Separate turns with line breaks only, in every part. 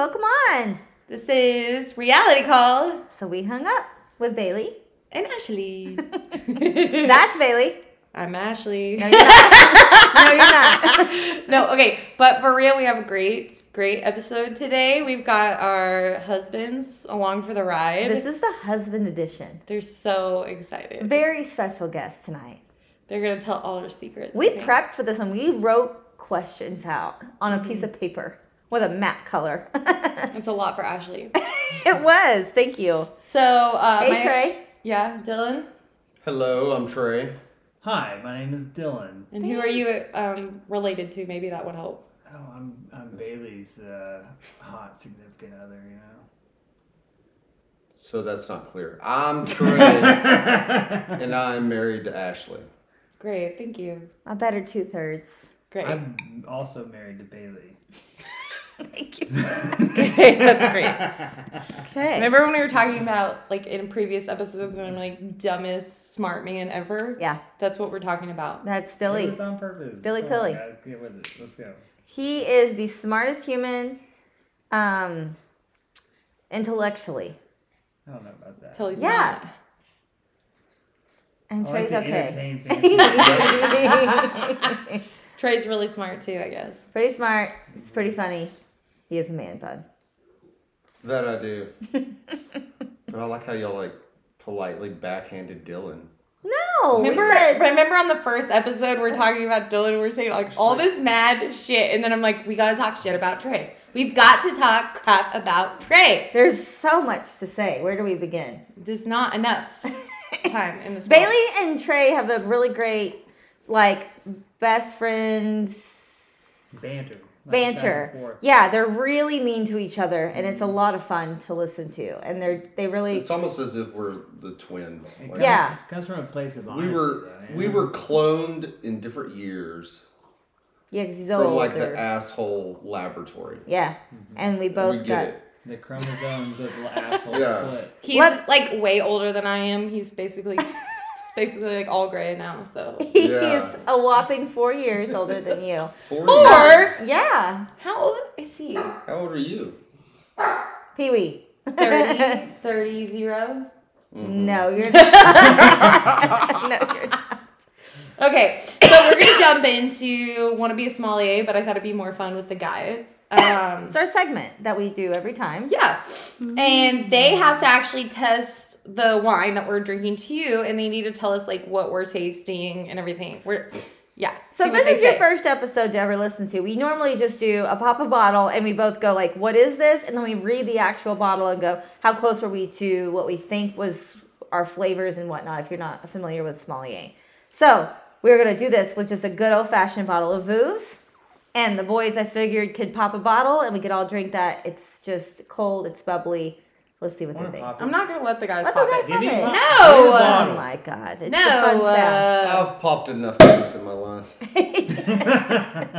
on?
This is reality called
So we hung up with Bailey.
and Ashley.
That's Bailey.
I'm Ashley.
No, you're not. no, you're not.
no, okay, but for real, we have a great, great episode today. We've got our husbands along for the ride.
This is the husband edition.
They're so excited.
Very special guest tonight.
They're gonna tell all their secrets.
We
I think.
prepped for this one. We wrote questions out on a piece of paper with a map color.
It's a lot for Ashley.
it was. Thank you.
So, uh,
Hey,
my-
Trey.
Yeah, Dylan.
Hello, I'm Trey.
Hi, my name is Dylan.
And who are you um, related to? Maybe that would help.
Oh, I'm I'm Bailey's uh, hot significant other, you
So that's not clear. I'm Trey,
know.
and I'm married to Ashley.
Great, thank you.
I bet her two thirds.
Great.
I'm also married to Bailey.
Thank you.
Okay, that's great.
Okay.
Remember when we were talking about like in previous episodes when I'm like dumbest smart man ever?
Yeah,
That's what we're talking about.
that's
It
Dilly.
was on purpose.
Dilly
Come on,
Pilly.
guys, get with it. Let's go.
He is the smartest human, um, intellectually.
I don't know about that.
Totally smart.
Yeah.
Oh, I
And
like
Trey's
to
okay.
entertain things.
Trey's really smart too, I guess.
pretty smart. It's pretty funny. He is a man bud.
That I do. but I like how y'all like politely backhanded Dylan.
No. we
Remember,
said-
remember on the first episode we're talking about Dylan, we're saying like all this mad shit, and then I'm like, we gotta talk shit about Trey. We've got to talk crap about Trey.
there's so much to say. Where do we begin?
There's not enough time in this. world.
Bailey and Trey have a really great, like, best friends
Banter. Like back and
banter.
forth.
Yeah, they're really mean to each other, and it's a lot of fun to listen to. And they're they really
It's almost as if we're the twins.
It
Like,
comes,
Yeah.
it comes from a place of honesty.
We were
though, you
we
know?
were cloned in different years
yeah, 'cause he's
from
older.
like the asshole laboratory.
yeah, and we both
we
got.
get it.
Mm-hmm. the chromosomes of the asshole
Yeah.
split.
He's
Let-
like way older than I am. He's basically, he's basically like all gray now. So
He
Yeah.
is a whopping four years older than you.
Four. years.
or
Yeah,
how old is he?
How old are you?
Pee Wee.
30, 30, zero.
No, you're not. no, you're not.
Okay, so we're gonna jump into want to be a sommelier, but I thought it'd be more fun with the guys. Um,
It's our segment that we do every time.
Yeah. And they have to actually test the wine that we're drinking to you and they need to tell us like what we're tasting and everything. We're yeah.
So
see
if
what
this
they
is your
say.
first episode to ever listen to. We normally just do a pop a bottle and we both go like, "What is this?" and then we read the actual bottle and go, "How close were we to what we think was our flavors and whatnot?" If you're not familiar with sommelier, so we're gonna do this with just a good old fashioned bottle of Vouv, and the boys I figured could pop a bottle and we could all drink that. It's just cold, it's bubbly. Let's see what
Wanna
they think.
pop
I'm
it?
not gonna let the guys
Let the
pop
guys
it.
pop
Give me
it.
pop-
No,
give me the
uh,
Oh
bottle.
my god! It's
No.
no, fun sound.
Uh,
I've popped enough things in my life.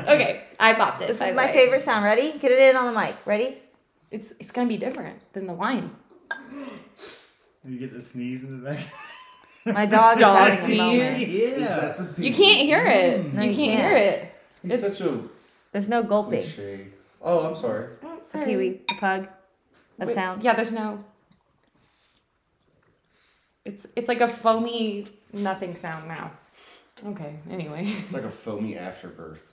Oh.
okay. I popped it.
This
by
is
the
my
way.
favorite sound. Ready? Get it in on the mic. Ready?
It's it's gonna be different than the wine.
You get the sneeze in the back.
My dog,
Dog
is having a moment.
sneeze.
yeah.
Mm.
You can't hear it.
No,
you
you
can't,
can't.
hear it.
He's
It's-
such a
There's no gulping.
cliche. Oh, I'm sorry.
Oh,
A
sorry.
pee wee, a pug, a
Wait,
sound.
Yeah, there's no it's it's like a foamy nothing sound now. Okay, anyway.
It's like a foamy afterbirth.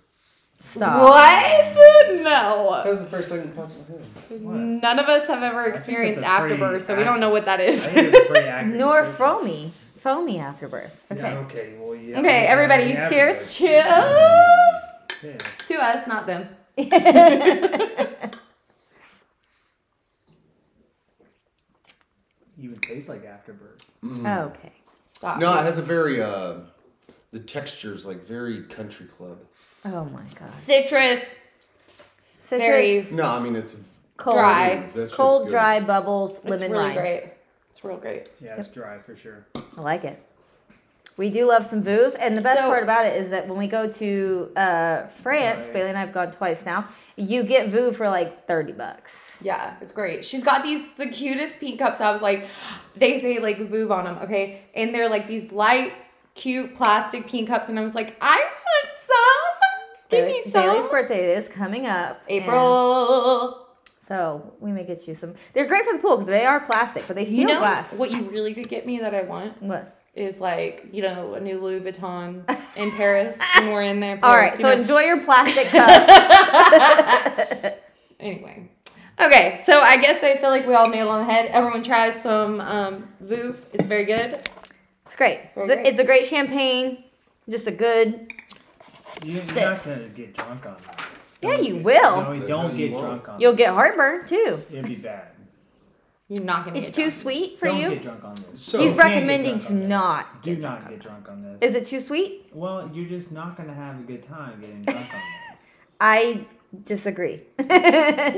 Stop.
What? No.
That was the first thing that popped in my head.
Mm.
None of us have ever
that's
experienced
a pretty
afterbirth, so we don't
ac-
know what that
I
is.
think it's pretty accurate
Nor
description.
foamy. Foamy afterbirth. Okay.
Yeah, okay. Well, yeah.
okay,
Yeah,
everybody,
yeah,
cheers. Cheers
Yeah.
to us, not them.
You would taste like afterbirth.
Okay.
Stop.
Mm. No, it has a very uh the texture's like very country club.
Oh my god.
Citrus.
Citrus,
Very
No, I mean it's Oh,
cold,
dry.
that shit's
cold,
good.
dry bubbles,
It's
lemon
really
lime.
great. It's real great.
Yeah, it's dry for sure.
I like it. We do love some Vouv, and the best
So-
part about it is that when we go to uh, France,
Right.
Bailey and I have gone twice now. You get Vouv for like thirty bucks.
Yeah, it's great. She's got these the cutest pink cups. I was like, they say like Vuv on them, okay? And they're like these light, cute plastic pink cups, and I was like, I want some. Give me
Bailey-
some.
Bailey's birthday is coming up. and-
April.
So we may get you some. They're great for the pool because they are plastic, but they feel
You know
glass.
what you really could get me that I want
What?
is like you know a new Louis Vuitton in Paris. and we're in there.
All right,
you
so
know.
enjoy your plastic cup.
Anyway. Okay, so I guess I feel like we all nailed it on the head. Everyone tries some um, Vouv. It's very good.
it's great. It's a, it's a great champagne. Just a good.
You,
Sick.
you're not gonna get drunk on this.
Yeah,
Don't
you
get-
will.
No, you
No,
don't
you
get
won't.
drunk on.
You'll get
this.
heartburn too.
It'd be bad.
You're not gonna.
It's
get
too
drunk.
sweet for
don't
you.
get drunk on this.
So-
You
He's
can't get
recommending
drunk
to
on this.
not.
Do
get drunk
not
on
get drunk on this.
it. Is it too sweet?
Well, you're just not gonna have a good time getting drunk on this.
I disagree. I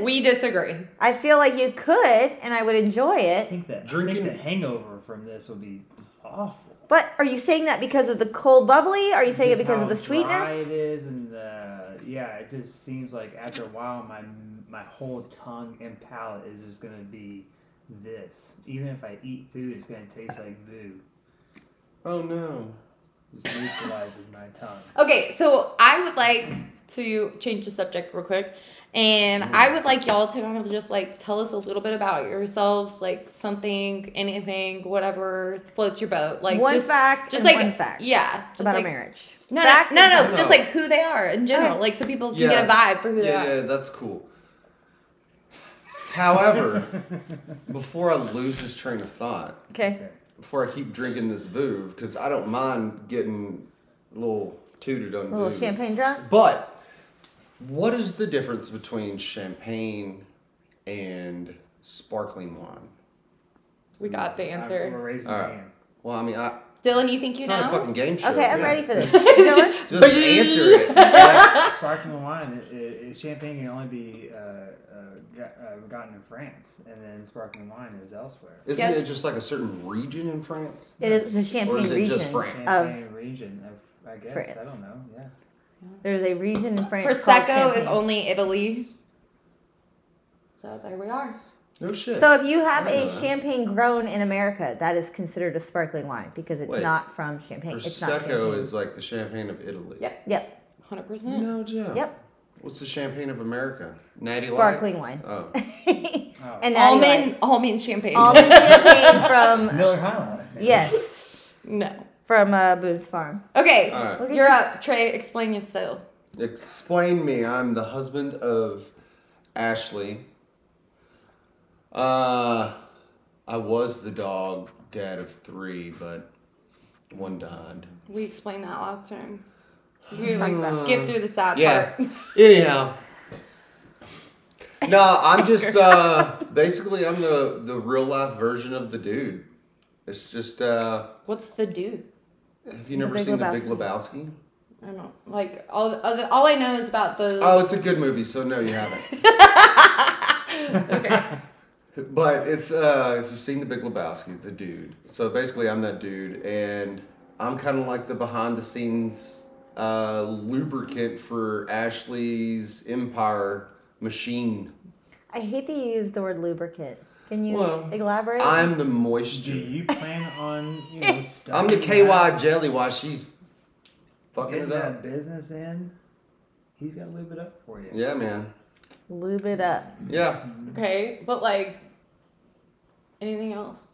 We disagree.
feel like you could, and I would enjoy
I
it.
think that I
Drinking-
think the hangover from this would be awful.
But are you saying that because of the cold bubbly? Are you saying it
Just
because of
how
the
Dry it
sweetness?
is, and the yeah, it just seems like after a while, my my whole tongue and palate is just gonna be this. Even if I eat food, it's gonna taste like boo.
Oh no.
Just neutralizes my tongue.
Okay, so I would like to change the subject real quick, and
Mm.
I would like y'all to kind of just like tell us a little bit about yourselves, like something, anything, whatever floats your boat. Like
one
just,
fact,
just
and
like
one fact
Yeah, just
about
like,
a marriage.
No, no,
Fact
no,
and
no,
fact.
just like who they are in general, like so people can get a vibe for who they
yeah,
are.
yeah, that's cool. However, before I lose this train of thought,
Okay.
Okay.
before I keep drinking this Vouv, because I don't mind getting a little tooted on
A little
Vouv.
champagne drunk.
But what is the difference between champagne and sparkling wine?
We got the
I'm- We're
answer.
raising
All
the
right.
hand.
Well, I mean, I,
Dylan, you think you
it's
know?
not a fucking game show.
Okay, I'm
yeah,
ready for this.
it's-
You know
Just answer it. Like,
Sparkling wine, it, it, it- champagne can only be uh, uh, got, uh, gotten in France, and then sparkling wine is elsewhere.
isn't
Yes.
it just like a certain region in France?
what? it is a
Or
champagne
is it
region.
just France?
Champagne region, of, I guess. I
France.
don't know. Yeah.
There's a region in France called
Prosecco is
champagne.
only Italy. So there we are.
No shit.
So if you have
I
a
know that.
champagne grown in America, that is considered a sparkling wine because it's
Wait.
not from Champagne. it's not
Prosecco
champagne.
is like the champagne of Italy.
Yep.
yep,
100%.
No joke.
Yep.
What's the champagne of America? Natty Light?
sparkling wine.
Oh.
Oh.
and now you
Almond, almond champagne.
like- almond champagne from
Oh. Miller High Life.
yes,
no.
from uh, Boone's Farm.
Okay,
All right.
Look at
you're
you.
up. Trey, explain yourself.
Explain me. I'm the husband of Ashley. Uh, I was the dog dad of three, but one died.
We explained that last time. We like
Talk about it.
skip through the sad
Yeah.
part.
Anyhow. No, I'm just uh basically I'm the the real life version of the dude. It's just uh
What's the dude?
have you never
Big
seen the Big
Lebowski.
Lebowski?
I don't know. Like all, all, all I know is about the.
Oh, it's a good movie, so no you haven't.
okay.
But it's uh, if you've seen The Big Lebowski, the dude. So basically, I'm that dude, and I'm kind of like the behind the scenes uh, lubricant for Ashley's Empire machine.
I hate that you use the word lubricant. Can you
Well,
elaborate?
I'm the
Do
moisture.
you plan on you know studying
I'm the
that,
KY jelly while she's fucking
getting
it up.
that business in? He's got to live it up for you.
Yeah, man.
Lube it up.
Yeah.
okay, but like anything else?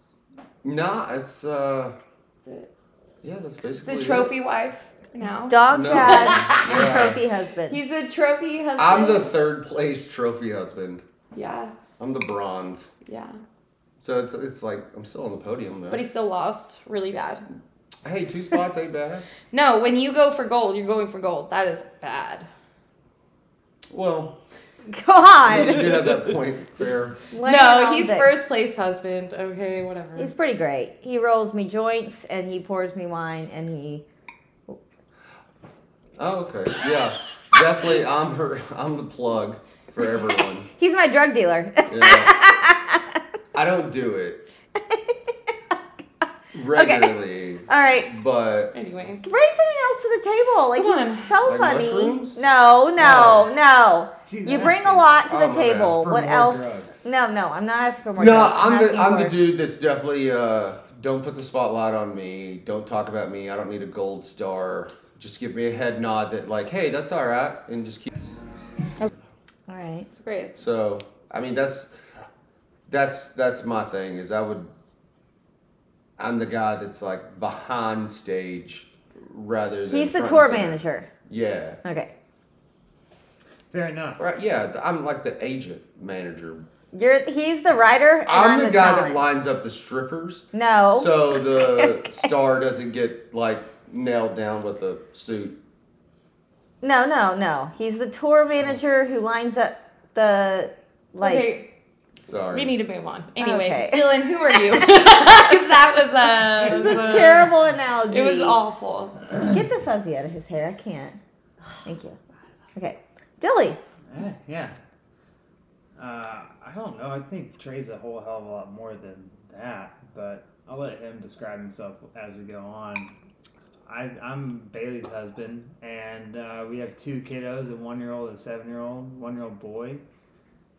Nah, it's uh,
Is it,
yeah, that's
is
basically.
it
it.
trophy wife now?
Dog
No.
dad and
Yeah.
trophy husband.
He's a trophy husband.
I'm the third place trophy husband.
Yeah,
I'm the bronze.
yeah.
So it's it's like I'm still on the podium though.
But he still lost really bad.
hey, two spots ain't bad.
No, when you go for gold, you're going for gold. That is bad.
Well, you
God.
do have that point there.
no, he's
Landed.
first place husband. Okay, whatever.
He's pretty great. He rolls me joints and he pours me wine and he
Oh, okay. Yeah, definitely. I'm her. I'm the plug for everyone.
he's my drug dealer.
Yeah. I don't do it regularly,
All right.
but
anyway.
Bring something else to the table. Like
Come
he's
on.
so
Like
funny.
mushrooms?
No, no, no.
She's
you bring a
asking.
lot to the
Oh, my
table.
bad. For
What
more
else?
drugs.
No, no, I'm not asking for more.
no,
drugs.
I'm the
asking
I'm the
for-
dude that's definitely uh. Don't put the spotlight on me. Don't talk about me. I don't need a gold star. Just give me a head nod that like, hey, that's all right, and just keep.
All right.
It's great.
So I mean, that's that's that's my thing. Is I would. I'm the guy that's like behind stage, rather than
He's the
front
tour
and center.
manager.
Yeah.
Okay.
Fair enough.
Right. Yeah. I'm like the agent manager.
You're he's the writer and
I'm,
I'm,
the, guy that
talent. Oh.
lines up the strippers,
No.
so the star doesn't get like nailed down with a suit.
no, no, no. He's the tour manager who lines up the like
okay,
Sorry.
we need to move on. Anyway,
Okay.
Dylan, who are you? 'Cause that was a.
It's a terrible analogy.
It was awful.
Get the fuzzy out of his hair. I can't. Thank you. Okay. Dilly.
Eh, yeah. Uh, I don't know. I think Trey's a whole hell of a lot more than that, but I'll let him describe himself as we go on. I, I'm Bailey's husband, and uh, we have two kiddos a one year old and a seven year old, one year old boy,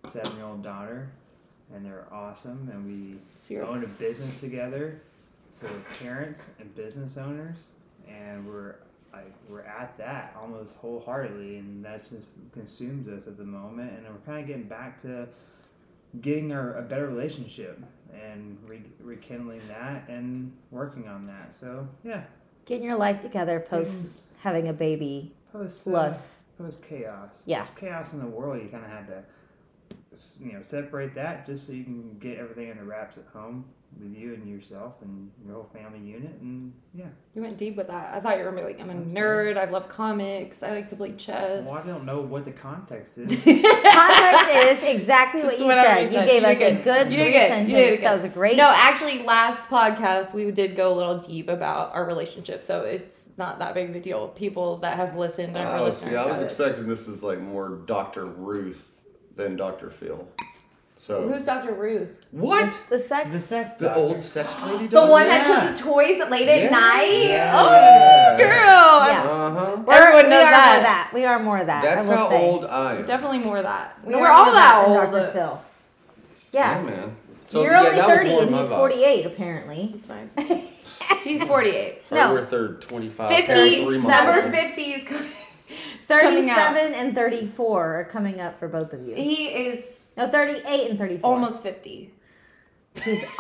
seven year old daughter, and they're awesome. And we
So you're-
own a business together. So we're parents and business owners, and we're like we're at that almost wholeheartedly, and that just consumes us at the moment. And we're kind of getting back to getting our, a better relationship and re- rekindling that and working on that. So yeah,
Getting your life together
Mm.
post having a baby
post uh,
plus
post chaos.
Yeah.
There's chaos in the world. You kind of had to, s- you know, separate that just so you can get everything under wraps at home with you and yourself and your whole family unit. And yeah,
You went deep with that. I thought you were gonna be like, I'm a
I'm sorry.
nerd. I love comics. I like to play chess.
well, I don't know what the context is.
Context is exactly what
Just
you
whatever
said.
you
You
said.
gave
You
us
did
a
good.
good
You did
three
good. You
sentence.
did good.
That was a great.
No, actually, last podcast we did go a little deep about our relationship, so it's not that big of a deal. People that have listened, are
Oh,
listening.
see, I was expecting this is like more Dr. Ruth than Dr. Phil. So
Who's Dr. Ruth?
what?
the sex.
the sex
The
doctor.
old sex lady?
The one
Yeah.
that took the toys at late
Yeah.
at night.
Yeah.
Oh, girl!
Yeah.
I'm
Uh huh.
We're-
Everyone knows
we are
that.
More that. We are more that.
That's
I will
how
say.
old I am.
definitely more that. We
We
are
are
all
more
that
than
old.
Dr. Phil.
Yeah,
Yeah.
man.
You're
yeah,
only
that was
30
more
and
my
he's
vibe.
48 apparently.
It's nice. He's 48.
Or
No.
we're third 25.
50.
three months
Number
old.
50 is coming. it's coming out.
37 and 34 are coming up for both of you.
He is
No, 38 and 34.
almost 50.
He's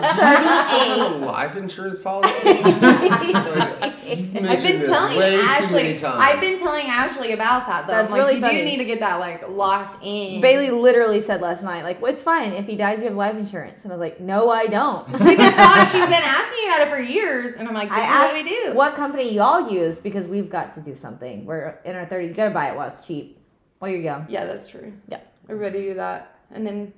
Do you still
38.
have a life insurance policy? Like, you've
I've
mentioned
been
this
telling
way too
Ashley.
many times.
I've been telling Ashley about that though.
That's
I'm like,
really
you
funny.
do need to get that like locked in.
Bailey literally said last night, like, well, it's fine. If he dies, you have life insurance. And I was like, no, I don't.
Like, that's all she's been asking about it for years, and I'm like, this
I
is
asked
what we do.
what company y'all use because we've got to do something. We're in our 30s. You got to buy it while it's cheap. While you're young.
Yeah, that's true.
Yeah.
everybody do that, and then,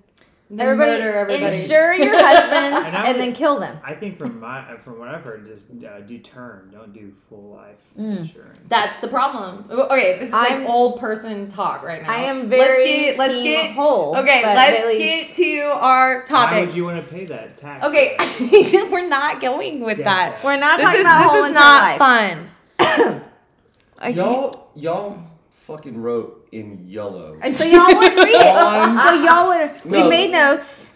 then
Everybody,
murder everybody.
insure your husbands
And
and,
I would-
then kill them.
I think from my from what I've heard, just uh, do term, don't do full life
Mm.
insurance.
That's the problem. Okay, this is like
I'm-
old person talk right now.
I am very
Let's get. Let's
team
get.
whole.
Okay,
but
let's
Bailey's-
get to our
Why
topic.
would you want to pay that tax?
Okay,
for that?
we're not going with
Death
that.
tax?
We're not
This
talking
is,
about
this
whole
is
entire
not
life.
fun. I can't-
y'all, y'all fucking wrote in yellow.
And so y'all would read
On-
it. so y'all would.
No.
We made notes.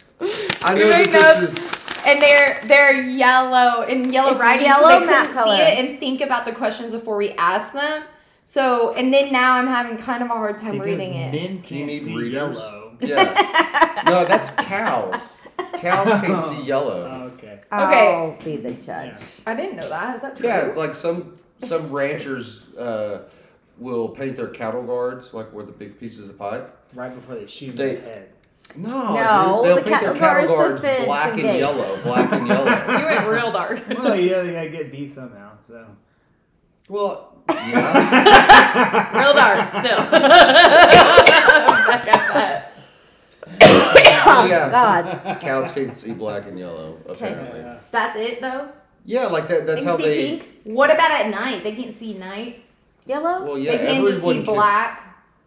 I
you're
know
right,
that
no.
this is.
and they're they're yellow and yellow
It's
writing,
yellow
so they
matte
couldn't
color.
see it and think about the questions before we asked them. So and then now I'm having kind of a hard time
Because
reading it.
men
Do you
can't
need
see
readers?
yellow.
Yeah. no, that's cows. Cows can see yellow.
Oh, okay.
Okay.
I'll be the judge.
I didn't know that. Is that true?
Yeah, like some some ranchers uh, will paint their cattle guards like with the big pieces of pipe.
Right before they shoot
They-
the head.
No,
No,
dude, they'll
the
paint their
cattle
cattle guards
guards are thin
black
and
and
gay.
yellow, black and yellow.
You went real dark.
Well, yeah, they gotta get beef somehow. So
well, yeah,
real dark still. Back at that.
Oh
Yeah.
God.
cows can see black and yellow apparently.
Yeah.
That's it though.
Yeah, like that. That's
They
how
see
they.
pink,
What about at night? They can't see night.
yellow.
Well, yeah,
they can't just
everyone
see
can-
black.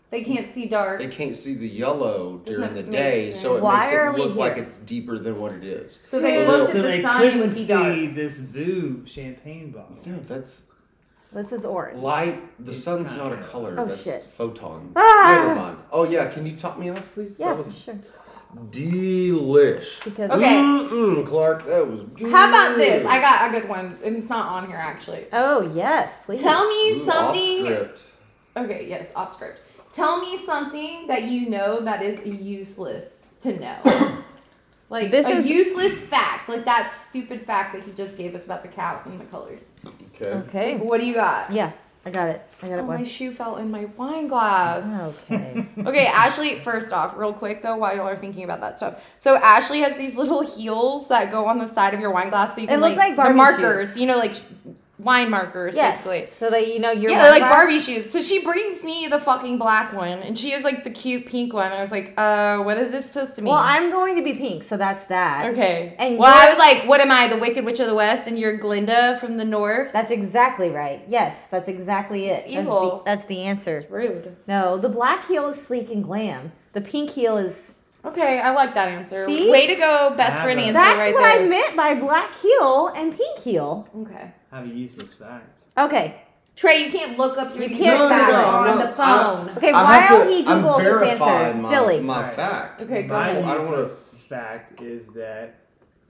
They can't see dark.
They can't see the yellow during
Doesn't
the
make
day, so it
sense. Why
makes it
are we
look like
here?
it's deeper than what it is.
so they
So
looked
so
at the
they
sun it
couldn't
would be dark.
see this Voob champagne bottle.
No, that's
this is orange.
light. The
It's
sun's not
not-
a color.
Oh,
that's
shit.
photon.
Ah!
Never mind. Oh yeah, can you top me off, please?
Yeah,
That was
sure.
delish.
Because
Okay.
Mm-mm, Clark, that was good.
How about this? I got a good one. and It's not on here actually.
Oh yes, please.
Tell me
Ooh, off
something.
script.
Okay, yes, off script. Tell me something that you know that is useless to know. Like
This
a
is-
useless fact, like that stupid fact that he just gave us about the cows and the colors.
Okay.
Okay.
What do you got?
Yeah, I got it. I got
Oh,
it.
my
One.
shoe fell in my wine glass.
Okay.
Okay, Ashley, first off, real quick though, while y'all are thinking about that stuff. So Ashley has these little heels that go on the side of your wine glass so you
They
can
look like
the
Barbie
markers,
shoes.
you know, like wine markers
yes.
basically.
So that you know your
yeah, they're
wine
like
glass-
Barbie shoes. So she brings me the fucking black one and she has like the cute pink one. I was like, uh, what is this supposed to mean?
Well, I'm going to be pink, so that's that.
Okay.
And
well, I
you're-
was like, what am I, the Wicked Witch of the West, and you're Glinda from the North?
That's exactly right. Yes, that's exactly it.
It's
That's the,
evil.
that's the answer.
That's rude.
No, the black heel is sleek and glam. The pink heel is.
Okay, I like that answer.
See?
Way to go, best friend
Maverick.
answer
That's
right
what I
there.
meant by black heel and pink heel.
Okay.
Have a useless fact.
Okay.
Trey, you can't look up your
You
you
can't
can't
No, no, no,
on
no,
the phone.
Okay,
I have
while
to-
he
I'm
Googles this answer,
verifying my,
Dilly.
my
Alright.
fact.
Okay, go
My
ahead.
I don't wanna-
useless fact is that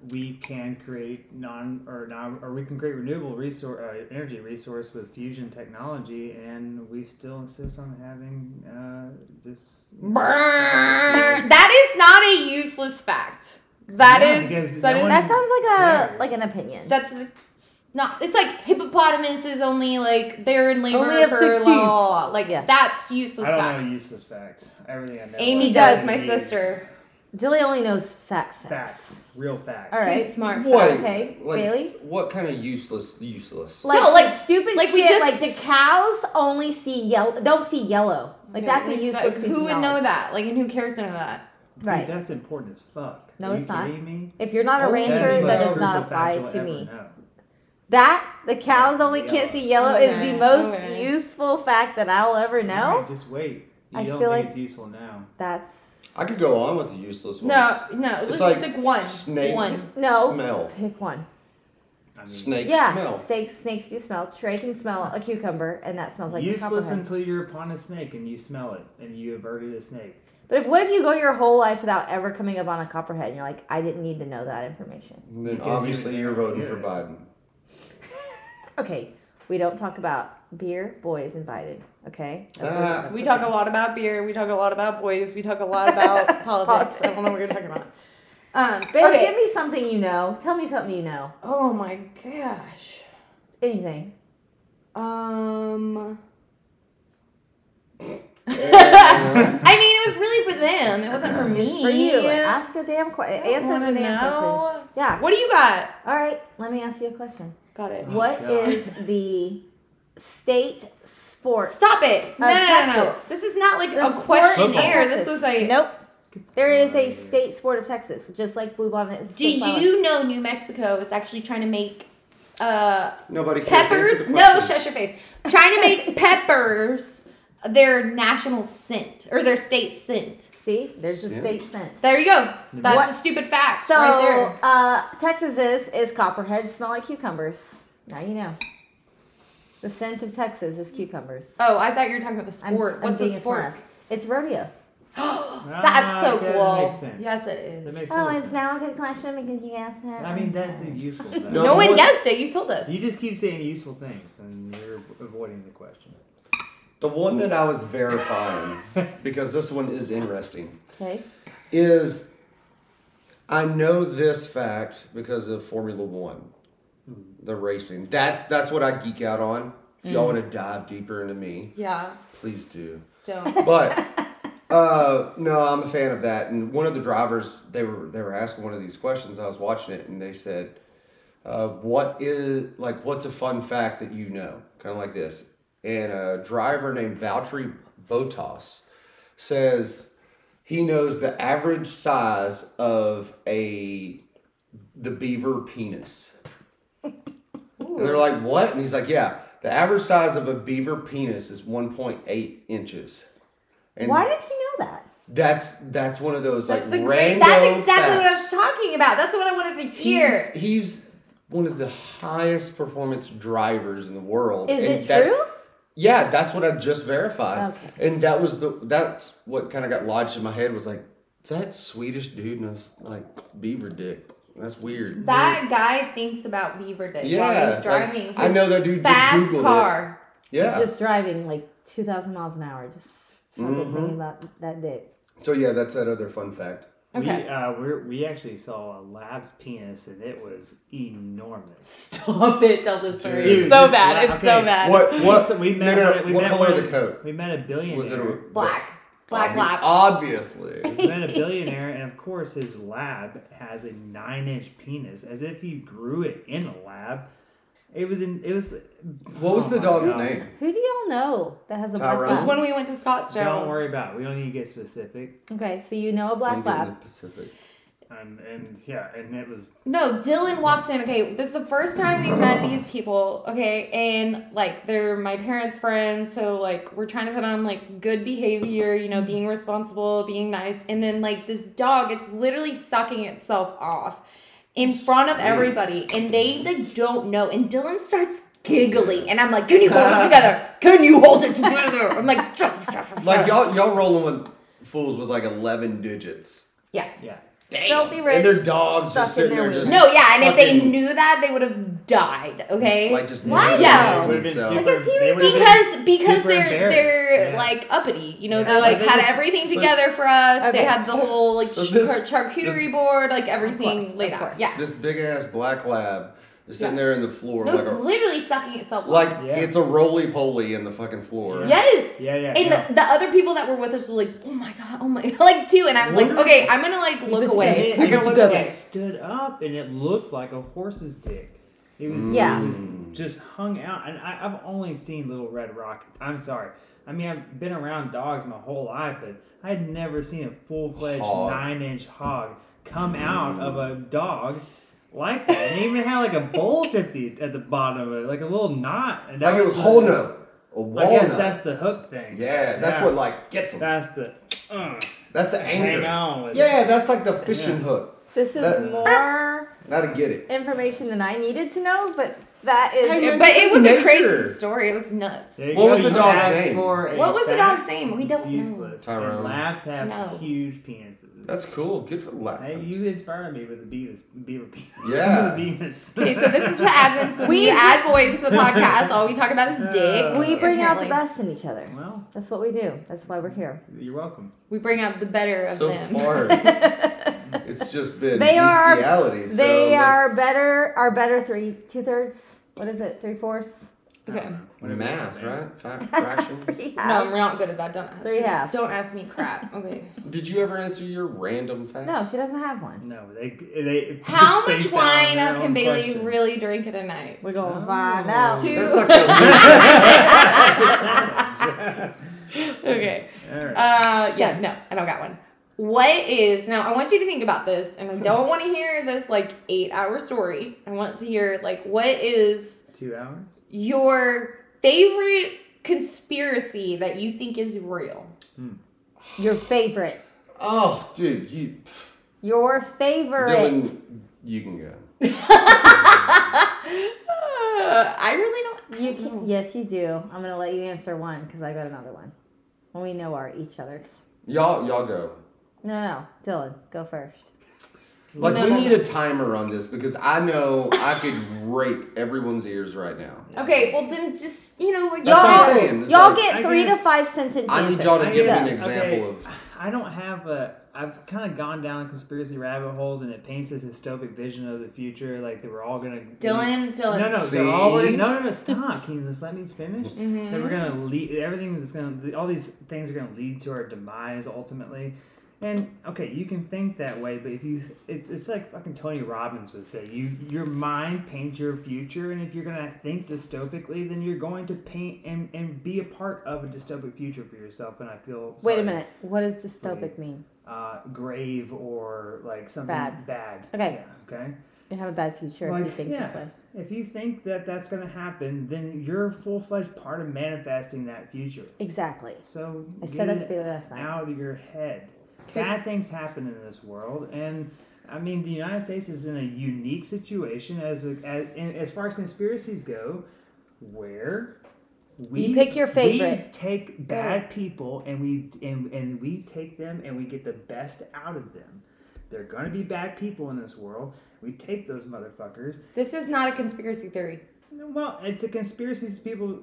we can create non or non or we can create renewable resource uh, energy resource with fusion technology, and we still insist on having uh, just.
Brrrr. that is not a useless fact. That
Yeah,
is
because
that
no
is
one-
That sounds like a
Cares.
like an opinion.
that's not. It's like hippopotamus is only like they're in labor
Only of
for
16.
la- la- la. Like
Yeah.
that's useless
I don't
fact.
know useless facts. Everything I know.
Amy
I
does,
know
my
is
sister.
Dilly only knows facts.
Facts, real facts.
All right.
Too smart. for
What?
that.
Okay,
Like,
really?
What kind of useless? Useless.
Like,
No, like-
some stupid
like
shit.
we just-
like the cows only see yellow. Don't see yellow. Like that's a
Okay,
useless.
like,
piece
Who
of
would know
knowledge.
that? Like, and who cares to know that?
Right.
Dude, that's important as fuck.
No,
Are
it's
you
not.
kidding me?
If you're not a
Oh,
rancher,
that's
that
my
does not
crucial fact
apply
you'll
to
ever
me.
know.
That the cows only can't
Yellow.
see yellow is
Okay,
the most
okay.
useful fact that I'll ever know.
Alright, just wait. You
I
don't
feel
think
like-
it's useful now.
That's
I could go on with the useless ones.
No, no.
It's
Let's
like
just pick one.
Snakes
One.
No.
smell.
pick one.
I mean,
Snakes
yeah,
smell.
snakes. Snakes do smell. Trey can smell a cucumber, and that smells like a
useless
copperhead.
until you're upon a snake and you smell it and you averted a snake.
But if, what if you go your whole life without ever coming up on a copperhead, and you're like, I didn't need to know that information.
And then
Because you-
obviously you're voting for
yeah.
Biden.
Okay, we don't talk about beer. Boys invited. Okay.
Ah.
We talk a lot about beer. We talk a lot about boys. We talk a lot about politics. I don't know what you're talking about. Um,
Babe,
okay.
give me something you know. Tell me something you know.
Oh my gosh.
Anything.
Um.
Yeah.
I mean, it was really for them. It wasn't for me.
For you, ask a damn question.
I don't
Answer
wanna
the damn question.
know.
Yeah.
What do you got?
All right, let me ask you a question.
Got it.
Oh,
What
God.
is the state sport?
Stop it! No,
Uh,
no, no, no.
Texas.
This is not like
The
a
sport
questionnaire.
of
This
Texas.
was a.
Nope. There is a
Right.
state sport of Texas, just like Bluebonnet. is a state
Did
flower.
you know New Mexico is actually trying to make uh,
Nobody cares. Answer
peppers?
the
No,
question.
shush your face. Trying to make peppers their national scent or their state scent.
see? There's a
Shit.
state scent.
There you go. That's
What?
a stupid fact
So,
right there.
uh, Texas is is copperheads smell like cucumbers. Now you know. The scent of Texas is cucumbers.
Oh, I thought you were talking about the sport. What's
being
the sport?
smartass. It's rodeo.
That's so
Ah, okay, that
cool.
makes sense.
Yes, it
That
is.
makes
Oh,
total
it's
sense.
now a good question because you asked that.
I mean, that's a useful thing.
No
No
one
one-
guessed it. You told us.
You just keep saying useful things and you're avoiding the question.
The one that I was verifying, because this one is interesting,
Okay.
is I know this fact because of Formula One, the racing. That's that's what I geek out on. If y'all want to dive deeper into me,
Yeah.
please do.
Don't.
But uh, no, I'm a fan of that. And one of the drivers, they were they were asking one of these questions. I was watching it, and they said, uh, "What is like? What's a fun fact that you know?" Kind of like this. And a driver named Valtteri Bottas says he knows the average size of a the beaver penis. And they're like, "What?" And he's like, "Yeah, the average size of a beaver penis is 1.8 inches." And
Why did he know that?
that's that's one of those
That's, the
like
great,
random.
that's exactly what I was
facts.
talking about. That's what I wanted to hear.
He's, he's one of the highest performance drivers in the world.
Is
and
it
that's-
true?
Yeah, that's what I just
Oh.
verified.
Okay.
And that was the that's what kind of got lodged in my head was like that Swedish dude knows like beaver dick. That's weird.
That guy thinks about Beaver Dick while
Yeah,
he's driving.
like, I know that dude just
fast
Googled it.
car.
yeah.
He's just driving like 2,000 miles an hour. Just I've been
Mhm.
thinking about that dick.
So yeah, that's that other fun fact.
Okay.
We uh, we're, we actually saw a lab's penis and it was enormous.
Stop it, tell this story.
Dude,
it's so
just
bad.
la-
It's so
okay.
bad.
What what?
So we met
no, no,
one- we
what
met
color
one-
the coat?
We met a billionaire.
Was it a
Black. Black
Obvi-
lab.
Obviously.
We met a billionaire, and of course, his lab has a nine-inch penis, as if he grew it in a lab. It was in. It was.
What was
Oh
the
my
dog's
God.
name?
Who do y'all know that has a black
Tyrone?
lab?
When we went to Scottsdale.
Don't worry about. it. We don't need to get specific.
Okay, so you know a black
Don't get in
lab.
the Pacific.
Um, and yeah, and it was.
No, Dylan walks in. Okay, this is the first time we met these people. Okay, and like they're my parents' friends, so like we're trying to put on like good behavior, you know, being responsible, being nice, and then like this dog is literally sucking itself off in front of everybody, and they like don't know. And Dylan starts giggling, and I'm like, "Can you hold it together? Can you hold it together?" I'm like, "Shut, shut, shut, shut."
Like y'all y'all rolling with fools with like eleven digits.
yeah."
Yeah.
Filthy rich.
And their dogs just
stuck in
sitting
their
there just
No, yeah, and if they
Fucking-
knew that, they would have died. Okay,
like just
Why?
moving
Yeah.
around
It would've been
itself.
super- they would've been
because because
super
they're
embarrassed,
they're
yeah.
like uppity, you know.
Yeah.
They're like
But they
had
just-
everything
so-
together for us. They
Okay.
had the whole like
So
ch-
this-
charcuterie
this-
board, like everything
Of course,
laid
of
out.
course.
Yeah,
This big ass black lab is sitting
Yeah.
there in the floor
no,
like
it's
a
literally sucking itself.
like
up.
Yeah.
it's a roly poly in the fucking floor.
yes,
Yeah, yeah,
And
yeah.
The, the other people that were with us were like, "Oh my god, oh my," like too. And I was like,
Wonder-
"Okay, I'm gonna like look
It's
And
away.
I
it,
I'm
gotta
it,
gonna
look
look
just, like,
away."
stood up, and it looked like a horse's dick. It was.
Yeah.
It was
Mm.
just hung out, and I, I've only seen little red rockets. I'm sorry. I mean, I've been around dogs my whole life, but I had never seen a full fledged
Hog.
nine inch hog come out of a dog like that. And it even had like a bolt at the at the bottom of it, like a little knot. And that
Like it was
the-
whole nut. A
I
walnut.
guess that's the hook thing.
yeah, that's
Yeah.
what like gets them.
That's the. Uh,
That's the
hang
anger.
on with
Yeah,
it.
that's like the fishing hook.
This is
That-
more
Now to get it.
information than I needed to know, but that is.
Hey, man,
But
this
it
is
was a
nature.
crazy story. It was nuts.
There you
What
go,
was the
you
dog's
asked
name?
for a
What was the
fact,
dog's name? We
it's
don't know.
useless. And
Tyrone.
labs have
No.
huge penises.
That's cool. Good for the lab.
Hey, you inspired me with the Beavis, Beaver penis.
Yeah.
the Beavis.
Okay, so this is what happens when
We-
we add boys to the podcast. All we talk about is dick.
we bring out
Apparently.
the best in each other.
Well,
That's what we do. That's why we're here.
you're welcome.
We bring out the better of
so
them.
far, it's, it's just been
They are-
bestiality. so
they are
let's-
better. Are better three two thirds. What is it? Three fourths.
I don't
Okay.
know. Whatever you
Math,
think.
right? Fact, fraction.
Three
No,
halves.
we're not good at that. Don't ask.
Three
me.
halves.
Don't ask me crap. Okay.
Did you ever answer your random fact?
No, she doesn't have
Mm.
one.
No, they they.
How
they
much
spaced out
wine
their own
can Bailey
question.
really drink at a night?
We're gonna
Oh.
find out.
Two.
That's like a
okay.
All right.
Uh, yeah. No, I don't got one. What is now? I want you to think about this, and I don't want to hear this like eight-hour story. I want to hear like what is
Two hours.
your favorite conspiracy that you think is real?
Your favorite.
Oh, dude, you
Your favorite.
Dylan, you can go.
Uh, I really don't. I
You
don't
can,
know.
yes, you do. I'm gonna let you answer one because I got another one. When we know our each other's.
Y'all, y'all go.
No, no, no. Dylan, go first.
Like
No,
we
no,
need
no.
a timer on this because I know I could rape everyone's ears right now.
Okay, well then just you know like
That's what I'm
Y'all-
saying. It's
Y'all
like-
get
I
three to
guess-
five sentence
I need
answers.
y'all to
I
give me
guess-
an example
okay, I don't have a. I've kind of gone down conspiracy rabbit holes, and it paints this dystopic vision of the future, like they were all gonna.
Dylan, Dylan.
No, no,
See?
they're all gonna, no, no, no. Stop. Can you just let me finish?
Mhm.
That we're
Mm-hmm.
gonna lead everything that's gonna all these things are gonna lead to our demise ultimately. And okay, you can think that way, but if you, it's it's like fucking Tony Robbins would say, you your mind paints your future, and if you're gonna think dystopically, then you're going to paint and and be a part of a dystopic future for yourself. And I feel
Wait a
sorry,
minute. What does dystopic mean?
uh, grave or like something
Bad.
bad.
Okay.
Yeah, okay.
You have a bad future if you
Like,
think this
yeah.
way.
If you think that that's going to happen, then you're a full fledged part of manifesting that future.
Exactly.
So
I said that to
get
Bailey last night.
out of your head. Bad things happen in this world, and I mean the United States is in a unique situation as a, as, and as far as conspiracies go, where we
You pick your
we
favorite.
take bad people and we and, and we take them and we get the best out of them. They're gonna be bad people in this world. We take those motherfuckers.
This is not a conspiracy theory.
Well, it's a conspiracy. People.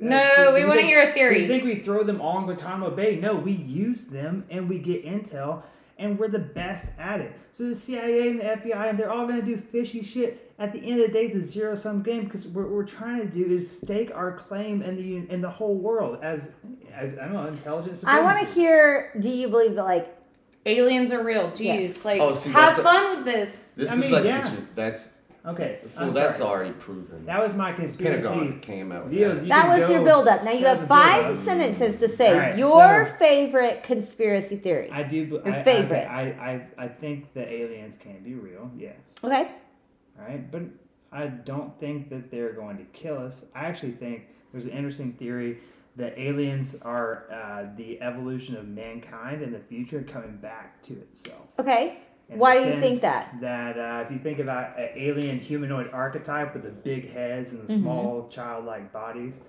No, we want to
Uh, think-
hear a
We
theory.
think we throw them all in Guantanamo Bay. No, we use them and we get intel, and we're the best at it. So the CIA and the FBI, and they're all going to do fishy shit. At the end of the day, it's a zero sum game because what we're trying to do is stake our claim in the un- in the whole world as as I don't know intelligence.
I want to hear. Do you believe that like
Aliens are real. Jeez,
Yes.
like
Oh, see,
have
that's a-
fun with this.
This
I
is
mean,
like
yeah.
kitchen- that's
Okay,
well,
I'm
that's
sorry.
already proven.
That was my conspiracy.
Pentagon came out. With
Deals,
that.
you
that
can
was your
go-
build up? Now you
that
have
was a
five
build-up.
sentences to say
All right,
your
so-
favorite conspiracy theory.
I do. Your
Your
I,
favorite.
I, I I think the aliens can be real. Yes.
okay.
All right, but I don't think that they're going to kill us. I actually think there's an interesting theory that aliens are uh, the evolution of mankind in the future coming back to itself.
Okay.
In
Why
the
do you think
sense
that?
That uh, if you think about an alien humanoid archetype with the big heads and the
Mhm.
small childlike bodies,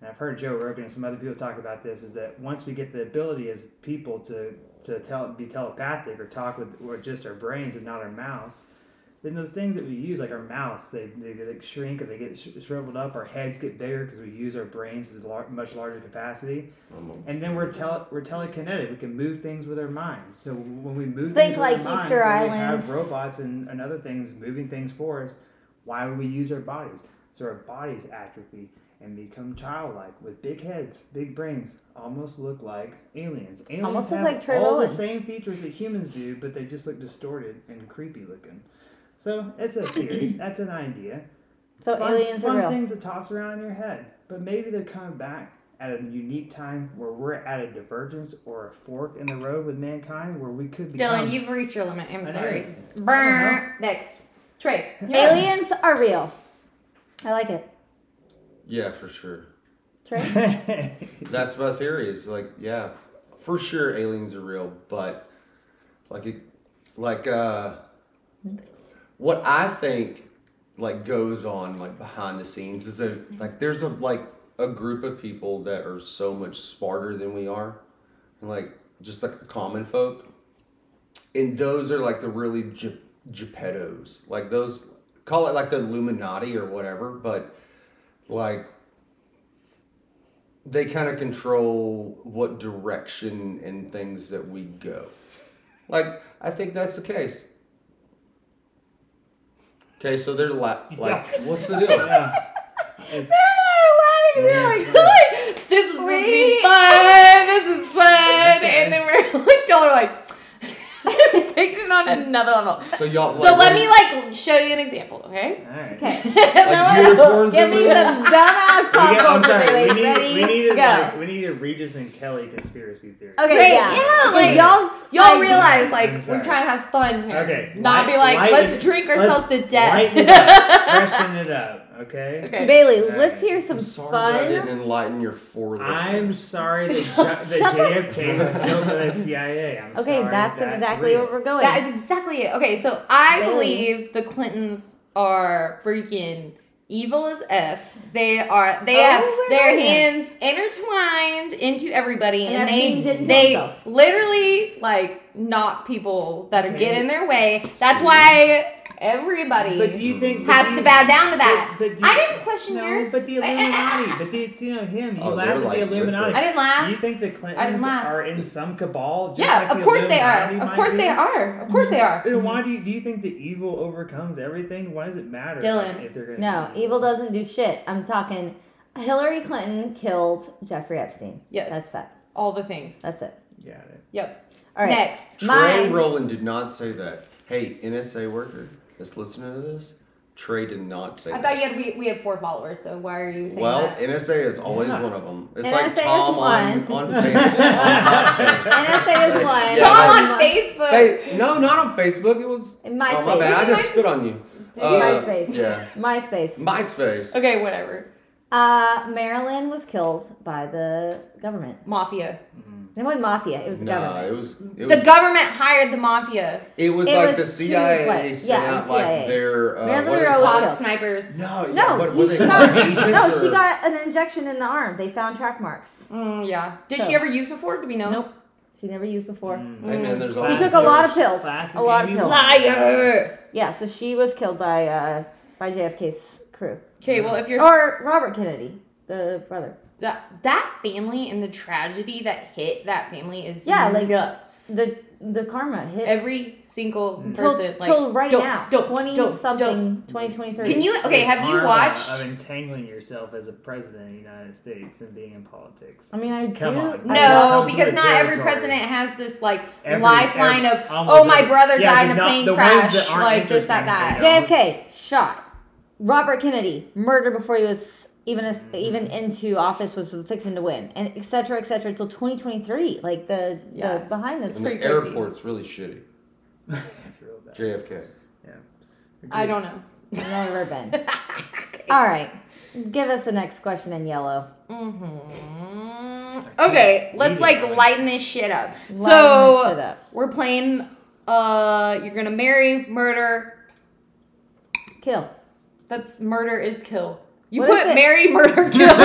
and I've heard Joe Rogan and some other people talk about this, is that once we get the ability as people to to tell be telepathic or talk with or just our brains and not our mouths, then those things that we use like our mouths they they, get, like shrink or they get sh- shriveled up, our heads get bigger because we use our brains to lar- much larger capacity,
Almost.
and then we're tele- we're telekinetic. We can move things with our minds. So when we move
Think
things
like
with our minds,
Easter
and we
Island.
have robots and, and other things moving things for us. Why would we use our bodies? So our bodies atrophy and become childlike with big heads, big brains, almost look like aliens. Aliens
Almost look
have
like Trey
all the
Rowland.
same features that humans do, but they just look distorted and creepy looking. So it's a theory. That's an idea.
So
Fun,
aliens
fun
are real.
things to toss around in your head, but maybe they're coming back at a unique time where we're at a divergence or a fork in the road with mankind, where we could be.
Dylan, you've reached your limit. I'm
I know.
sorry.
I
Burn. Next. Trey.
Aliens are real. I like it.
yeah, for sure.
Trey?
That's my theory. Is like, yeah, for sure, aliens are real, but like, it, like, uh, what I think like goes on like behind the scenes is that like there's a like a group of people that are so much smarter than we are, and like just like the common folk, and those are like the really Ge- Geppettos, like those call it like the Illuminati or whatever, but like they kind of control what direction and things that we go. Like, I think that's the case. Okay, so they're la- like, what's the deal?
yeah. It's,
They're laughing. They're like, "Good. This is supposed to be
Wait.
fun. This is fun. And then we're like, y'all are like, taking it on another level.
So y'all,
So let
what
me
is-
like show you an example, okay?
all right.
Okay.
like unicorns.
Give
Give
me some dumbass
We
pop
get, I'm
culture
sorry. We
related.
need,
Ready?
we need, a,
go.
like, we need a Regis and Kelly conspiracy theory.
okay,
Right,
yeah.
yeah,
'Cause
like-
y'all's,
Y'all
like,
realize like
I'm
we're
sorry.
trying to have fun here.
Okay,
Not
light-
be like,
light
let's
it-
drink
let's
ourselves to death.
lighten it up. Freshen it up, okay?
Okay.
Bailey,
All
let's
right.
hear some
I'm sorry that I didn't
fun.
enlighten your four
I'm
listeners.
sorry that, J-
Shut
that
the-
JFK was killed by the CIA. I'm
Okay,
sorry
that's, exactly
real.
where we're going.
That is exactly it. Okay, so I
Really?
believe the Clintons are freaking evil as f. They are. They
Oh,
have
we're
their
right here.
hands intertwined into everybody,
And
and,
everything
they
did
they
themselves.
literally like knock people that are
Okay.
get in their way. That's why everybody
But do you think
has
but
to
do
bow
you-
down to that.
But, but do
I
you-
didn't question
no,
yours.
But the
I- I- I-
Illuminati. but the, you know him. You
Oh,
laugh
they're
at
like
the
with
Illuminati.
it.
I didn't
Do you
laugh.
think the Clintons
laugh.
are in some cabal? Just
Yeah,
like
of
the
course they are.
Illuminati
Of
might
course
be? Mm-hmm.
they are. Of course they are.
Then why do you, do you think the evil overcomes everything? Why does it matter
Dylan.
if they're going
no, evil doesn't do shit. I'm talking Hillary Clinton killed Jeffrey Epstein.
Yes.
That's that.
All the things.
That's it.
Got it.
Yep.
All right.
Next.
Trey
Mine-
Rowland did not say that. Hey, NSA worker, that's listening to this. Trey did not say
I
that.
thought you had we, we had four followers, so why are you saying
Well,
that?
NSA is always
Yeah.
one of them. It's
NSA
like
is
Tom on
one.
on Facebook. on MySpace.
NSA is
Like,
one.
yeah,
Tom
like-
on Facebook.
Fa- no, not on Facebook. It was
In MySpace.
Oh, my bad. I just spit on you.
Did
you-
Uh,
MySpace.
Yeah,
MySpace.
MySpace.
Okay, whatever.
Uh, Marilyn was killed by the government.
Mafia.
It wasn't mafia. It was the
Nah,
government.
it was it
the
was,
government hired the mafia.
it was
it
like
was
the
too-
CIA
what? Yeah,
sent
it was
out like
CIA.
their uh,
Marilyn
what are they
Monroe was
called?
Cop
killed.
snipers.
No, yeah,
No,
what, what
he-
they
no,
called? Agents
no,
or,
she got an injection in the arm. They found track marks.
Mm, yeah. Did
So-
she ever use before? Do we know?
Nope. She never used before.
Mm.
Hey man, there's
She
all
She
these
took a lot of
theories.
pills. A lot of pills.
Liar.
Yeah, so she was killed by uh, by JFK's crew.
Okay, well, if you're
Or Robert Kennedy, the brother.
that that family and the tragedy that hit that family is
Yeah, like-
nuts.
The the karma hit
Every single
Mm.
till,
person, like
till right
don't-
now.
don't-
20
don't-
something, twenty twenty three.
Can you- okay, have you
Karma
watched-
Of entangling yourself as a president of the United States and being in politics.
I mean, I
Come
do.
on.
I
no,
comes with
because
the
not every
territory.
president has this like
Every-
lifeline
every-
of
almost
oh my
every-
brother
yeah,
died
the
in a
not-
plane
the ones
crash,
that aren't
like this, that,
interesting,
that.
they
JFK shot. Robert Kennedy murdered before he was even as, even
Mm-hmm.
into office was fixing to win, and et cetera, et cetera, until 2023. Like the,
Yeah.
the behind this.
And the
pretty crazy.
airport's really shitty.
That's real bad.
JFK.
I don't know.
I've never been.
Okay.
All right, give us the next question in yellow. Mm-hmm.
Mhm. Okay, let's like
Immediately.
lighten this shit up.
Lighten
so
this shit up.
we're playing. Uh, you're gonna marry, murder.
Kill.
That's murder is kill. You
What is
put
it?
marry, murder, kill.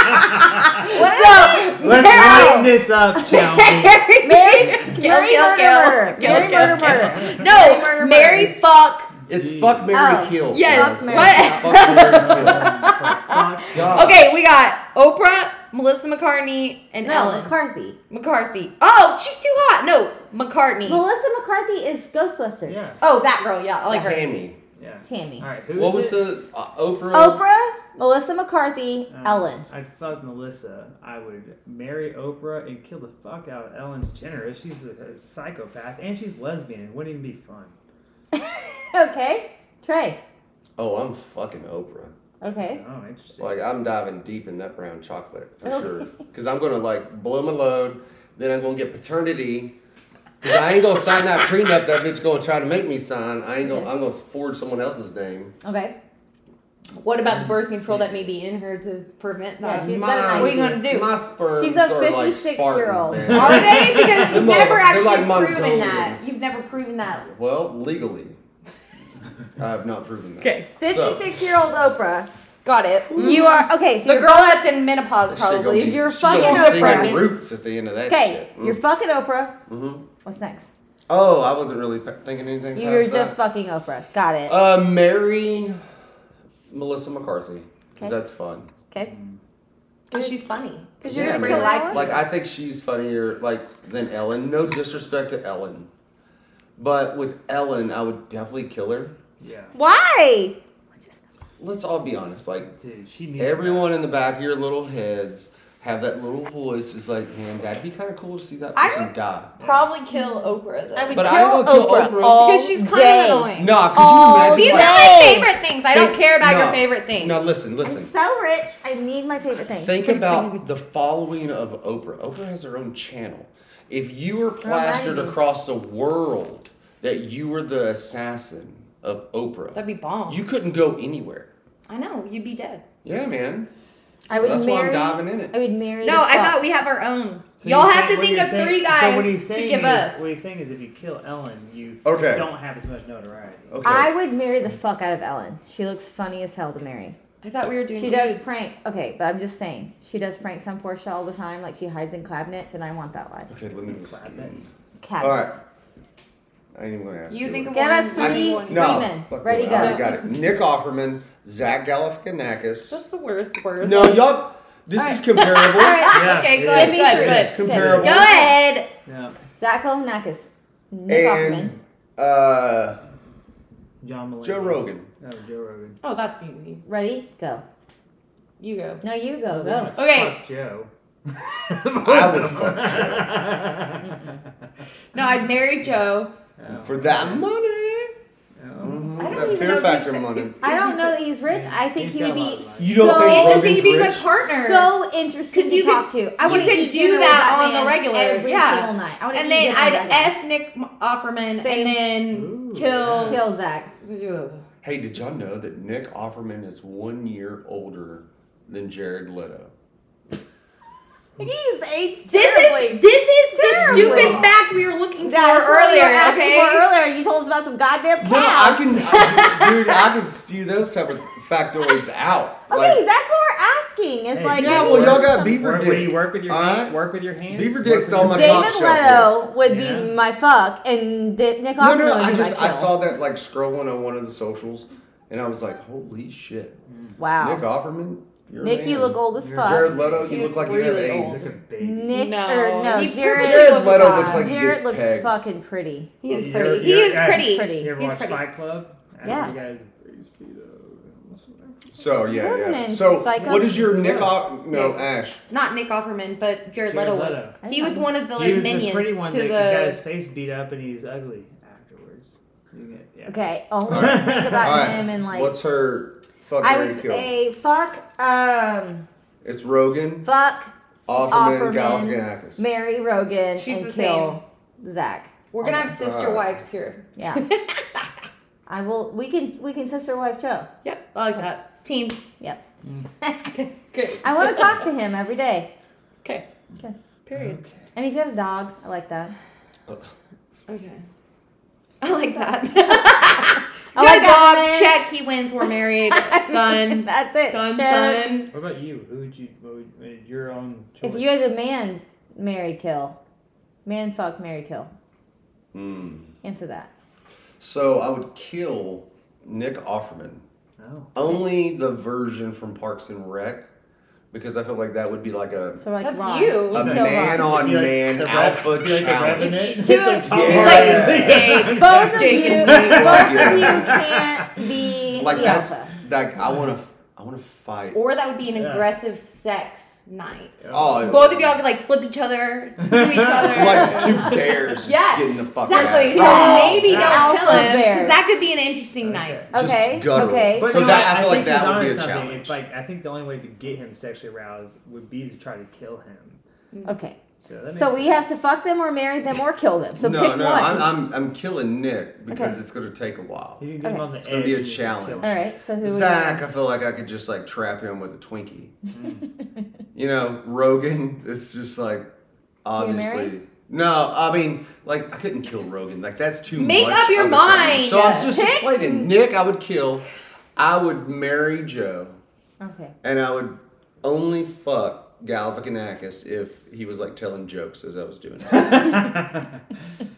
What
So,
is it?
Let's
Kill.
lighten this up, shall we?
marry,
Marry,
kill,
marry,
kill,
murder,
kill,
murder.
kill,
marry,
kill,
murder,
kill.
murder.
No,
Marry, murder,
marry,
murder.
fuck.
It's
Jeez.
fuck,
Oh,
Mary kill.
yes,
Fuck,
what-
Mary, kill.
Fuck
God.
Okay, we got Oprah, Melissa McCartney, and
No,
Ellen
McCarthy.
McCarthy. Oh, she's too hot. No, McCartney.
Melissa McCarthy is Ghostbusters.
Yeah.
oh, that girl. Yeah, I like her.
Tammy.
Yeah.
Tammy.
All right. Who
What
is
was
it?
the uh, Oprah?
Oh.
Oprah, Melissa McCarthy,
Um,
Ellen.
I'd fuck Melissa. I would marry Oprah and kill the fuck out of Ellen DeGeneres. She's a, a psychopath and she's lesbian. It wouldn't even be fun.
okay. Trey.
Oh, I'm fucking Oprah.
Okay.
Oh, interesting.
Like I'm diving deep in that brown chocolate for
Oh.
Okay.
sure. Because I'm gonna like blow my load. Then I'm gonna get paternity. Because I ain't gonna sign that prenup that bitch gonna try to make me sign. I ain't gonna. I'm gonna forge someone else's name.
Okay.
What about the birth control that may be in her to prevent
Yeah,
that?
she's
My-
what
better
are
than
you gonna do?
My sperms
She's a
are like
56
Spartans,
year old.
man.
Are they? Because
They're
you've never
like-
actually
they're like
proven that.
Mongolians.
You've never proven that.
Well, legally, I have not proven that.
Okay,
So-
56 year old Oprah.
got it.
You are. Okay. So
the
you're,
girl that's in menopause,
That shit gonna
probably.
be-
You're
she's gonna
fucking
be singing
Oprah.
Roots at the end of that
okay.
shit. Mm.
You're fucking Oprah.
Mhm.
What's next?
Oh, I wasn't really pe- thinking anything.
You're
past that.
just fucking Oprah. Got it.
Uh, marry Melissa McCarthy because
Okay.
that's fun.
Okay.
Because she's funny. Because
Yeah,
you're in
man.
real life.
Ellen?
Like I think she's funnier like than Ellen. No disrespect to Ellen, but with Ellen, I would definitely kill her.
Yeah.
Why?
Let's all be honest. Like
Dude, she needs
everyone in the back of your little heads have that little voice. Is like, man, that'd be kind of cool to see that
I
person
would-
die.
Probably kill Oprah though.
I would
But
kill,
I would kill
Oprah.
Oprah.
all
because she's kind
day.
of annoying.
Nah, could
All
These
you imagine?
are my
like-
Hey!
favorite things. I don't
Think-
care about your
no.
favorite things.
No, listen,
I'm
listen.
so rich. I need my favorite thing.
Think about the following of Oprah. Oprah has her own channel. If you were plastered
Amazing.
across the world that you were the assassin of Oprah,
That'd be bomb.
you couldn't go anywhere.
I know. You'd be dead.
Yeah, man.
I would
That's why
marry.
I'm diving in
I
it.
would marry.
No,
the
I
fuck.
thought we have our own.
So
Y'all
you're
have
saying-
to
what
think
you're
of
saying-
three
So what
guys
he's
to
saying
give
is,
us.
what he's saying is, if you kill Ellen, you
Okay.
don't have as much notoriety.
Okay.
I would marry the fuck out of Ellen. She looks funny as hell to marry.
I thought we were doing.
She does
dudes.
prank. Okay, but I'm just saying she does prank some poor shit all the time. Like she hides in cabinets, and I want that life.
okay, let me just.
Cabinets.
Cabinets.
Alright. I ain't even gonna ask.
You think of
Give
one.
us
I
three.
think one.
No.
No.
Freeman.
fuck
Ready,
it,
go.
I already got it. Nick Offerman, Zach Galifianakis.
That's the worst. Worst.
No, y'all. This is comparable.
Yeah,
okay, go
yeah.
ahead.
Give me
Go
three.
ahead. Good.
Comparable.
Go ahead.
Yeah.
Zach Galifianakis, Nick Offerman.
And uh,
John Mulaney.
Joe Rogan.
No, Joe Rogan.
Oh, that's me.
Ready? Go.
You go.
No, you go.
then
Go.
I'd
Oh, Okay.
Fuck Joe.
I would fuck
Joe.
No, I'd marry Joe.
For that money. Mm-hmm.
Oh.
I don't
that
even
fear
know if
factor
he's-
money.
he's-
I don't
he's
know
a-
that he's rich. I think
He's
he
got
would
a lot
be
of life.
You don't
So
think
Interesting. He'd
Rogan's
be a good
rich?
partner.
so interesting
'Cause you
to talk to. I
you
would
could
eat
do
dinner with
that on
man
the regular,
every
yeah.
single night. I would
and
eat
then
dinner with
I'd
that guy.
F Nick Offerman
Same.
and then
Ooh,
kill.
kill Zach.
Hey, did y'all know that Nick Offerman is one year older than Jared Leto?
He's aged
This is this is
Terribly.
the stupid fact we were looking for
That's what you
earlier.
were asking
Okay.
for earlier. You told us about some goddamn
No,
cows.
I can, I, dude, I can spew those type of factoids out.
okay,
Like,
that's what we're asking. It's
Hey,
like
yeah,
maybe
well, y'all got
some-
beaver
Work, when
dick.
you work with your
All
hands,
right.
work with your hands.
Beaver
work
dick's
with
on
your
my
fingers.
top
David
shelf
Leto would be
Yeah.
my fuck, and Di- Nick
No,
Offerman
no,
would
I
be
just
my
I
kill.
saw that like scrolling on one of oh the socials, and I was like, holy shit, Nick
Wow.
Offerman, you're a
Nick, you
man.
look old as
You're
fuck.
Jared Leto,
He
you
was
look like you
really
have
old. Mm-hmm.
AIDS.
Like a baby.
Nick
No,
or no,
he
Jared.
pretty
Jared Leto
fine.
looks like he gets
Jared looks
pegged.
fucking pretty.
He is
You're-
pretty. He
you're-
is
yeah,
pretty.
pretty.
You ever
He's
watch
pretty.
Fight Club?
Yeah.
You guys very speedo.
So yeah,
Wasn't
yeah.
in
So
Spike
what
Up.
is your Nick? Off- no,
Yeah.
Ash.
Not Nick Offerman, but Jared,
Jared
Leto was.
Leto.
He was one of the
he
like
was the
minions
pretty one
to
that got his
the.
face beat up and he's ugly afterwards. You get- Yeah.
Okay, only
All right.
think
All
about
right.
him and like
What's her fuck
I
Mary
was
kill?
a fuck um
It's Rogan,
fuck
Offerman,
Offerman,
Galifianakis.
Mary Rogan
She's
and
the
kill Zach.
We're gonna
Oh
have
my
sister
God.
wives here.
Yeah. I will. We can we can sister wife Joe.
yep, I like that team.
Yep.
Great.
I want to talk to him every day,
Okay.
Okay.
Period.
and he's got a dog. I like that.
Uh-huh.
Okay. I like that. He's
I
got
like
a
that.
dog. Check. He wins. We're married. Done.
That's it.
Done.
Check.
Son.
What about you? Who would you? What would, uh, your own choice.
If you had a man, Mary kill, man fuck Mary kill.
Hmm.
Answer that.
So I would kill Nick Offerman,
no.
only the version from Parks and Rec, because I feel like that would be like a
So like
That's
Ron.
you.
a
Kill
man
Ron.
on
Be like
man
the Rev-
alpha
be like the
challenge.
Revenant. It's
Dude,
like Tom
he's
Hardy.
like
steak.
Both of
Steak
you,
and potatoes.
both of you
Yeah.
can't be
Like
the
that's
alpha.
like I want to I want to fight.
Or that would be an
Yeah.
aggressive sex night.
Oh,
Both of y'all could like flip each other, do each other.
like two bears
Yeah.
just getting the fuck
exactly. So
out.
Oh,
maybe don't
Alpha
kill him because
bears.
that could be an interesting night.
Okay.
Just
Okay.
guttural.
Okay.
So that- I feel like that would be a challenge.
If, like I think the only way to get him sexually aroused would be to try to kill him.
Okay.
So that makes
So we
sense.
have to fuck them or marry them or kill them. So
no,
pick
no,
one.
I'm, I'm I'm killing Nick because
Okay.
it's gonna take a while.
You can get him
Okay.
on the
It's
edge.
gonna be a
and you can
challenge.
kill him.
All right. So who we
Zach,
got?
I feel like I could just like trap him with a Twinkie.
Mm.
you know, Rogan, it's just like obviously.
married?
No, I mean, like I couldn't kill Rogan. Like that's too
Make
much.
up your
of a challenge.
mind.
So I'm just
Pick-
explaining. Nick, I would kill. I would marry Joe,
Okay.
and I would only fuck Galvacanakis if he was like telling jokes as I was doing it.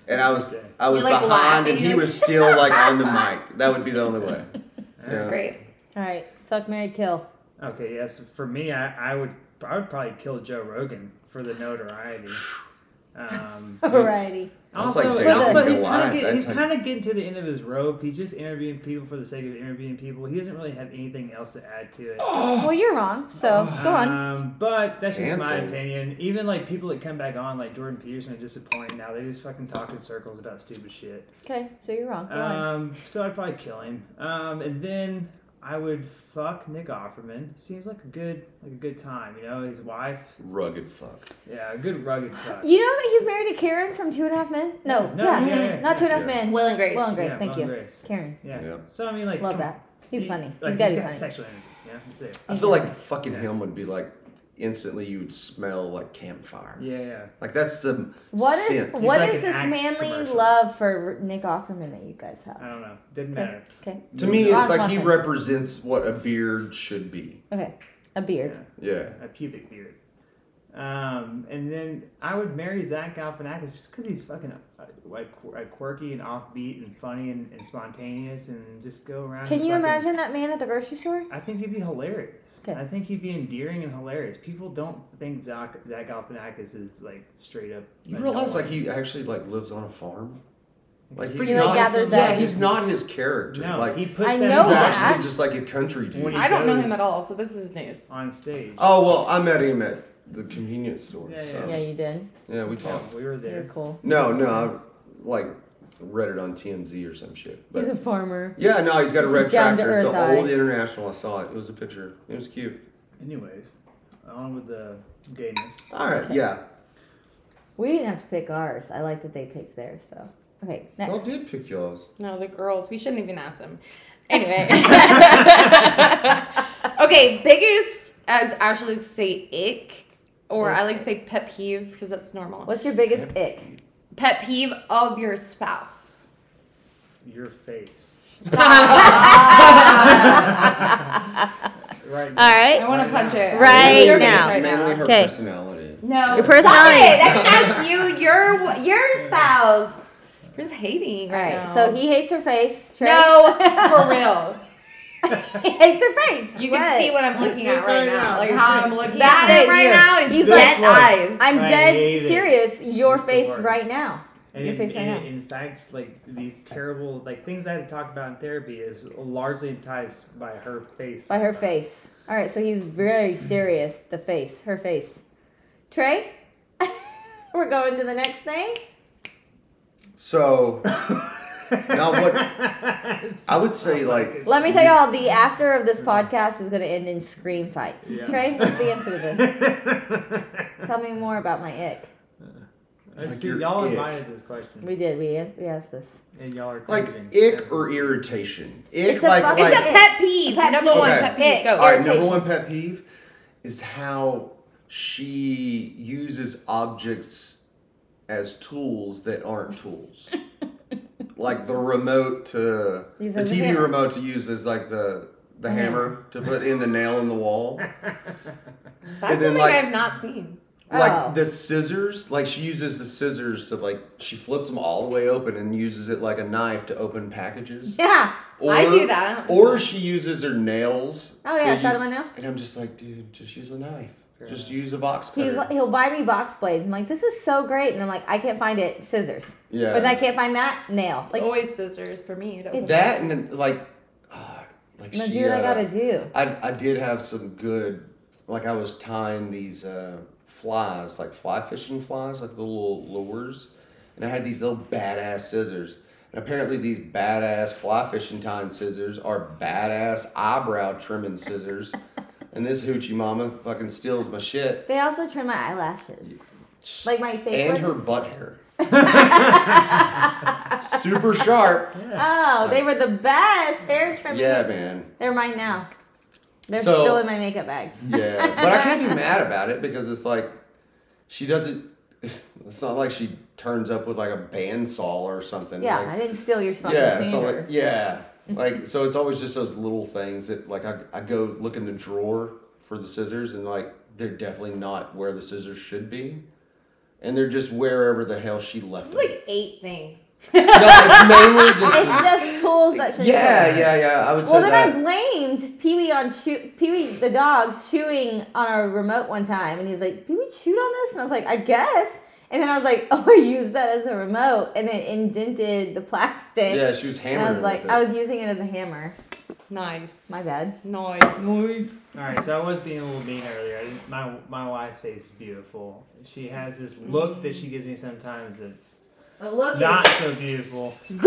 And I was, I was
You, like,
behind,
laughing,
and he
like-
was still like on the mic. That would be the only way. Yeah.
Great.
All right. Fuck Mary Kill.
Okay. Yes. For me, I, I would I would probably kill Joe Rogan for the notoriety. Um,
Variety.
That's
Also,
like
and
dating
also he's
Goliath.
kind of get,
That's
he's
like-
kind of getting to the end of his rope. He's just interviewing people for the sake of interviewing people. He doesn't really have anything else to add to it.
Well, you're wrong. So
Oh.
go on.
Um, but that's just my
Cancel.
opinion. Even like people that come back on, like Jordan Peterson, are disappointing now. They just fucking talk in circles about stupid shit.
Okay. So you're wrong. Go on.
Um, so I'd probably kill him. Um, and then I would fuck Nick Offerman. Seems like a good like a good time, you know. His wife,
Rugged fuck.
yeah, a good rugged fuck.
You know that he's married to Karen from Two and a Half Men? No.
No,
yeah.
yeah, yeah,
Not Two and a Half
yeah.
Men.
Will and Grace.
Will and Grace.
Yeah,
thank
Will
you.
and Grace.
Karen.
Yeah.
Yeah.
So I mean, like,
Love
come-
that. He's
he-
funny.
Like,
he's got to
he's
be
got
funny.
sexual energy. Yeah, he's there.
I feel like fucking him would be like instantly you would smell like campfire.
Yeah, yeah.
Like that's the
What is
scent.
what
like
is
an
this
Axe
manly
commercial. Um,
love for Nick Offerman that you guys have?
I don't know. Didn't
Okay.
matter.
Okay.
to me, it's
Lots
like
of
he
fun.
represents what a beard should be.
Okay. A beard.
Yeah.
Yeah.
a pubic beard. Um, and then I would marry Zach Galifianakis just because he's fucking uh, like uh, quirky and offbeat and funny and, and spontaneous and just go around.
Can
and
you
fucking-
imagine that man at the grocery store?
I think he'd be hilarious.
Okay.
I think he'd be endearing and hilarious. People don't think Zach Zach Galifianakis is like oh. straight up.
You
a
realize
no-one.
like he actually like lives on a farm. Like
He's
he's
He, like,
not.
gathers
yeah,
eggs.
he's not his character.
no,
like
he
he's
puts
I
that
know that.
actually just like a country dude.
When he
I don't know
goes
him at all, so this is news.
on stage.
Oh well, I met him at the convenience store.
Yeah,
so.
Yeah, you did.
Yeah, we
Yeah,
talked.
we were
You're
there.
cool.
No, no, I like read it on TMZ or some shit. But
He's a farmer.
yeah, no, he's got a
He's
red
down to
tractor. It's
earth
an old
guy.
international. I saw it. It was a picture. It was cute.
Anyways, on with the gayness.
All right, yeah.
We didn't have to pick ours. I like that they picked theirs though. Okay, next.
Y'all did pick yours.
No, the girls. We shouldn't even ask them. Anyway. okay, biggest, as Ashley likes to say, ick, or I like to say pet peeve because that's normal.
What's your biggest ick?
Pet peeve of your spouse.
Your face.
All right.
I want to punch it.
Right
You're
now.
biggest
Mainly her
Okay.
personality.
No.
Your personality.
Stop it. That's, that's you. Your your spouse. You're just hating
All right.
right now.
So he hates her face. Trey.
No, for real.
it's her face.
You can see what I'm looking at
It's
right,
right
now.
now.
Like how I'm looking
That
at it
is
right
you.
now. It's
He's
dead
like-
eyes.
I'm
I hate
dead
it.
serious. Your
It's the
face
worst.
right now.
And
Your
in-
face right
and
now.
in science, like these terrible like things I had to talk about in therapy is largely enticed by her face.
By her
sometimes.
face. All right, so he's very serious. The face, her face. Trey, we're going to the next thing.
So
now
what- I would say, like-
Let me tell y'all, the after of this podcast is going to end in scream fights.
Yeah.
Trey, what's the answer to this?
this.
Tell me more about my ick.
Like
See,
your
y'all
ick.
invited this question,
We did. We we asked this.
and y'all are
like
cringing.
ick or irritation. Ick,
It's a
like
fucking-
like
It's a pet peeve.
Pet
number
peeve.
one
Okay.
pet peeve.
Ick.
Go.
All right,
Irritation.
number one pet peeve is how she uses objects as tools that aren't tools. like the remote to
Use
the
as a
TV
hammer.
remote to use as like the the hammer to put in the nail in the wall.
That's
And then,
something
like-
I've not seen.
Like
Oh.
the scissors, like she uses the scissors to like she flips them all the way open and uses it like a knife to open packages.
Yeah.
I do that.
Or she uses her nails.
Oh
to
yeah.
u-
Is that my now?
And I'm just like, dude, just use a knife.
Fair
just
enough.
use a box cutter.
He's like, he'll buy me box blades. I'm like, this is so great, and I'm like, I can't find it. Scissors.
yeah.
But then I can't find that nail.
It's
Like
always scissors for me.
It's-
that and then, like, uh, like
No,
she.
do what I
uh,
gotta do.
I, I did have some good, like I was tying these uh, flies, like fly fishing flies, like the little lures, and I had these little badass scissors. And apparently, these badass fly fishing tying scissors are badass eyebrow trimming scissors. and this hoochie mama fucking steals my shit
They also trim my eyelashes, like my fake
and her
ones.
butt hair. Super sharp.
Oh, they were the best hair trimming.
Yeah, man.
They're mine now. They're
So-
still in my makeup bag.
Yeah, but I can't be mad about it because it's like she doesn't. It's not like she turns up with like a bandsaw or something.
Yeah, I
like,
didn't steal your fucking
yeah.
yeah,
It's not like yeah, like so. It's always just those little things that like I, I go look in the drawer for the scissors and like they're definitely not where the scissors should be, and they're just wherever the hell she left
It's
them.
like eight things.
no, it's mainly
It's
just.
just tools that should.
Yeah, yeah, yeah. I would say
Well, then
that.
I blamed Pee Wee on chew- Pee Wee the dog chewing on our remote one time, and he was like, "Pee Wee chewed on this," and I was like, "I guess." And then I was like, "Oh, I used that as a remote, and it indented the plastic."
yeah, she was
and
hammering.
I was like,
with it.
I was using it as a hammer.
Nice.
My bad.
Nice.
All right, so I was being a little mean earlier. I didn't- My my wife's face is beautiful. She has this look that she gives me sometimes that's not so beautiful. and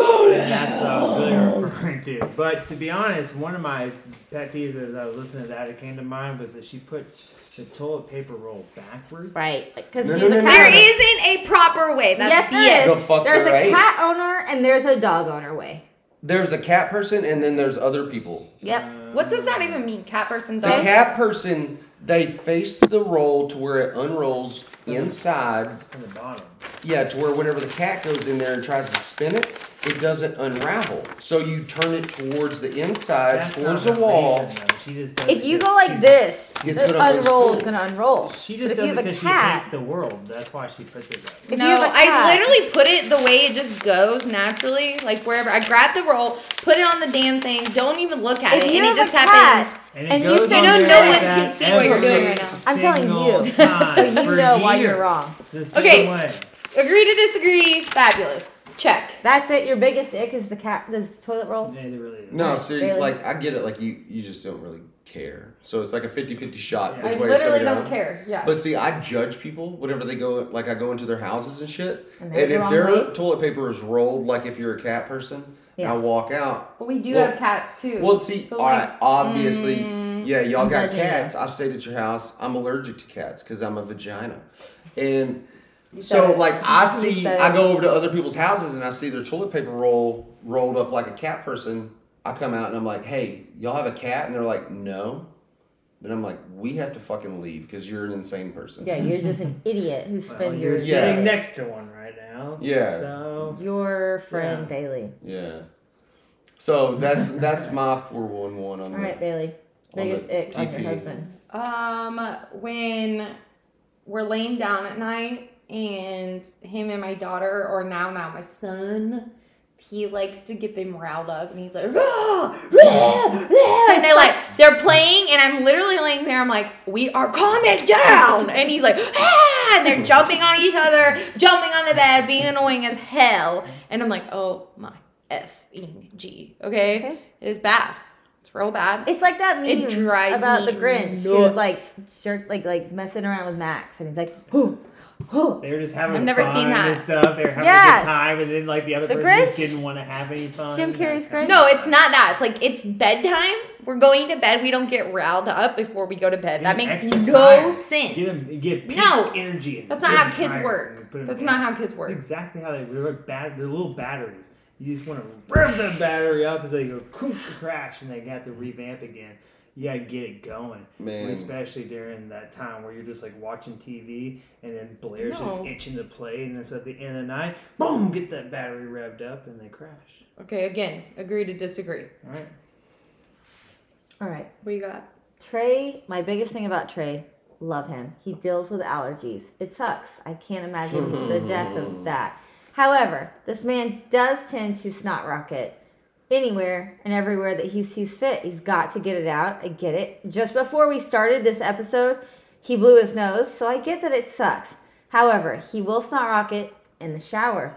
that's what I was really referring to. But to be honest, one of my pet peeves as I was listening to that, it came to mind was that she puts the toilet paper roll backwards.
Right, because
No,
she's
no, no,
a cat.
no,
There
There
owner.
isn't a proper way. That's
Yes, there
Go
is.
fuck
There's
her
a
right.
cat owner and there's a dog owner way.
there's a cat person and then there's other people.
Yep.
What does that even mean? Cat person
The
dog?
cat person, they face the roll to where it unrolls inside.
From the bottom.
Yeah, to where whenever the cat goes in there and tries to spin it, it doesn't unravel. So you turn it towards the inside,
That's
towards
not
the
her
wall.
reason, though. She just does
If
it
you
'cause
go like
she's-
this,
It's
the unroll
gonna
is
unfold.
gonna unroll.
She
But
just
if
does
you
it
have a
because she hates
cat,
the world. That's why she puts it that way.
if you
No,
have a cat-
I literally put it the way it just goes naturally, like wherever. I grab the roll, put it on the damn thing, don't even look at
if
it,
you
and it
have
just
a cat,
happens.
And it
And you
goes
say
on
no,
there
no
like
one
that
can see what you're
every
doing right now.
I'm telling
single
you.
time
so you know
for
why you're
years.
wrong.
The same
Okay.
way.
Agree to disagree, fabulous. Check.
That's it. Your biggest ick is the cat, the toilet roll.
Yeah, it really is.
No, see,
Really?
like I get it. Like you, you just don't really care. So it's like a 50-50 shot
Yeah.
I
which way it's gonna
literally
go.
don't care. Yeah.
But see, I judge people whenever they go, like I go into their houses and shit.
And
And,
they're the
if
wrong
their
way.
toilet paper is rolled, like if you're a cat person, and
Yeah.
I walk out.
But we do
Well-
have cats too.
Well, see,
So,
all right,
like,
obviously,
mm,
yeah, y'all
I'm
got
judging you.
cats. I've stayed at your house. I'm allergic to cats because I'm a vagina, and
You said
so
it.
like I
You
see,
said
I
it.
go over to other people's houses and I see their toilet paper roll rolled up like a cat person. I come out and I'm like, hey, y'all have a cat, and they're like, no. Then I'm like, we have to fucking leave because you're an insane person.
Yeah, you're just an idiot who
Well,
spends your
you're
Yeah.
sitting next to one right now.
Yeah.
So
your friend
Yeah.
Bailey.
Yeah. So that's that's my four one one on
All
the
right, Bailey.
On the
Biggest ick on your
TP.
husband.
Um, when we're laying down at night and him and my daughter, or now now my son, he likes to get them riled up and he's like "Ah, ah, ah," and they're like they're playing and i'm literally laying there i'm like we are calming down and he's like ah, and they're jumping on each other jumping on the bed being annoying as hell and i'm like oh my f-ing g okay,
Okay.
it's bad it's real bad
It's like that
It
meme
drives
about
me
the Grinch. She was
nuts.
like jerk, like like messing around with Max, and he's like, "Who, who?"
They were just having
I've never
fun
seen that.
and stuff. They were having
Yes.
a good time, and then like the other
The
person
Grinch?
just didn't want to have any fun.
Jim Carrey's Grinch?
no it's not that it's like it's bedtime we're going to bed we don't get riled up before we go to bed that makes no sense
Give him give peak
No.
energy. and
That's not
get
how
him
kids
tired
work.
and put him
That's
in.
not how kids work.
Exactly how they were bat. They're little batteries. You just want to rev the battery up as they go crush, crash, and they got to revamp again. You gotta get it going,
Man.
especially during that time where you're just like watching TV, and then Blair's
No.
just itching to play, and then so at the end of the night, boom, get that battery revved up, and they crash.
Okay, again, agree to disagree.
All right.
All right,
What you got?
Trey. My biggest thing about Trey, love him. He deals with allergies. It sucks. I can't imagine the death of that. However, this man does tend to snot rocket anywhere and everywhere that he sees fit. He's got to get it out. I get it. Just before we started this episode, he blew his nose, so I get that it sucks. However, he will snot rocket in the shower,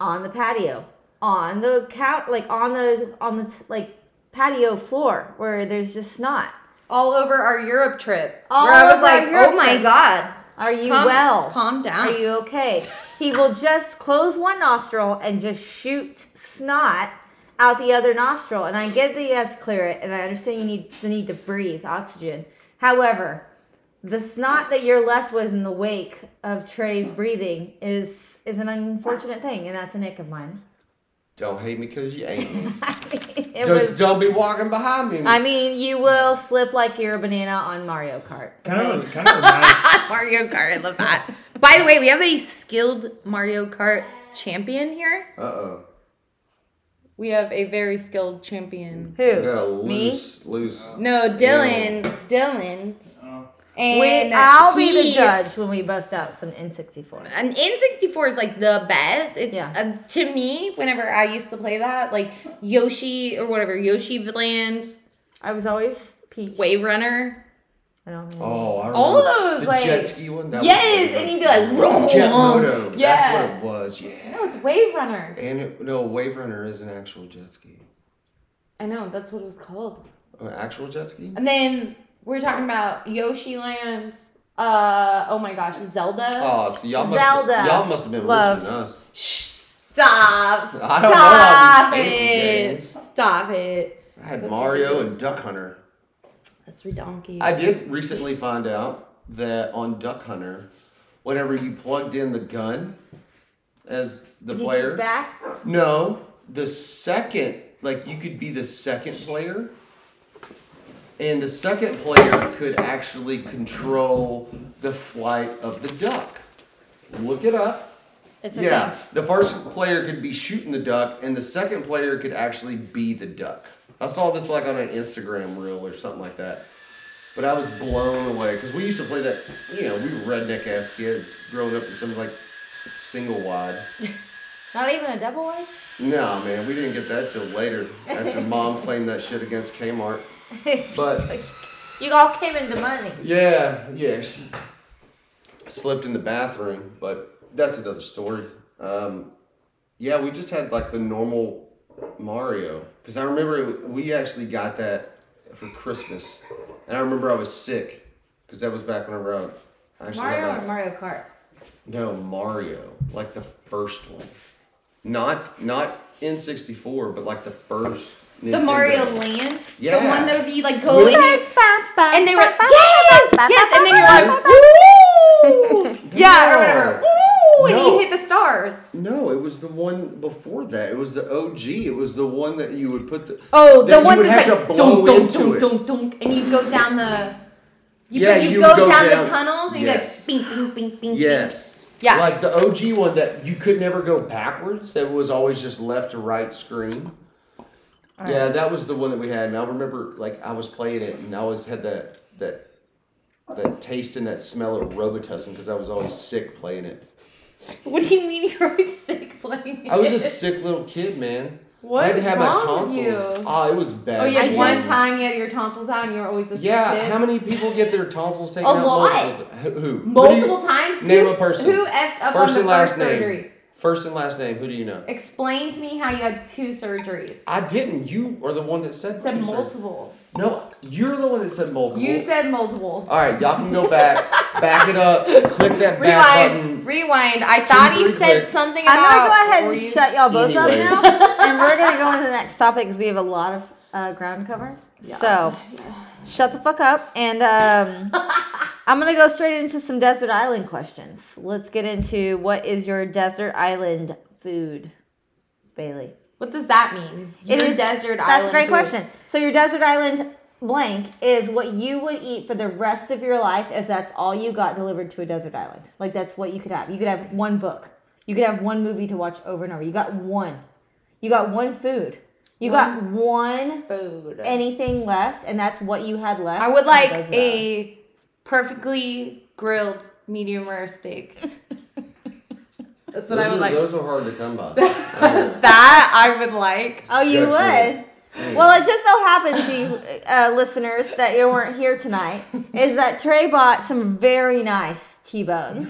on the patio, on the couch, like on the on the t- like patio floor where there's just snot.
All over our Europe trip.
All
where I was
over our
like,
Europe
oh my
trip.
god.
Are you
calm,
well?
Calm down.
Are you okay? He will just close one nostril and just shoot snot out the other nostril. And I get that he has to clear it, and I understand you need the need to breathe oxygen. However, the snot that you're left with in the wake of Trey's breathing is is an unfortunate thing, and that's a nick of mine.
Don't hate me because you ain't. me.
it
Just
was.
don't be walking behind me.
I mean, you will slip like you're a banana on Mario Kart.
Kind
okay?
of, kind of reminds
Mario Kart, I love that. By the way, we have a skilled Mario Kart champion here.
uh oh.
We have a very skilled champion.
You got a
Who? Me?
loose, loose.
No, Dylan. Dylan.
Oh.
And
We, I'll be the
he-
judge when we bust out some N64.
An N64 is like the best. It's
Yeah.
um, to me, whenever I used to play that, like Yoshi or whatever, Yoshi Land,
I was always Peach.
Wave Runner.
I don't know.
Oh, I remember
All those,
the
like-
jet ski one. That
Yes,
was-
and you'd be like, "Vroom."
jet moto. That's
Yeah.
what it was. Yeah.
No, it's Wave Runner.
And it, no, Wave Runner is an actual jet ski. Oh,
I know, that's what it was called.
An actual jet ski?
And then we're talking about Yoshi Land, uh, oh my gosh, Zelda.
Oh, so y'all must
Zelda
y'all must have been
loves-
listening to us.
Stop.
I don't know all
Stop
these fancy
it.
games.
Stop it.
I had
That's
Mario
ridiculous.
and Duck Hunter.
That's redonky.
I did recently find out that on Duck Hunter, whenever you plugged in the gun as the
Did you
player,
back?
No, the second, like you could be the second player, and the second player could actually control the flight of the duck. Look it up.
It's
yeah, the first player could be shooting the duck, and the second player could actually be the duck. I saw this like on an Instagram reel or something like that. But I was blown away because we used to play that. You know, we were redneck ass kids growing up in some like single wide.
Not even a double wide?
No, man, we didn't get that till later after mom claimed that shit against Kmart. But
You all came into money.
yeah, yeah, she slipped in the bathroom, but that's another story. Um, yeah, we just had like the normal Mario because I remember it, we actually got that for Christmas, and I remember I was sick because that was back whenever I actually had
Mario
my-
or Mario Kart?
no, Mario, like the first one. Not not in 64, but like the first
the
Nintendo.
Mario Land.
Yeah.
The one that you like go in and you- and they were yes, yes, and then
ba,
you're
ba,
like, woo, yeah, or whatever, woo, and
No.
you hit the stars.
No, it was the one before that. It was the OG. It was the one that you would put the
Oh,
that
the
you
ones
would
that's
have
like
to
dunk,
blow
dunk, dunk,
into it.
dunk, dunk, and you go down the. You,
Yeah,
but you,
you
go,
would go
down,
down-
the tunnels and
Yes.
you like bing, bing, bing, bing.
Yes.
Mm-hmm. Yeah.
Like the OG one that you could never go backwards. That was always just left to right screen. Yeah, that was the one that we had, and I remember like I was playing it, and I always had that that that taste and that smell of Robitussin because I was always sick playing it.
What do you mean you're always sick playing?
I was
it?
a sick little kid, man. I
What's
had to have my
wrong
tonsils.
with you?
Oh, it was bad.
Oh yeah,
I
one
just-
time you had your tonsils out and you were always a
Yeah,
sick kid.
how many people get their tonsils taken
A
out?
lot.
multiple ti- Who? What do you-
Multiple times.
name
who,
a person.
Who effed up on
First
the
and last
first
name.
surgery?
First and last name. Who do you know?
Explain to me how you had two surgeries.
I didn't. You are the one that said,
You said
two, sir.
multiple.
No, you're the one that said multiple.
You said multiple.
All right, y'all can go back, back it up, click that back
Rewind.
button.
Rewind. I thought he
three
said
clicks.
something
I'm
about.
gonna go ahead
were
and
you-
shut y'all both
Anyways.
up now, and we're gonna go into the next topic because we have a lot of uh, ground to cover. So, shut the fuck up, and um, I'm gonna go straight into some desert island questions. Let's get into what is your desert island food, Bailey?
What does that mean?
It
Your
is-
desert
That's a
island
great
food.
question. So your desert island blank is what you would eat for the rest of your life if that's all you got delivered to a desert island. Like that's what you could have. You could have one book. You could have one movie to watch over and over. You got one. You got one food. You got one
Food.
anything left, and that's what you had left.
I would
on
like
desert island.
a perfectly grilled medium rare steak. That's what
those,
I would
are,
like.
those are hard to come by. I
That I would like.
Oh, you
Judgmental.
would. Well, it just so happened to you, uh, listeners that you weren't here tonight, is that Trey bought some very nice T bones,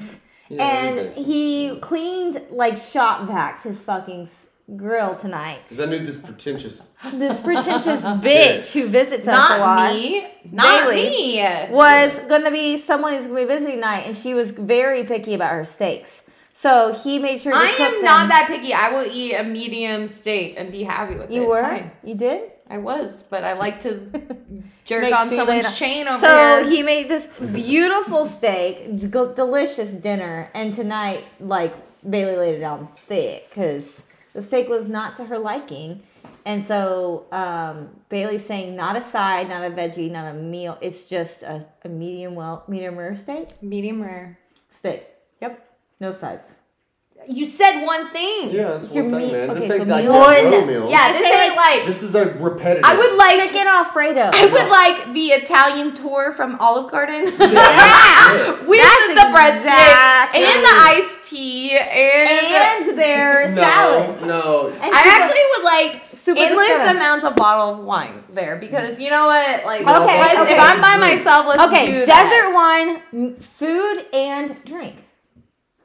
Yeah,
and
everything.
he cleaned like shop vac his fucking s- grill tonight.
Because I knew this pretentious.
This pretentious bitch who visits us a lot
Not me. Not
Bailey.
me.
was gonna be someone who's gonna be visiting tonight, and she was very picky about her steaks. So he made sure to
I
cook
am not
them-
that picky. I will eat a medium steak and be happy with it.
You
It's
were,
fine.
you did.
I was, but I like to jerk
Make
on
sure you lay it on-
someone's chain over
So
there.
he made this beautiful steak, d- delicious dinner, and tonight, like Bailey laid it on thick because the steak was not to her liking, and so um, Bailey's saying not a side, not a veggie, not a meal. It's just a, a medium well, medium rare steak.
medium rare.
Steak,
Yep.
no sides.
You said one thing.
Yeah, that's
Your
one
meat-
thing, man.
okay,
this
so
ain't like
meal-
that
One.
meal.
Yeah,
I
this
said
ain't like
This is a repetitive.
I would like
Chicken Alfredo.
I would like the Italian tour from Olive Garden.
Yeah.
With
That's
the breadsticks
exactly-
and the iced tea and,
and their
no,
salad.
No.
And
I
super-
actually would like
Super
endless
discount.
amounts of bottle of wine there because you know what? Like
Okay,
let's-
okay.
if I'm by myself, let's
Okay,
do
desert
that.
wine, m- food, and drink.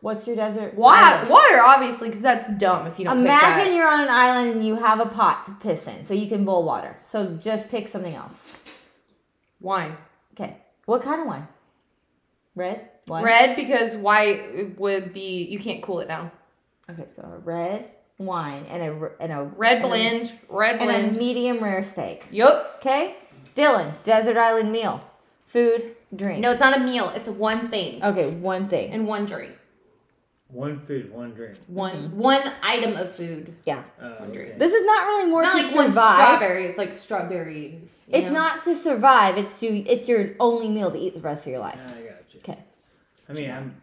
What's your desert?
Water,
island?
water, obviously, because that's dumb if you don't.
Imagine
Imagine
you're on an island and you have a pot to piss in, so you can boil water. So just pick something else.
wine
Okay, what kind of wine? Red. Wine?
red because white would be you can't cool it down.
Okay, so a red wine and a r- and a
Red
and a-
blend, red
and a
blend.
medium rare steak.
Yup.
Okay, Dylan, desert island meal, food, drink.
No, it's not a meal. It's one thing
Okay, one thing.
and one drink.
One food, one drink.
One one item of food.
yeah,
Uh, okay.
this is not really more
It's not
to
like one
survive.
strawberry. It's like strawberries. you
It's
know?
not to survive. It's to it's your only meal to eat the rest of your life.
I got you.
Okay.
I mean, I'm.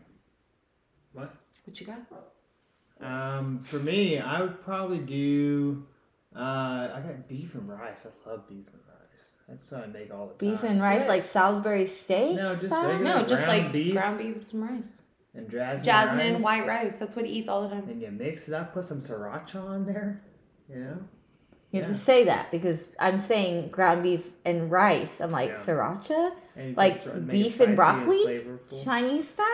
What?
What you got?
Um, for me, I would probably do. Uh, I got beef and rice. I love beef and rice. That's what I make all the time.
Beef and rice,
Good.
like Salisbury steak.
No, just
style?
regular-
No, just
ground
like
beef?
ground beef with some rice.
and jasmine.
Jasmine,
rice,
white rice. That's what he eats all the time.
And you mix it up. Put some sriracha on there. You know.
You have
Yeah.
to say that because I'm saying ground beef and rice. I'm like
Yeah.
sriracha,
And you
Like
just sort of make it
beef and
spicy flavorful.
Chinese style.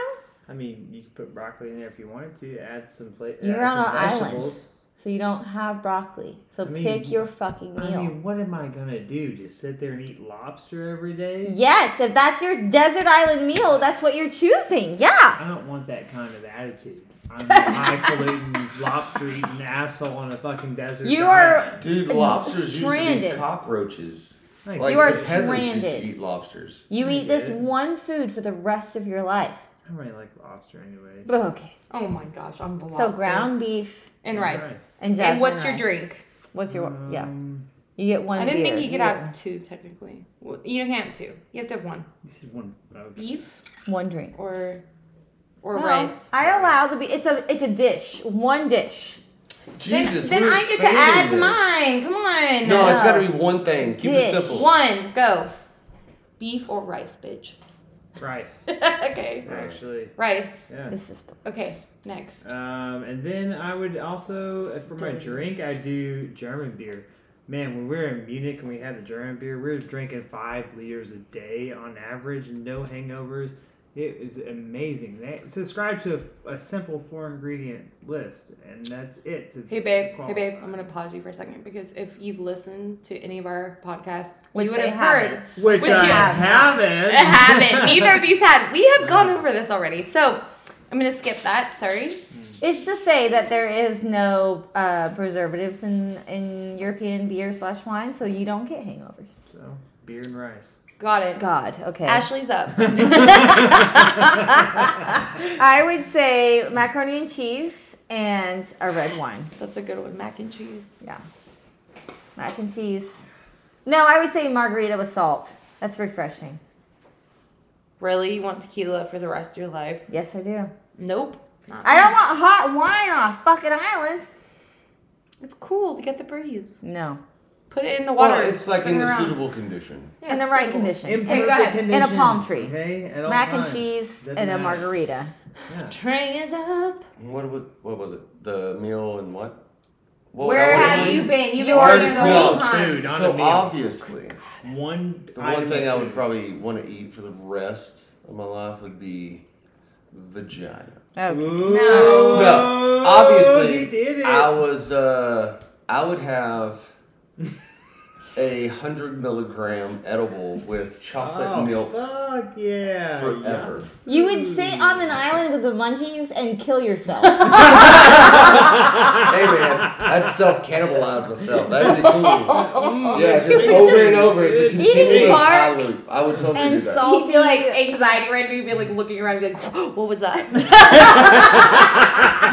I mean, you could put broccoli in there if you wanted to. Add some flavor.
You're
add
on
some
an island.
vegetables.
So you don't have broccoli. So
I mean,
pick your fucking meal.
I mean, what am I gonna do? Just sit there and eat lobster every day?
yes, if that's your desert island meal, that's what you're choosing. Yeah.
I don't want that kind of attitude. I'm a highfalutin lobster eating asshole on a fucking desert.
You
island.
Dude, lobsters used to
Stranded.
be cockroaches.
Like,
Like,
You are
the peasants used
stranded.
to eat lobsters.
You
I
eat this
did.
one food for the rest of your life.
I don't really like lobster anyways.
Okay.
Oh my gosh, I'm the
So ground beef
and rice.
and jasmine
And what's your
rice.
drink?
What's your yeah?
Um,
You get one.
I didn't think
beer.
you could
get
have two technically. Well, You can't have two. You have to have one.
You said one. Okay.
Beef
one drink.
or or
Well,
rice.
I allow the be. It's a it's a dish. One dish.
Jesus,
then
we're
I get to
expanding
add to
this.
mine. Come on.
No, it's
No.
got to be one thing. Keep
Dish.
it simple.
one. Go. Beef or rice, bitch.
Rice.
okay.
Actually.
Rice.
Yeah.
The system.
Okay. Next.
Um, and then I would also, uh, for my
Distillery.
drink, I do German beer. Man, when we were in Munich and we had the German beer, we were drinking five liters a day on average, no hangovers. It is amazing. They subscribe to a, a simple four ingredient list, and that's it. To
Hey babe, hey
qualify.
babe, I'm gonna pause you for a second because if you've listened to any of our podcasts,
Which
you would
they
have heard
haven't.
Which,
Which
I
you
haven't.
I haven't. Neither of these had. We have gone over this already. So I'm going to skip that. Sorry.
It's to say that there is no uh, preservatives in, in European beer slash wine, so you don't get hangovers.
So, beer and rice.
Got it.
God, okay.
Ashley's up.
I would say macaroni and cheese and a red wine.
That's a good one. Mac and cheese.
Yeah. Mac and cheese. No, I would say margarita with salt. That's refreshing.
Really? You want tequila for the rest of your life?
Yes, I do.
Nope. Not
I don't want hot wine on a fucking island.
It's cool to get the breeze.
No.
Put it in the water.
Well, it's like
Bring
in
it
the
around.
suitable condition.
Yeah,
in the
it's
right
simple.
condition.
Imperfect
go ahead.
In a palm tree.
Okay? At all
Mac and
times.
cheese
Doesn't
and a
matter.
margarita.
Yeah.
Train is up.
What was, what was it? The meal and what? what would I
Where
order?
have you been? You've been
You
ordering the
ordered
whole
food.
time.
Food, Oh, not a
So
meal.
obviously,
One.
the one thing I would
probably.
probably want to eat for the rest of my life would be vagina.
No.
Okay.
No,
Oh,
obviously, I was. Uh, I would have a hundred milligram edible with chocolate milk
Oh, Fuck yeah.
forever.
You would sit on an island with the munchies and kill yourself.
hey man, I'd self cannibalize myself. That'd be cool. yeah, just over and over. It's a
Mm. Eating
continuous
bark
high loop. I would totally
and
do that.
salt.
You'd be like anxiety right now. You'd be like looking around and be like, what was that?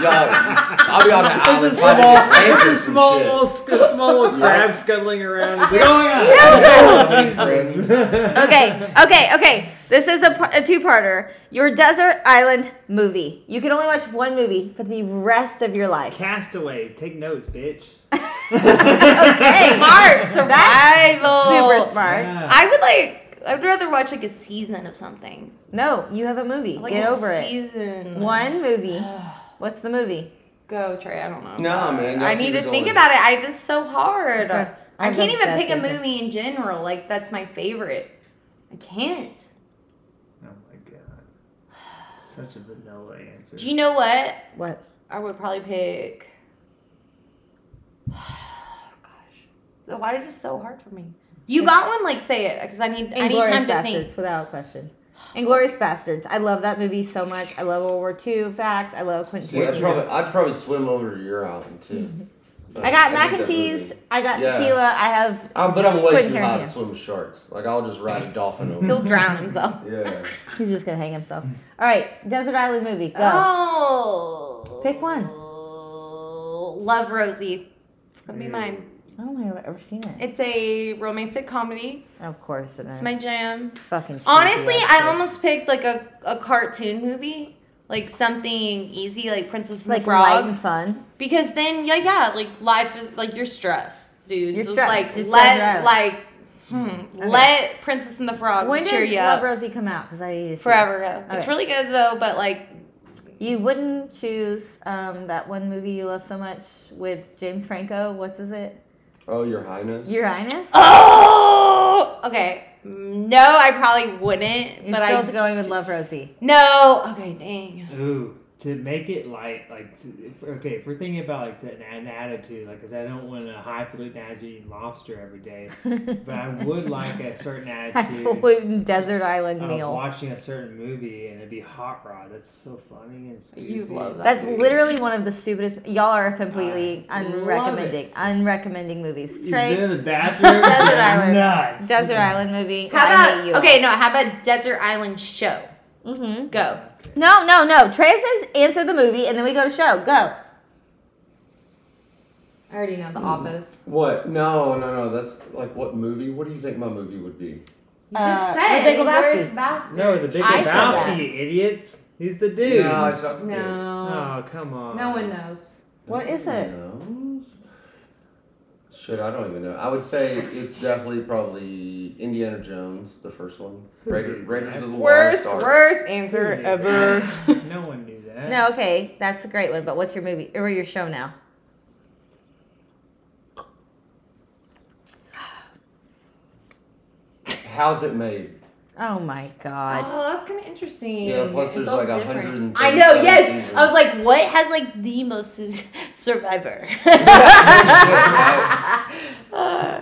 Y'all, I'll be on an island.
It's a
fighting
small,
ants
it's a
and
small
shit.
little, sc- small little crab scuttling around. It's like, oh
Hey,
my god!
friends.
okay, okay, okay. This is a, par- a two-parter. Your desert island movie. You can only watch one movie for the rest of your life.
Castaway, take notes, bitch.
Okay,
smart survival.
super smart.
Yeah.
I would like. I'd rather watch like a season of something.
No, you have a movie.
Like
Get
a
over it.
Season
One movie. What's the movie?
Go Trey. I don't know.
Nah, man, y'all
I
keep
need
it
to think
going.
about it. I this is so hard.
Okay.
I
I'm
can't even
obsessed
pick a
with it.
movie in general. Like that's my favorite. I can't.
Oh my god. Such a vanilla answer.
Do you know what?
What?
I would probably pick. Gosh, why is this so hard for me?
Hmm.
You got one? Like say it, because I need. I need
Inglorious
time to
Bastards,
think.
without question. Inglorious Bastards. I love that movie so much. I love World War II facts. I love Quentin
Yeah, I'd
Tarantino.
probably, I'd probably swim over to your island too. But
Mm-hmm. I got
think
mac and
that
cheese.
movie-
I got
Yeah.
tequila. I have.
Um, but I'm way
Quentin
too high to
Tarantino.
swim with sharks. Like I'll just ride a dolphin
He'll
over.
drown himself.
yeah.
He's just gonna hang himself. All right, desert island movie. Go.
Oh.
Pick one.
Love Rosie. It's gonna be
Mm.
mine.
I don't think I've ever seen it.
It's a romantic comedy.
Of course it is.
It's my jam.
fucking. cheesy
Honestly,
ass
I
shit.
almost picked like a, a cartoon movie. Like something easy, like Princess and
like
the Frog.
light and fun.
Because then yeah, yeah, like life is like you're stressed, dude.
You're
Just,
stressed.
Like
Just
let
stressed.
like hmm, let Princess and the Frog
When
cheer
did
you
Love
up.
Rosie come out? Because I need to see
Forever
this.
ago. It's
Okay.
really good though, but like
You wouldn't choose um, that one movie you love so much with James Franco. What's is it?
Oh, your highness.
Uranus.
Oh, okay. No, I probably wouldn't.
You're
but
still
I
going with Love Rosie.
no. Okay, dang.
Ooh, to make it light, like, to, if, okay, if we're thinking about like to, an attitude, like, because I don't want a highfalutin attitude eating lobster every day, but I would like a certain attitude
Highfalutin desert island
Uh,
of
meal.
watching a certain movie and it'd be Hot Rod. That's so funny and stupid.
You love that.
That's
movie.
literally one of the stupidest. Y'all are completely
I love
unrecommending,
it.
unrecommending movies.
You've been
Trey,
in the bathroom.
Desert
You're
Island.
Nuts.
desert island movie.
How
I hate
about
you.
okay? No, how about Desert Island Show?
Mm-hmm.
Go.
No, no, no. Trey says answer the movie, and then we go to show. Go.
I already know The Office.
What? No, no, no. That's like what movie? What do you think my movie would be?
You
Uh,
just said
The Big Lebowski.
Glorious Bastard.
No, the Big
I said that.
Lebowski, you idiots. He's the dude.
No, it's not the
No.
Oh, come on.
No one knows.
dude.
What is it?
Who knows? Shit, I don't even know. I would say it's definitely probably Indiana Jones, the first one. Raiders, Raiders of the
Worst,
Lost Ark.
worst answer
Who knew
ever.
that? no one knew that.
No, okay, that's a great one. But what's your movie or your show now?
How's it made?
Oh my god.
Oh, that's kind of interesting.
Yeah,
Mm,
plus there's
all
like a
different.
hundred.
I know, yes. I was like, what has like the most is- survivor?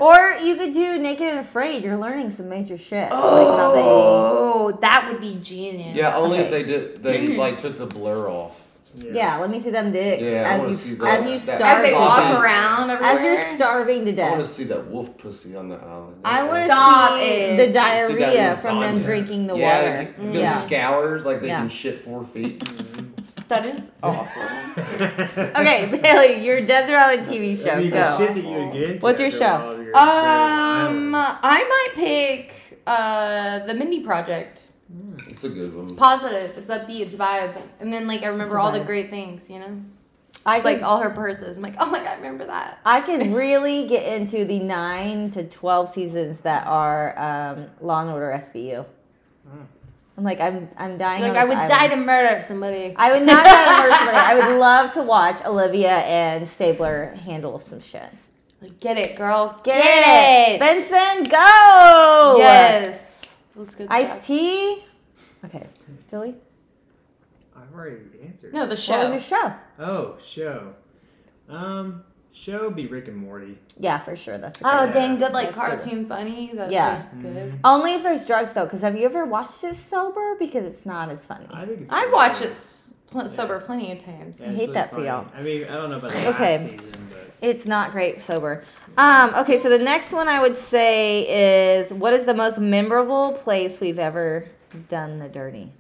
or you could do Naked and Afraid. You're learning some major shit.
Oh, that would be genius.
Yeah, only if
Okay. Mm-hmm.
they did. They like took the blur off.
yeah. let me see them dicks
Yeah, I wanna
as
see
you
that-
as you
that-
As they
Starving.
walk
starve
Starving.
around everywhere.
as you're starving to
I want to
death.
see that wolf pussy on the island.
I want
Stop
to see
it.
the
See that
diarrhea from them
lasagna.
drinking the
yeah,
water.
like, them
Yeah.
scours like they
Yeah.
can shit four feet.
Mm-hmm.
That is awful.
Okay, Bailey, your Desert Island TV show.
The
Go.
shit that you would get into
What's your
after
show?
all of your
um,
Desert Island.
I might pick uh the Mindy Project.
It's a good one.
Positive. It's upbeat. It's vibe. And then like I remember
It's a
all the
vibe.
great things. You know,
I
it's
could-
like all her purses. I'm like, oh my god, I remember that.
I could really get into the nine to twelve seasons that are um, Law and Order SVU.
Mm.
I'm like, I'm I'm dying.
Like
on
I
this
would
island.
die to murder somebody.
I would not die to murder somebody. I would love to watch Olivia and Stabler handle some shit.
Like, get it, girl.
Get, it. Benson, go.
Yes. That's good
Ice
stuff.
tea. Okay, Stilly. uh,
I've already answered.
No, the show.
What was your show?
Oh, show. Um, show would be Rick and Morty.
Yeah, for sure. That's a good
Oh,
one.
Yeah.
dang good, like
That's good.
cartoon funny. That's
Yeah. Mm.
like, good.
Only if there's drugs though, because have you ever watched it sober? Because it's not as funny.
I think it's.
I've
really
watched
good.
it s- pl- sober plenty of times.
Yeah,
I
it's
hate
really
that for
funny.
y'all.
I mean, I don't know about the
Okay.
last season, but
It's not great sober. Um, okay, so the next one I would say is what is the most memorable place we've ever done the dirty?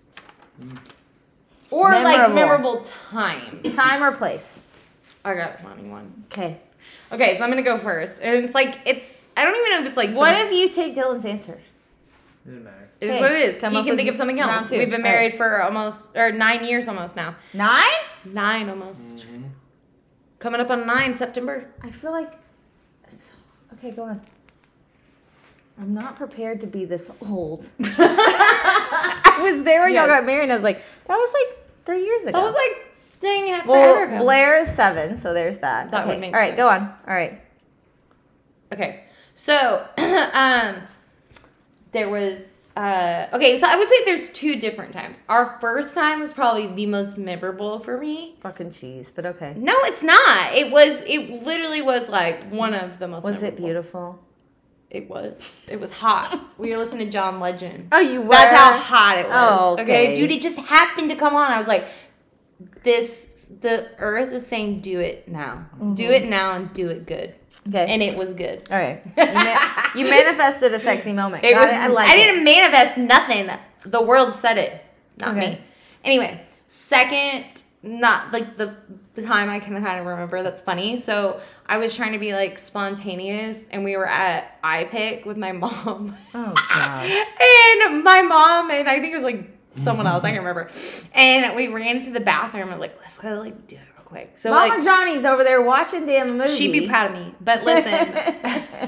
Or like
Memorable.
memorable time.
Time or place?
I got a funny one.
Okay.
Okay, so I'm gonna go first, and it's like it's. I don't even know if it's like
What
the-
if you take Dylan's answer?
it doesn't matter.
It is
Okay,
what it is.
come
he
up
can
with
think of something
round
else.
two.
We've been
All right.
married for almost or nine years almost now.
Nine?
Nine almost.
Mm.
Coming up on nine September.
I feel like. It's, okay, go on. I'm not prepared to be this old.
that
I was there when
Yes.
y'all got married, and I was like, that was like three years ago.
was like dang it. forever
well,
ago.
Blair is seven, so there's that.
That
okay.
would make
All right, go on.
sense.
All right.
Okay. So, um, there was, uh, okay, so I would say there's two different times. Our first time was probably the most memorable for me.
Fucking cheese, but okay.
No, it's not. It was, it literally was like one of the most
Was it
memorable.
beautiful?
It was. It was hot. we were listening to John Legend.
Oh, you were.
That's how hot it was.
Oh,
okay.
okay.
Dude, it just happened to come on. I was like, this, the earth is saying, do it now.
Mm-hmm.
Do it now and do it good.
Okay.
And it was good.
All right. You, ma- you manifested a sexy moment.
It
Got
was,
it? I like
I
it.
didn't manifest nothing. The world said it, not
Okay.
me. Anyway, second, not like the the time I can kind of remember. That's funny. So I was trying to be like spontaneous, and we were at IPIC with my mom,
Oh, God.
and my mom and I think it was like someone else I can't remember, and we ran to the bathroom and like let's go like do it real quick. So
Mama
like,
Johnny's over there watching damn movie.
She'd be proud of me. But listen,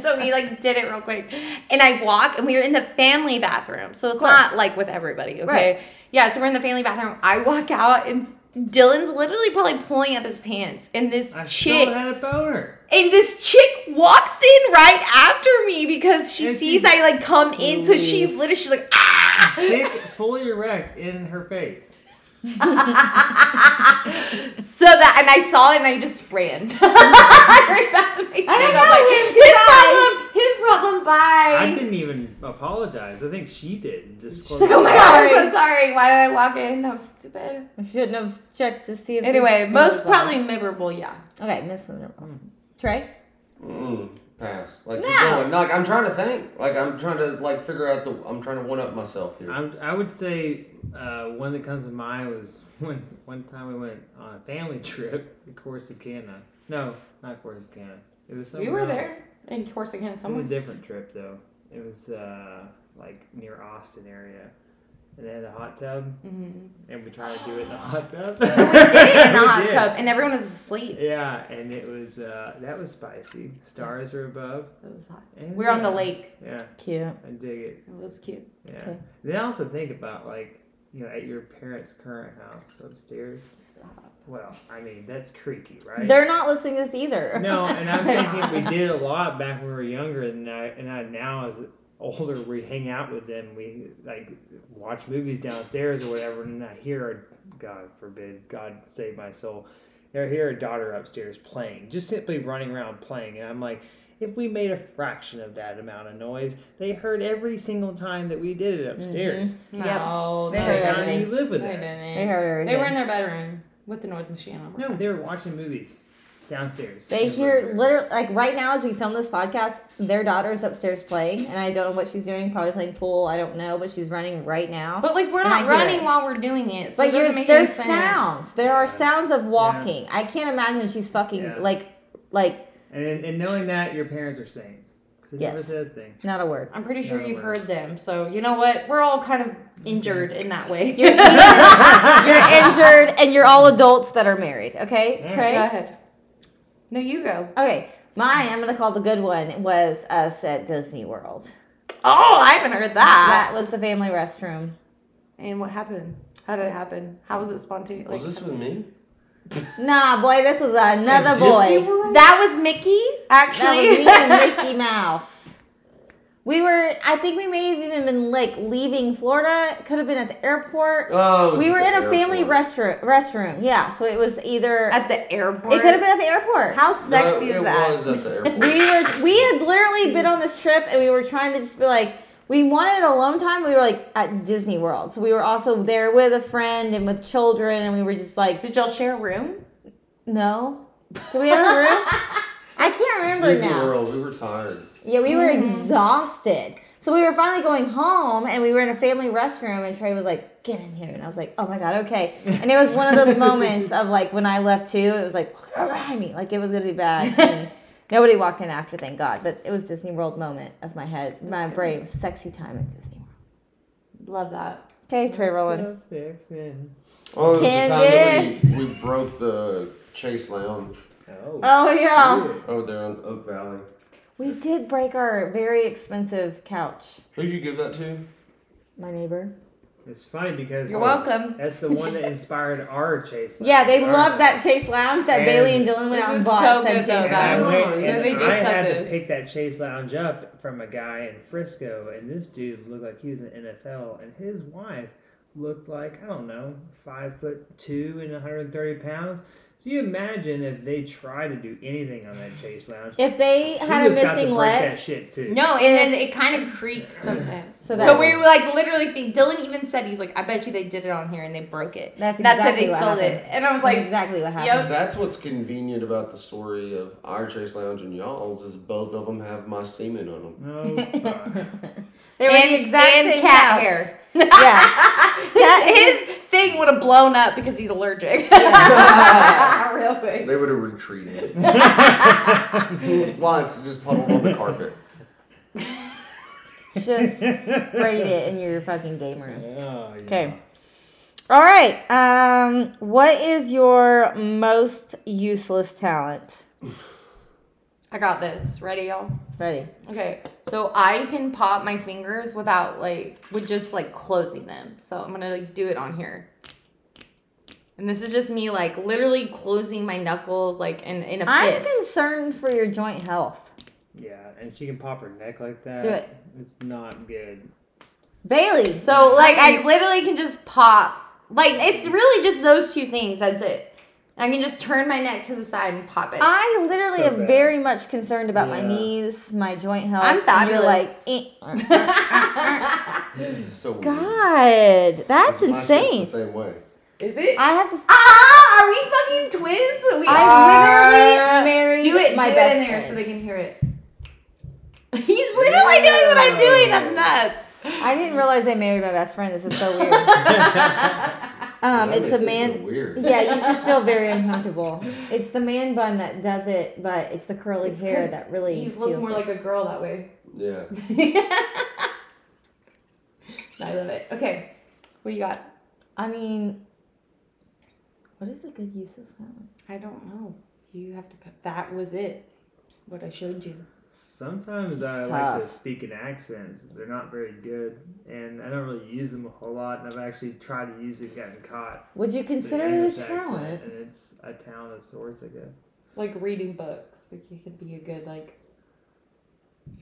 so we like did it real quick. And I walk and we were in the family bathroom. So it's
course.
not like with everybody, okay?
Right.
Yeah, so we're in the family bathroom. I walk out and Dylan's literally probably pulling up his pants. And this
I
chick
still had a boner.
and this chick walks in right after me because she
And
sees
she-
I like come in. So she literally she's like, ah
Dick fully erect in her face.
So that, and I saw it, and I just ran. I ran back to my seat. I was like, his problem, his problem. Bye.
I didn't even apologize. I think she did. and Just
She's like, oh my god, I'm
Sorry.
so sorry. Why did I walk in? That was stupid.
I shouldn't have checked to see if. this
Anyway,
was
most
one.
probably memorable. Yeah.
Okay, Miss Miserable. Trey?
Mm, pass. Like
No.
keep going. No, Like I'm trying to think. Like I'm trying to like figure out the. I'm trying to one up myself here.
I'm, I would say uh, one that comes to mind was when one time we went on a family trip to Corsicana. No, not Corsicana. It was somewhere
we were
else.
there in Corsicana
It was a
somewhere.
different trip though. It was uh, like near Austin area, and it had a hot tub,
Mm-hmm.
and we tried to do it in the hot tub.
We did it in the
We
hot
did.
tub, and everyone was asleep.
Yeah, and it was uh, that was spicy. Stars were above.
It was hot.
and
We're on the
yeah.
lake.
Yeah,
Cute.
I dig it.
It was cute.
Yeah.
Okay.
Then I also think about like you know at your parents' current house upstairs.
Stop.
Well, I mean that's creaky, right?
They're not listening to this either.
No, and I'm thinking we did a lot back when we were younger, and I, and I now as older we hang out with them. We like watch movies downstairs or whatever, and I hear, God forbid, God save my soul, I hear a daughter upstairs playing, just simply running around playing, and I'm like. If we made a fraction of that amount of noise, they heard every single time that we did it
Mm-hmm.
upstairs.
No,
They
they,
heard
Now
didn't.
everything.
you live
They
with it.
didn't.
They heard everything.
They were in their bedroom with the noise machine on.
No, they were watching movies downstairs.
They hear literally like right now as we film this podcast, their daughter's upstairs playing, and I don't know what she's doing. Probably playing pool. I don't know, but she's running right now.
But like we're
And I
not
hear
running
it.
while we're doing it, so it
but
doesn't
you're,
make
there's
any sense.
sounds. There are
Yeah.
sounds of walking. I can't imagine she's fucking
Yeah.
like like
And, and knowing that, your parents are saints. Because they never
Yes.
said a thing.
not a word.
I'm pretty sure
No
you've
way.
heard them, so you know what? We're all kind of
Mm-hmm.
injured in that way.
You're injured. you're injured, and you're all adults that are married. Okay,
Yeah.
Trey.
Go ahead. No, you go.
Okay, mine. I'm gonna call the good one was us at Disney World.
Oh, I haven't heard
That
that.
was the family restroom.
And what happened? How did it happen? How was it spontaneous?
Was this with me?
Nah, boy, this was another
At Disney
boy.
World?
that was Mickey,
That
actually.
was me and Mickey Mouse. We were, I think we may have even been like leaving Florida. Could have been at the airport.
Oh, it was
we
at
were
the
in a family restroom.
airport.
Restroom, yeah. So it was either
at the airport.
it could have been at the airport.
How
No,
sexy
it
is that?
was at the airport.
we were, we had literally been on this trip, and we were trying to just be like, we wanted alone time. We were like at Disney World, so we were also there with a friend and with children, and we were just like,
Did y'all share a room?
no, do we have a room? I can't remember
Disney
now.
World. We were tired.
Yeah, we were exhausted. So we were finally going home and we were in a family restroom and Trey was like, get in here. And I was like, oh my God, okay. And it was one of those moments of like when I left too, it was like, walk around me. Like it was going to be bad. And nobody walked in after, thank God. But it was Disney World moment of my head, my
good.
brain, sexy time at Disney
Love
World.
that.
Okay, Trey Roland.
Still six and-
Oh, it was the time that
Candy.
we, we broke the Chase Lounge
Oh,
Oh, yeah.
shit.
over there on Oak Valley.
We did break our very expensive couch,
Who'd you give that to?
my neighbor.
It's funny because
You're welcome.
that's the one that inspired our chase.
Yeah, they
Our-
loved that Chase Lounge that
And-
Bailey and Dylan went
This
out
is
and bought.
so
some
good, though,
Chase
And
Lounge.
I,
guys.
went,
Yeah,
and
they just
I
said
had
this.
to pick that Chase Lounge up from a guy in Frisco, and this dude looked like he was in NFL, and his wife looked like I don't know, five foot two and 130 pounds. So you imagine if they tried to do anything on that Chase Lounge,
If they
he
had
was
a
about to
missing
break
leg,
that shit too.
No, and then it kind of creaks sometimes. So,
So that-
we were like literally think Dylan even said he's like, I bet you they did it on here and they broke it.
That's
how
exactly
they
what
sold it.
happened.
And I was
that's
like,
exactly what
Yep.
happened.
That's what's convenient about the story of our Chase Lounge and y'all's is both of them have my semen on them.
No, fuck.
they were
and,
the exact
and
same
cat
couch.
hair.
Yeah.
his, his thing would have blown up because he's allergic.
Yeah.
Real quick.
They would have retreated. That's why it's just puddled on the carpet.
Just sprayed it in your fucking game room.
Oh, yeah.
Okay. All right. Um, what is your most useless talent?
I got this. Ready, y'all?
Ready?
Okay, so I can pop my fingers without like with just like closing them. So I'm gonna like do it on here. And this is just me like literally closing my knuckles like in in a
I'm
fist.
concerned for your joint health.
Yeah, and she can pop her neck like that.
Do it.
It's not good.
Bailey.
So like I literally can just pop. Like it's really just those two things. That's it. I can just turn my neck to the side and pop it.
I literally
So
am
bad.
very much concerned about my
Yeah.
knees, my joint health.
I'm
and you're
fabulous.
like, eh.
It's so weird.
God, that's
My shit's
insane.
The same way.
Is it?
I have to.
ah, are we fucking twins? We
I
are.
literally married
do it.
my
do
best
it in there so
friend.
they can hear it. He's literally doing what I'm doing. That's nuts.
I didn't realize I married my best friend. This is so weird. Um,
That
it's
makes
a
it
man.
feel weird.
Yeah, you should feel very uncomfortable. It's the man bun that does it, but it's the curly
It's 'cause
hair that really.
You look
seals
more like
it.
a girl that way.
Yeah.
I love it. Okay. What do you got?
I mean, what is a good use of silence?
I don't know. You have to cut. That was it. What I showed you.
Sometimes I
It's
like
tough.
to speak in accents. They're not very good, and I don't really use them a whole lot. And I've actually tried to use it, gotten caught.
Would you
with an
consider it
English
a
accent,
talent?
and it's a talent of sorts, I guess.
Like reading books. Like you could be a good like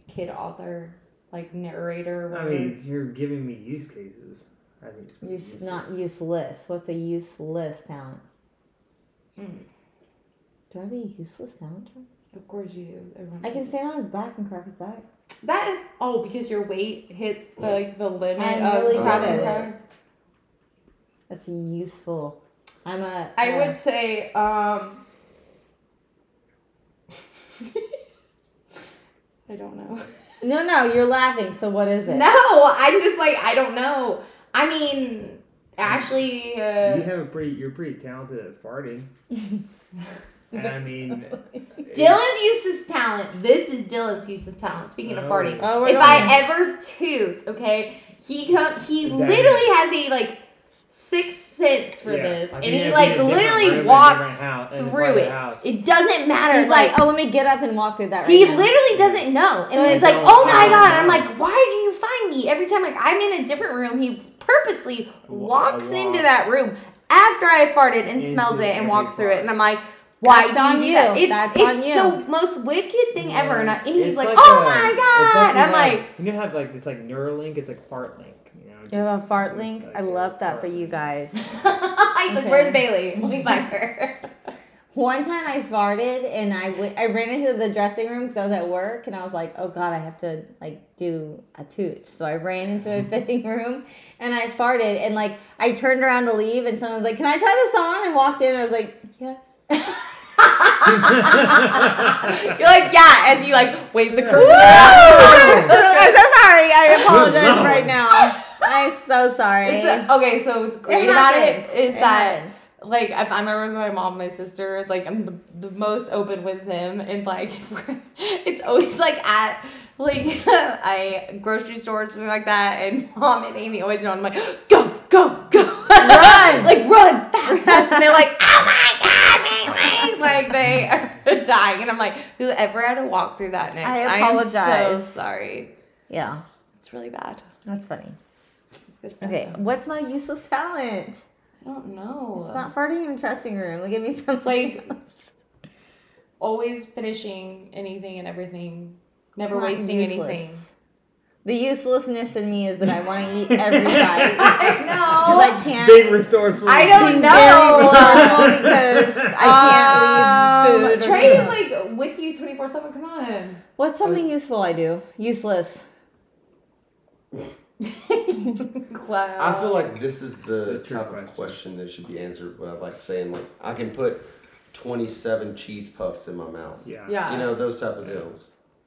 kid author, like narrator. or
I
Whatever.
mean, you're giving me use cases. I think it's
Use, not
useless.
useless. What's a useless talent?
Mm.
Do I have a useless talent? Troy?
Of course you do. Everyone
I can
does.
stand on his back and crack his back.
That is oh because your weight hits the, like the limit
I'm
of
really
proud
having
of
her.
That's useful. I'm a.
I
uh,
would say um I don't know.
No, no, you're laughing. So what is it?
No, I'm just like I don't know. I mean, Ashley
You
uh,
have a pretty. You're pretty talented at farting. and I mean,
Dylan's useless talent. This is Dylan's useless talent. Speaking of
No.
farting,
Oh, we're
if
going
I
there.
ever toot, okay, he come, he
That
literally has a like sixth sense for
Yeah,
this,
I
and
think it'd
he
be a
like
different room
literally
and
walks
different house- and
through
different
it.
house.
It doesn't matter.
He's like, oh, let me get up and walk through that. Right
He
now."
literally doesn't know. And
No,
he's
I
like,
don't.
oh my
I don't
god. I'm
know.
like, why do you find me? Every time like I'm in a different room, he purposely
Wa-
walks
walk.
into that room after I farted and
Into
smells it and
every
walks through it.
part.
And I'm like, why
That's
do
on
you do
you.
that? It's,
That's
it's
on you.
the most wicked thing ever. And, I, and he's
It's
like,
a-
oh my
it's
god.
like you
I'm
have-
like,
you know, have like this like Neuralink. It's like fart link. You know,
You have a
just-
fart link.
like
I
a
love that for
fart
you
link.
guys.
he's like,
Okay.
where's Bailey? Let me find her.
One time I farted and I w- I ran into the dressing room because I was at work and I was like, oh god, I have to like do a toot. So I ran into a fitting room and I farted and like I turned around to leave and someone was like, can I try this on? And walked in and I was like, yes.
You're like, yeah, as you like wave the curtain.
I'm so, I'm so sorry. I apologize
Good
right
Lord.
now. I'm so sorry.
It's a- okay, so what's great
It
about it
happens.
is
It
that
happens.
like if I'm ever with my mom, my sister, like I'm the, the most open with them, and like it's always like at like I grocery store or something like that, and mom and Amy always know. I'm like, go, go, go,
Run.
like run fast, fast, and they're like, oh my god, Bailey!" like they are dying, and I'm like, whoever had to walk through that next,
I
am so
apologize.
sorry,
yeah,
it's really bad.
that's funny.
It's good stuff,
Okay,
though.
what's my useless talent?
I don't know.
It's not farting in the dressing room. Look at me.
It's
Sounds
like always finishing anything and everything, never
It's not
wasting
useless.
anything.
The uselessness in me is that I want to eat every bite
I
because
know.
I can't.
Big resourceful.
I don't
be
know. uh,
very resourceful because
Uh,
I can't leave food. or-
Um, Trey is like with you twenty four seven. Come on.
What's something useful I do? Useless.
wow.
I feel like this is the,
The true
type
question.
of question that should be answered by like saying like I can put twenty seven cheese puffs in my mouth.
Yeah.
Yeah.
You know, those type of deals.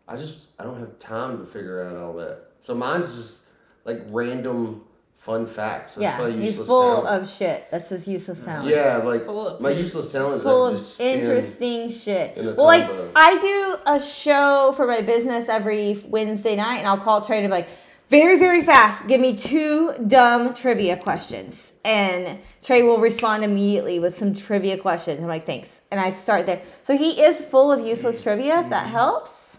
I just I don't have time to figure out all that. So mine's just like random fun facts. That's
yeah,
my
he's
useless
full
talent. Mm.
of shit. That's his useless talent.
yeah, like
Full of
my useless talent is
full
I can
of
just spin-
interesting shit.
in a
Well, like
combo.
I do a show for my business every Wednesday night, and I'll call Trey to be like, very, very fast, give me two dumb trivia questions, and Trey will respond immediately with some trivia questions. I'm like, thanks, and I start there. So he is full of useless
Mm-hmm.
trivia. If that helps,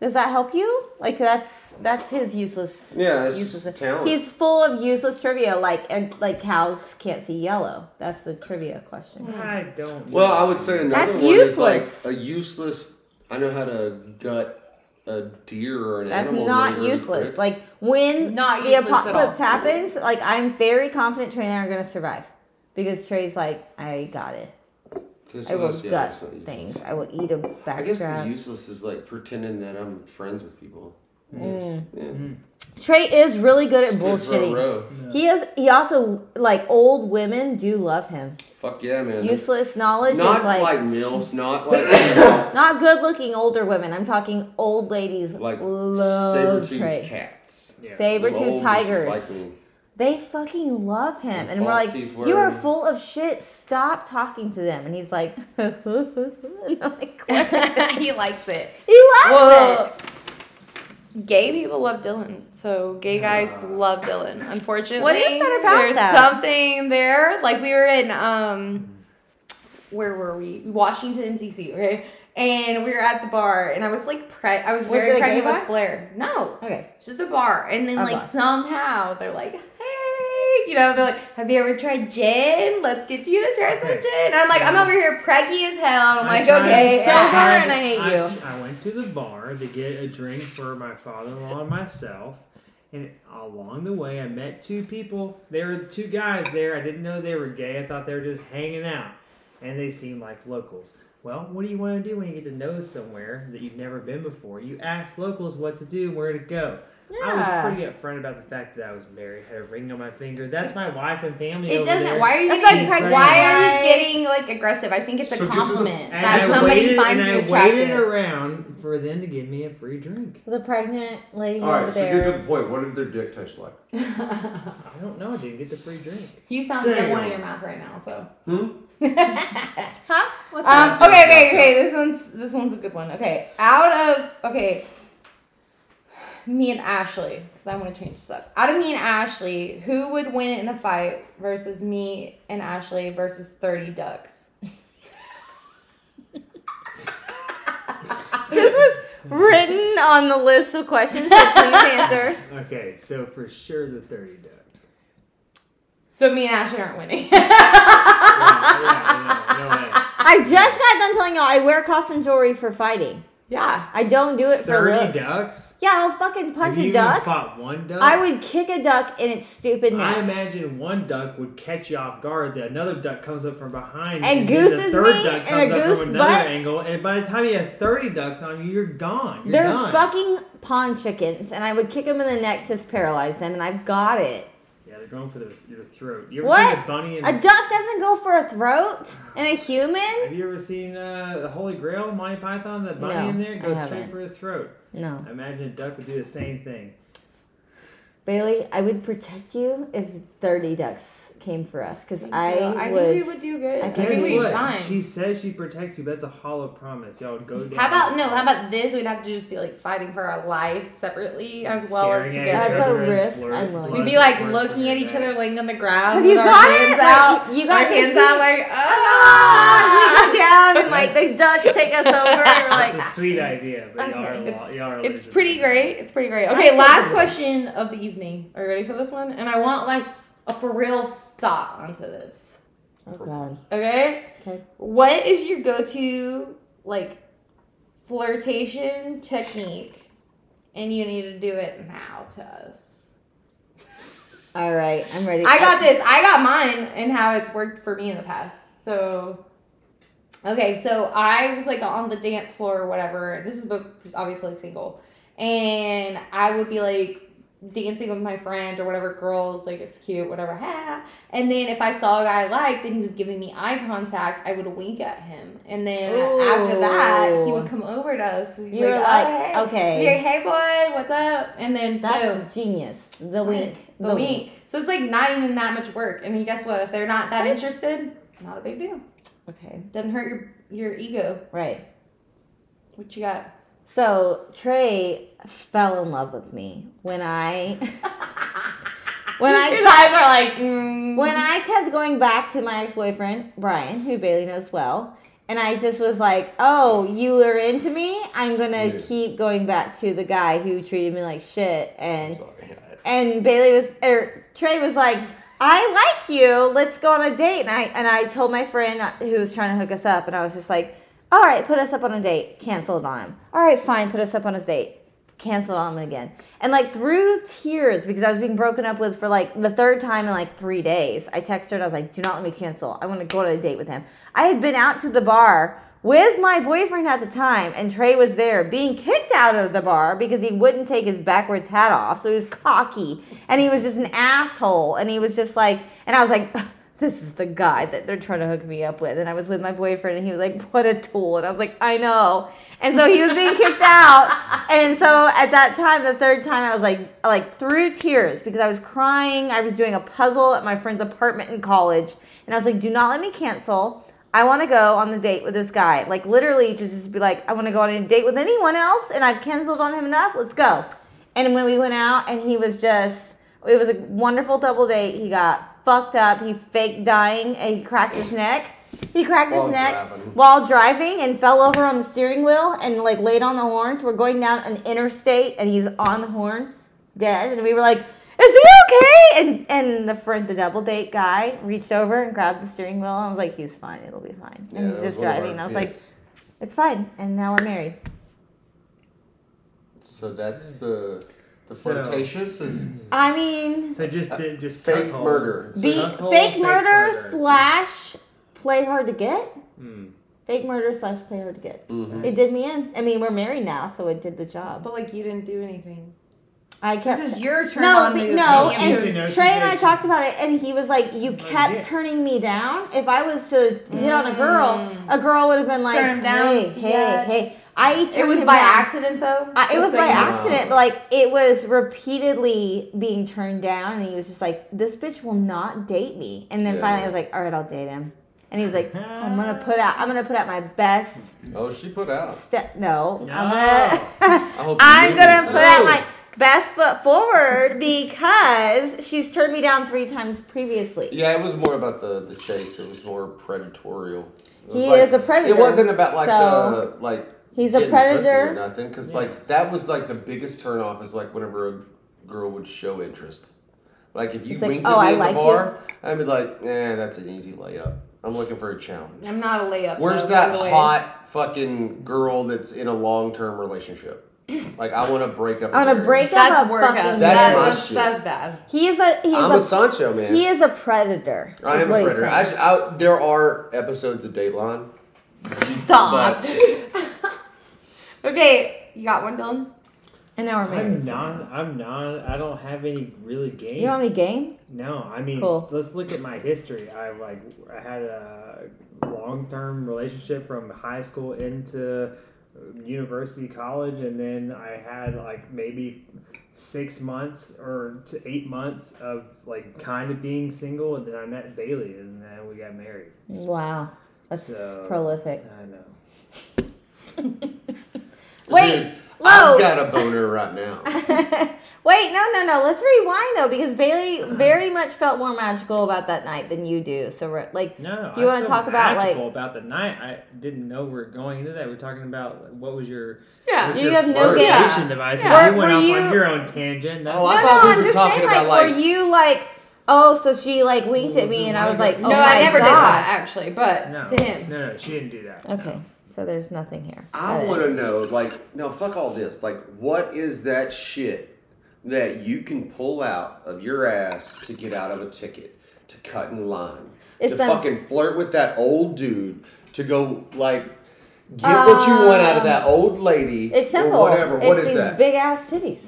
does that help you? Like that's that's his useless.
Yeah, it's
useless.
just talent.
He's full of useless trivia, like and like cows can't see yellow. That's the trivia question.
I don't.
Well,
know.
I would say another
That's
one is
useless.
like a useless. I know how to gut a deer or an
That's
animal.
not
really, really
useless.
quick.
Like when
Not
the
useless at
apocalypse
all.
happens, like I'm very confident Trey and I are gonna survive. Because Trey's like, I got it.
'Cause
I will
that's- yeah,
gut
that's not useless.
things. I will eat a
I guess the
backstrap.
useless is like pretending that I'm friends with people.
Mm.
Yeah.
Trey is really good Mm. at
Skid Row
bullshitting.
Row.
He is. He also like old women do love him.
Fuck yeah, man.
Useless knowledge
not
is
like,
like,
milfs, not like
not good looking older women. I'm talking old ladies
like
love
saber-toothed
Trey.
cats.
Yeah.
Saber
Little
tooth
old bitches
tigers.
Like me.
they fucking love him. And,
And
we're
false
like,
teeth
you are
were-
full of shit. Stop talking to them. And he's like, and I'm like, "What?"
he likes it.
he loves
Well,
it.
gay people love Dylan. So gay guys
Yeah.
love Dylan. Unfortunately,
What is that about,
There's
though?
something there. Like we were in um,
Mm-hmm.
where were we? Washington D.C. Okay, and we were at the bar, and I was like, pre- I was,
Was
very
it a gay
pregnant
bar?
with Blair. No,
Okay.
it's just a bar, and then
A
like
bar.
somehow they're like, hey, you know, they're like, have you ever tried gin? Let's get you to try some gin. And I'm like, I'm over here preggy as
Oh
hell. I'm, like,
tried-
okay,
so
yeah.
hard
tried-
and I hate
I-
you.
I went to the bar to get a drink for my father-in-law and myself. And along the way, I met two people. There were two guys there. I didn't know they were gay. I thought they were just hanging out. And they seemed like locals. Well, what do you want to do when you get to know somewhere that you've never been before? You ask locals what to do, where to go.
Yeah.
I was pretty upfront about the fact that I was married, had a ring on my finger. That's my wife and family.
It
over
doesn't.
there.
Why are you?
That's
getting,
like,
why
like-
are you getting like aggressive? I think it's a
So get to the-
compliment
And
that
I
somebody
waited,
finds
and
you
I waited
attractive.
around for them to give me a free drink.
The pregnant lady
All right,
over
so get to
there.
the point. What did their dick taste like?
I don't know. I didn't get the free drink.
you sound like
Damn.
one in your mouth right now. So.
Hmm?
huh?
Um,
What's that?
okay, okay, okay. This one's this one's a good one. Okay, out of okay, me and Ashley, because I want to change this up. Out of me and Ashley, who would win in a fight versus me and Ashley versus thirty ducks?
This was written on the list of questions, so please answer.
Okay, so for sure the 30 ducks.
So me and Ashley aren't winning.
Yeah, yeah, no, no way.
I just got done telling y'all I wear costume jewelry for fighting.
yeah.
I don't do it for
30
looks.
ducks?
Yeah, I'll fucking punch
If you
a
even
duck.
Fought one duck?
I would kick a duck in its stupid
I
neck.
imagine one duck would catch you off guard. That another duck comes up from behind,
And
then
gooses
the third
me,
duck
and a
comes up
goose
from another
butt.
angle. And by the time you have thirty ducks on you, you're gone. You're
They're
done.
fucking pawn chickens, and I would kick them in the neck to paralyze them, and I've got it.
Yeah, they're going for the, your throat. You ever
What?
seen a bunny? And,
A duck doesn't go for a throat, and a human?
Have you ever seen uh, the Holy Grail, Monty Python? The bunny
No,
in there
I
goes straight
haven't.
for his throat.
No.
I imagine a duck would do the same thing.
Bailey, I would protect you if 30 ducks came for us, because I,
I
would.
think we would do good.
I
I
think
think
we
we'd
Guess
would
be
what?
fine.
She says she protects you. That's a hollow promise. Y'all would go down.
How about no? How about this? We'd have to just be like fighting for our lives separately as well as
Staring at each
That's a
together.
other as
risk
blur-
I'm willing to
blood
We'd be like
squirts
looking
from
at
your
each other,
veins.
laying on the ground.
Have
with
you
our
got
hands
it? Like,
Out.
you got
our
it?
hands out, like
Ah,
ah.
we go down, and like the ducks take us over, and we're like,
That's a sweet idea, but y'all are,
Okay.
lo- y'all are
It's
losing
pretty
me.
great. It's pretty great.
I
Okay,
think
last
so.
question of the evening. Are you ready for this one? And I want like a for real thought onto this.
oh god.
Okay.
Okay.
What is your go-to like flirtation technique? And you need to do it now to us.
All right, I'm ready.
I got this. I got mine and how it's worked for me in the past. So, okay, so I was like on the dance floor or whatever. This is bef- obviously single, and I would be like dancing with my friend or whatever girls like it's cute whatever ha and then if i saw a guy i liked and he was giving me eye contact i would wink at him and then after that he
Ooh.
would come over to us 'cause he's
You were
like,
like,
"Oh, hey."
okay.
He'd be like, hey boy what's up and then boom
That's genius. The
Smart.
wink.
the week. So it's like not even that much work. I mean, guess what? If they're not that interested, not a big deal.
Okay.
Doesn't hurt your your ego.
Right.
What you got?
So Trey fell in love with me when I when
His
I
eyes are like, mm.
when I kept going back to my ex boyfriend Brian, who Bailey knows well, and I just was like, "Oh, you are into me. I'm gonna
Yeah.
keep going back to the guy who treated me like shit."
I'm
And
sorry.
and Bailey was or Trey was like, "I like you. Let's go on a date." And I and I told my friend who was trying to hook us up, and I was just like, "All right, put us up on a date. Canceled on him. All right, fine, put us up on a date." Canceled on him again, and like through tears because I was being broken up with for like the third time in like three days. I texted her and I was like, "Do not let me cancel. I want to go on a date with him." I had been out to the bar with my boyfriend at the time, and Trey was there being kicked out of the bar because he wouldn't take his backwards hat off. So he was cocky and he was just an asshole. And he was just like, and I was like, this is the guy that they're trying to hook me up with. And I was with my boyfriend, and he was like, what a tool. And I was like, I know. And so he was being kicked out. And so at that time, the third time, I was like, like through tears because I was crying. I was doing a puzzle at my friend's apartment in college. And I was like, do not let me cancel. I want to go on the date with this guy. Like literally, just just be like, I want to go on a date with anyone else, and I've canceled on him enough. Let's go. And when we went out, and he was just, it was a wonderful double date. He got fucked up. He faked dying, and he cracked his neck. He cracked
While
his neck
driving.
while driving and fell over on the steering wheel and like laid on the horn. So we're going down an interstate, and he's on the horn, dead. And we were like, "Is he okay?" And and the friend, the double date guy, reached over and grabbed the steering wheel. and I was like, "He's fine. It'll be fine." And
Yeah, Mm.
he's
that was
just
one of our
driving. and I was like,
bits.
"It's fine." And now we're married.
So that's the the
So-
flirtatious is
I mean,
So just to, just
fake
cuckold.
murder.
So
Be,
cuckold,
fake, murder slash play hard to get.
Hmm.
Fake murder slash play hard to get.
Mhm.
It did me in. I mean, we're married now, so it did the job.
But like you didn't do anything.
I kept.
This is your turn.
no,
on
be-
the
no,
opinion.
and
She said no, she
Trey
said
and I
she-
talked about it, and he was like, "You
Oh,
kept
yeah.
turning me down. If I was to hit on a girl,
Mm.
a girl would have been like,
Turn him down,
hey, hey,
bitch.
hey.' I turned
It was
him
by
down.
accident though.
I, it
Just
was
so
by
you know.
accident, but like it was repeatedly being turned down, and he was just like, "This bitch will not date me." And then
Yeah.
finally, I was like, "All right, I'll date him." And he was like, "I'm gonna put out, I'm gonna put out my best
oh she put out.
step. No,
No.
I'm gonna,
I hope you
I'm
knew
gonna
this.
put out
No.
my best foot forward because she's turned me down three times previously."
Yeah, it was more about the the chase. It was more predatorial. It was
He
like-
is a predator,
It wasn't about like
so-
the like.
He's a
getting pussy
predator.
or nothing, because
Yeah.
like that was like the biggest turnoff is like whenever a girl would show interest. Like if you
It's like,
winked
"Oh,
at me
I
in
like
the
you."
bar, I'd be like, eh, that's an easy layup. I'm looking for a challenge.
I'm not a layup.
Where's
though,
that
by the way.
hot fucking girl that's in a long term relationship? Like I want to break up.
I
with
want to
her.
break up
That's
a
work up.
fucking.
That's,
That's my
that's,
shit.
that's bad.
He is a he
I'm a
is a,
Sancho man.
he is a predator.
I
is
am a
what he's
predator. I,
saying.
sh- I, there are episodes of Dateline.
Stop.
Okay, you got one, Dylan.
And now we're married.
I'm not. I'm not. I don't have any really game.
You don't have any game?
No, I mean,
Cool.
let's look at my history. I like I had a long-term relationship from high school into university, college, and then I had like maybe six months or to eight months of like kind of being single, and then I met Bailey, and then we got married.
Wow. That's
So-
prolific.
I know.
Wait, whoa.
I've got a boner right now.
Wait, no, no, no. Let's rewind though, because Bailey
Uh-huh.
very much felt more magical about that night than you do. So, we're, like,
No,
Do you
I
wanna
feel
talk about,
magical
like-
about the night? I didn't know we were going into that. We're talking about what was your
Yeah.
what's
You
your
have no
flirtation
game.
device?
Yeah.
and
Were-
You went
were
off
you-
on your own tangent. That's
Oh, I
no,
thought
no,
we
I'm
were
just
talking
saying,
about,
like, were
like-
you like, oh, so she like winked at me, and I was like,
No,
oh my
I never did
God.
that actually, but
No,
to him.
No, no, she didn't do that.
Okay, so there's nothing here.
I
Got it.
want to know, like, no, fuck all this. Like, what is that shit that you can pull out of your ass to get out of a ticket, to cut in line,
It's
to
them-
fucking flirt with that old dude, to go like get what you want out of that old lady
Uh, It's simple.
or whatever.
It's
what is
these
that?
Big ass titties.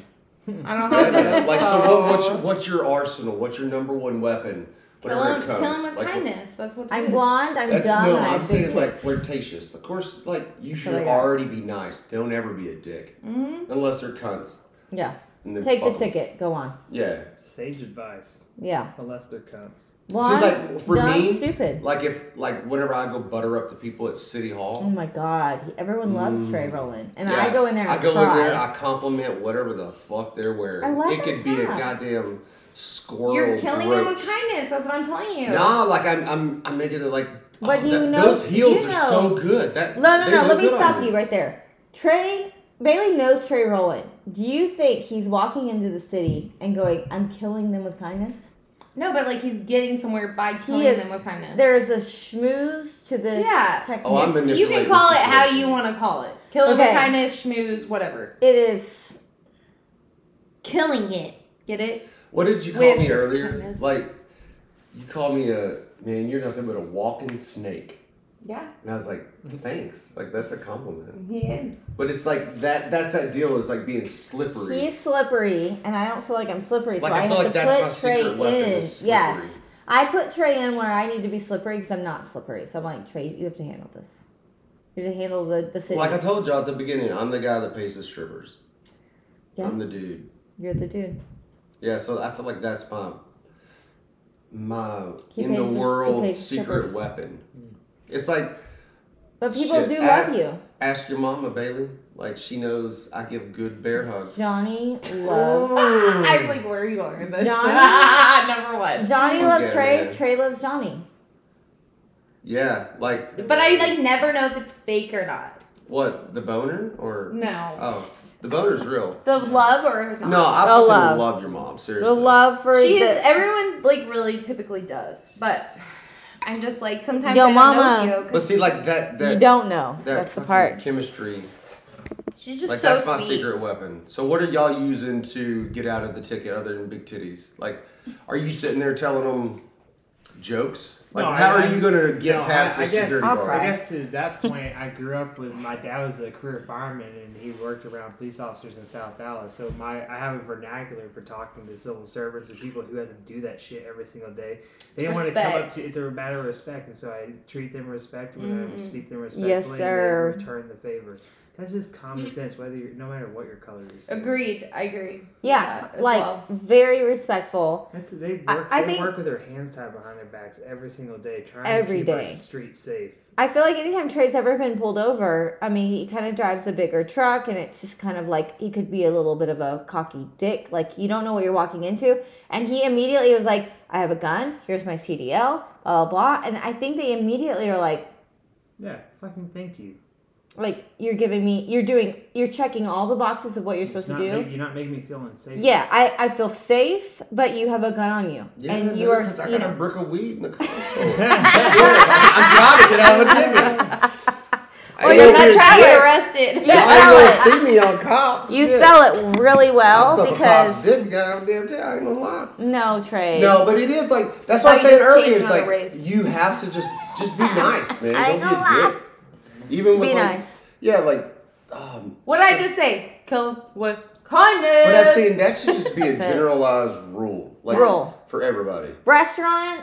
I don't
Yeah,
have
man.
that.
like, so what, what's your, what's your arsenal? What's your number one weapon?
Kill
Whatever
him,
it comes.
kill him with
Like,
kindness. That's what it
I'm
is.
blonde. I'm
that-
dumb.
no,
and I
I'm
have
saying
big
like
tits.
flirtatious. Of course, like you
So
should
yeah.
already be nice. Don't ever be a dick,
Mhm.
unless they're cunts.
yeah.
And then
Take the
fuck 'em.
ticket. Go on.
Yeah.
Sage advice,
Yeah.
unless they're cunts.
Blonde,
like, for
dumb,
me,
stupid.
Like if like whenever I go butter up the people at City
Oh
Hall,
my God! he- Everyone loves
Mm.
Trey Roland, and
yeah,
I go in there. And
I go
cry.
in there. I compliment whatever the fuck they're wearing.
I love
it could
that
be a
job.
goddamn squirrel.
You're killing him with
roach.
kindness. That's what I'm telling you.
Nah, like I'm I'm I'm making it like.
But
oh,
you
that-
know-
those heels
you
are
know-
so good. That
No, no,
they
no.
look
Let me
good on
stop you right there. Trey Bailey knows Trey Roland. Do you think he's walking into the city and going, "I'm killing them with kindness"?
No, but like he's getting somewhere by killing
is-
them with kindness.
There's a schmooze to this.
Yeah.
Technique.
Oh, I'm
you
manipulating
can call it how
situations.
you want to call it. Killing
Okay.
with kindness, schmooze, whatever.
It is.
Killing it. Get it?
What did you call
With
me earlier?
kindness.
Like you called me a man. You're nothing but a walking snake.
Yeah,
And I was like, thanks. Like that's a compliment.
he is.
But it's like that. That's that deal. Is like being slippery.
He's slippery, and I don't feel like I'm slippery,
Like,
so
I
I,
feel
have
like
to
that's
put
my
Trey
secret weapon
in.
is slippery.
yes, I put Trey in where I need to be slippery because I'm not slippery. So I'm like, Trey, you have to handle this. You have to handle the the city.
like I told y'all at the beginning, I'm the guy that pays the strippers.
Yeah.
I'm the dude.
You're the dude.
Yeah. So I feel like that's my my
He
in the
pays the- he
world
pays
secret
strippers.
weapon. It's like
But people
Shit,
do
I-
love you.
Ask your mama, Bailey. Like she knows I give good bear hugs.
Johnny
Hmm.
loves
I was like, where are you going with this?
Johnny.
Number one.
Johnny loves
Yeah,
Trey.
man.
Trey loves Johnny.
Yeah, like
But I like never know if it's fake or not.
what? The boner or
No.
oh, the boner's real.
The love or not.
No, I
The
fucking
love.
love. your mom. Seriously,
The love for
She
the-
is. Everyone like really typically does, but I'm just like sometimes
Yo,
I don't
mama.
know you. 'cause
But see, like that that
you don't know.
that
That's the
fucking
part.
chemistry.
she's just
Like
so
that's my
sweet.
secret weapon. So what are y'all using to get out of the ticket other than big titties? Like, are you sitting there telling them jokes? Like,
No,
how
I-
are you gonna get
No,
past
I, I
the
guess,
security
I'll
guard?
cry.
I guess to that point, I grew up with my dad was a career fireman and he worked around police officers in South Dallas. So my I have a vernacular for talking to civil servants and people who had to do that shit every single day. They didn't want to come up
Respect.
to. It's a matter of respect, and so I treat them respect when I
Mhm.
speak to them respectfully.
Yes, sir.
And they return the favor. That's just common sense. Whether you're, no matter what your color is.
Agreed. I agree.
Yeah,
With that as
like
well.
very respectful.
That's they work.
I- I
they
think-
work with their hands tied behind their backs every single day, trying
Every
to keep our
day.
street safe.
I feel like anytime Trey's ever been pulled over, I mean, he kind of drives a bigger truck, and it's just kind of like he could be a little bit of a cocky dick. Like you don't know what you're walking into, and he immediately was like, "I have a gun. Here's my CDL." Blah blah. blah. And I think they immediately are like,
Yeah, fucking thank you.
"Like you're giving me, you're doing, you're checking all the boxes of what you're
It's
supposed to
not
do."
make- you're not making me feel unsafe.
yeah, I, I feel safe, but you have a gun on you,
Yeah,
and
dude,
you are
'cause I
you
got a
know,
brick of weed in the car. so- I'm trying to get out of the ticket.
Oh, you're not trying to get arrested.
I ain't gonna see me on cops.
you
Shit.
sell it really
I
well
suck a
because
cops dick, goddamn town, I ain't gonna lie.
no, Trey.
No, but it is like that's what
Like,
I was saying
just cheating
earlier. It's
on the
like
race.
you have to just just be nice, man.
I
Don't
ain't
be
gonna
a
lie.
dick. Even with
Be
like,
nice.
yeah, like um,
What did I just say? Kill with kindness.
but I'm saying that should just be a
That's it.
generalized rule, like
Rule.
for everybody.
restaurant,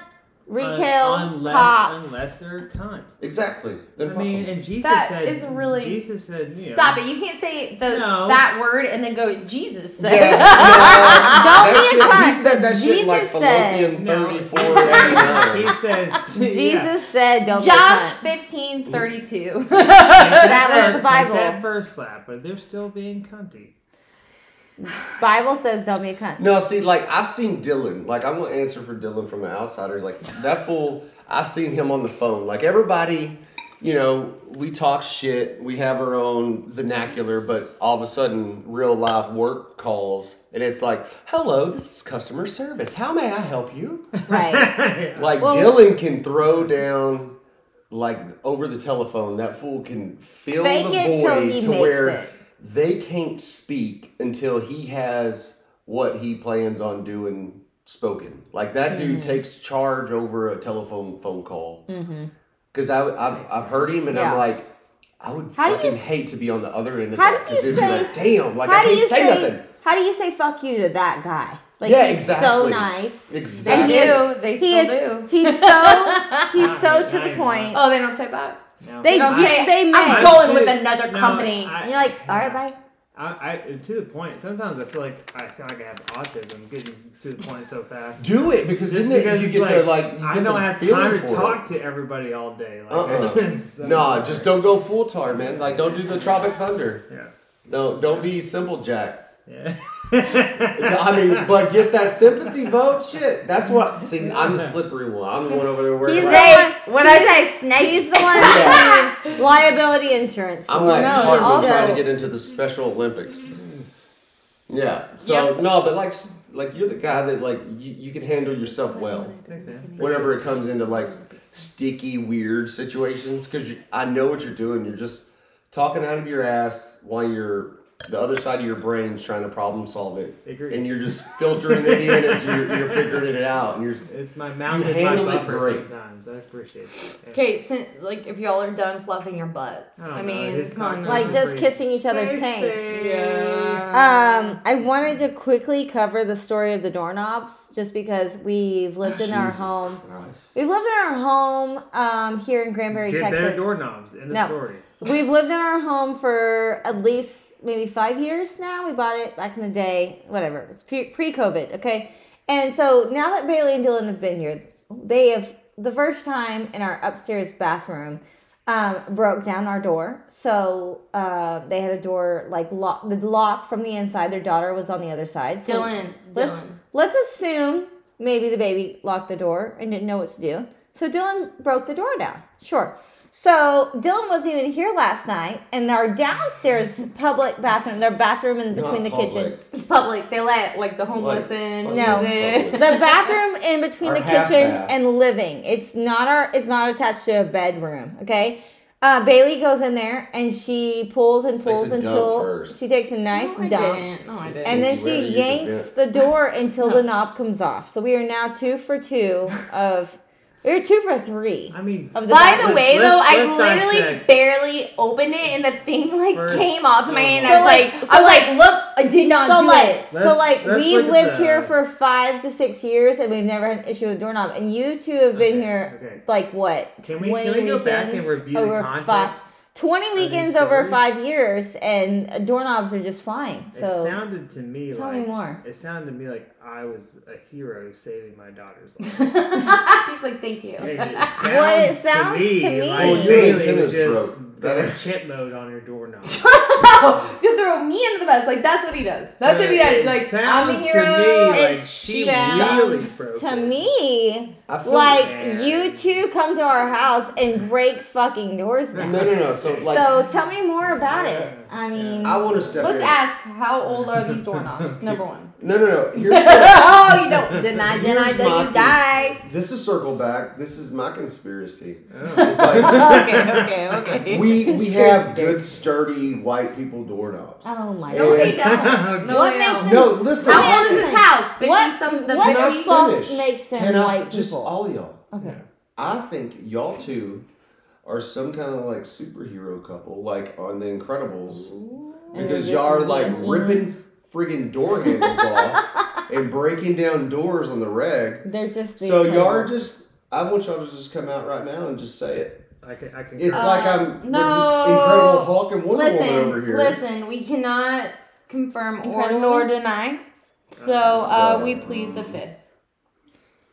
retail,
Un- unless,
cops.
unless they're cunt.
Exactly. Then
I
fuck
mean,
'em.
and Jesus
That
said,
is really-
Jesus said, you know,
Stop it. You can't say the,
No.
that word and then go Jesus.
Yeah, no, that
be a
shit-
cunt.
He said that shit like
Jesus said-
Philippians
No.
34
He
89.
says,
Jesus
yeah.
said, "Don't
Josh
be a cunt."
fifteen thirty two.
That was
Take
the
take
Bible.
That verse slap, but they're still being cunty.
Bible says, "Don't be a cunt."
No, see, like I've seen Dylan. Like I'm gonna answer for Dylan from the outsider. Like that fool, I've seen him on the phone. Like everybody, you know, we talk shit. We have our own vernacular, but all of a sudden, real life work calls, and it's like, "Hello, this is customer service. How may I help you?"
Right?
Like
Well-
Dylan can throw down. Like over the telephone, that fool can fill
Fake
the
it till
void
he
to
makes
where
it.
they can't speak until he has what he plans on doing spoken. Like that dude takes charge over a telephone phone call.
Mm-hmm.
Because I, I've, I've heard him and
Yeah.
I'm like, I would
How do you
fucking
s-
hate to be on the other end of
How
that.
do you
it'd be
say-
like, damn, like I
how do
can't
you
say,
say?
nothing.
How do you say "fuck you" to that guy? Like,
Yeah,
he's So
exactly.
nice.
they
And
Exactly.
you-
do. They
He
still
is.
do.
He's so. He's
Not
so
yet,
to
not
the
yet.
point.
oh, they don't say that.
No.
They
They don't
get-
say
they may.
I'm going with
Dude,
another
no,
company.
I-
And you're like, "All right, bye."
I, I, to the point. Sometimes I feel like I sound like I have autism, getting to the point so fast.
Do it because
Just
then it-
because
you
it's
get
like,
there like you
I
get
don't
the
have
feeling
time
for
to
it.
talk to everybody all day. Like,
Uh-uh.
it's just, I'm
Nah,
sorry.
just don't go full tar, man. Like don't do the Tropic Thunder.
Yeah.
No, don't be simple, Jack.
Yeah.
I mean, but get that sympathy vote. Shit, that's what. See, I'm the slippery one. I'm the one over there
He's
wearing.
the
Like,
one. When I say snake, he's the one.
Yeah.
doing liability insurance.
I'm like
No,
Cartman
also-
trying to get into the Special Olympics. Yeah. So no, but like, s- like you're the guy that like you, you can handle yourself well
Thanks, man.
whenever it comes into like sticky, weird situations because I know what you're doing. You're just talking out of your ass while you're the other side of your brain's trying to problem solve it,
Agreed.
and you're just filtering it in as you're, you're figuring it out, and you're. s-
It's my mouth
You
is my
handled it
buffer
great.
sometimes. I appreciate it. Yeah.
Okay, since like if y'all are done fluffing your butts,
I don't
I,
know,
mean,
his
come on.
cocktail
like
Those
just
are pretty
kissing each other's
tasty.
tanks.
yeah.
Um, I wanted to quickly cover the story of the doorknobs just because we've lived in our
Jesus
home.
Christ.
We've lived in our home um, here in Granbury,
Get better
Texas.
doorknobs in the
No.
story.
We've lived in our home for at least maybe five years now. We bought it back in the day, whatever. It's pre COVID, okay? And so now that Bailey and Dylan have been here, they have, the first time in our upstairs bathroom, um, broke down our door. So uh, they had a door like lock the lock from the inside. Their daughter was on the other side. So
Dylan,
let's-
Dylan.
Let's assume maybe the baby locked the door and didn't know what to do. So Dylan broke the door down. Sure. So Dylan wasn't even here last night, and our downstairs public bathroom, their bathroom in between the
Not
kitchen,
public.
It's public. They let like the homeless
Like,
in.
fucking
No.
They-
the
public.
bathroom in between
Our
the
half
kitchen
bath.
and living. It's not our. It's not attached to a bedroom. Okay. Uh, Bailey goes in there and she pulls and
Takes a
pulls
dump
until
first.
she takes a nice
no, I
dump.
Didn't. No, I didn't.
And then
Where do you
she
use it?
yanks the door until the knob comes off. So we are now two for two of we're two for three
I mean,
of the
By the
bathroom.
Let's-
way,
let's-
though, I
let's
literally
dissect.
barely opened it, and the thing like
First,
came off my hand. And I
so
was
like-
like,
so
I was like, look, I did not
so
do
like
it.
so
Let's-
like
let's
we've
look at
lived
that.
here for five to six years and we've never had an issue with doorknob. And you two have been
Okay,
here
okay.
like what?
Can we, can we go back and review the
over
context?
five, twenty
these
weekends over
stories?
five years and doorknobs are just flying.
it
So
sounded to me
tell
like
me more.
it sounded to me like I was a hero saving my daughter's life.
He's like, thank you.
It
Well, it
sounds
sounds
to me,
to me-
like
Well, your
Bailey
antenna's
was just
broke.
going
That-
chip mode on your doorknob. Oh.
Oh, you throw me under the bus. Like that's what he does.
So it sounds
I'm the
To
hero.
me, like
It
she
sounds
really broke
To
it.
me,
I feel
Like
Man.
you two come to our house and break fucking doors
No,
now.
no, no. So like,
so tell me more about it. I
Yeah.
mean,
I want to step
Let's
in.
ask how old are these doorknobs? Number one.
No, no, no. Here's the,
oh, you don't deny, deny
Here's
that
my-
you die.
this is circle back. This is my conspiracy.
Oh.
It's like
Okay, okay, okay.
we we have good sturdy white people doorknobs.
oh my
no,
god.
they don't. No,
What
they
makes
don't.
them-
No, listen.
How old is this house? 50
What-
some the
what-
Can
50s?
I
the fuck
finish?
makes them
Can I-
white
Just
people?
all y'all.
Okay.
I think y'all two are some kind of like superhero couple, like on The Incredibles,
And they're
because
just
y'all are like
yanking.
ripping friggin' door handles off and breaking down doors on the reg.
They're just the
So y'all are
Incredibles.
just. I want y'all to just come out right now and just say it.
I can. I can.
It's
cry.
like I'm
no.
with Incredible Hulk and Wonder
listen,
Woman over here.
listen. We cannot confirm or
Incredible.
nor deny. So, uh,
So,
we plead the
um,
fifth.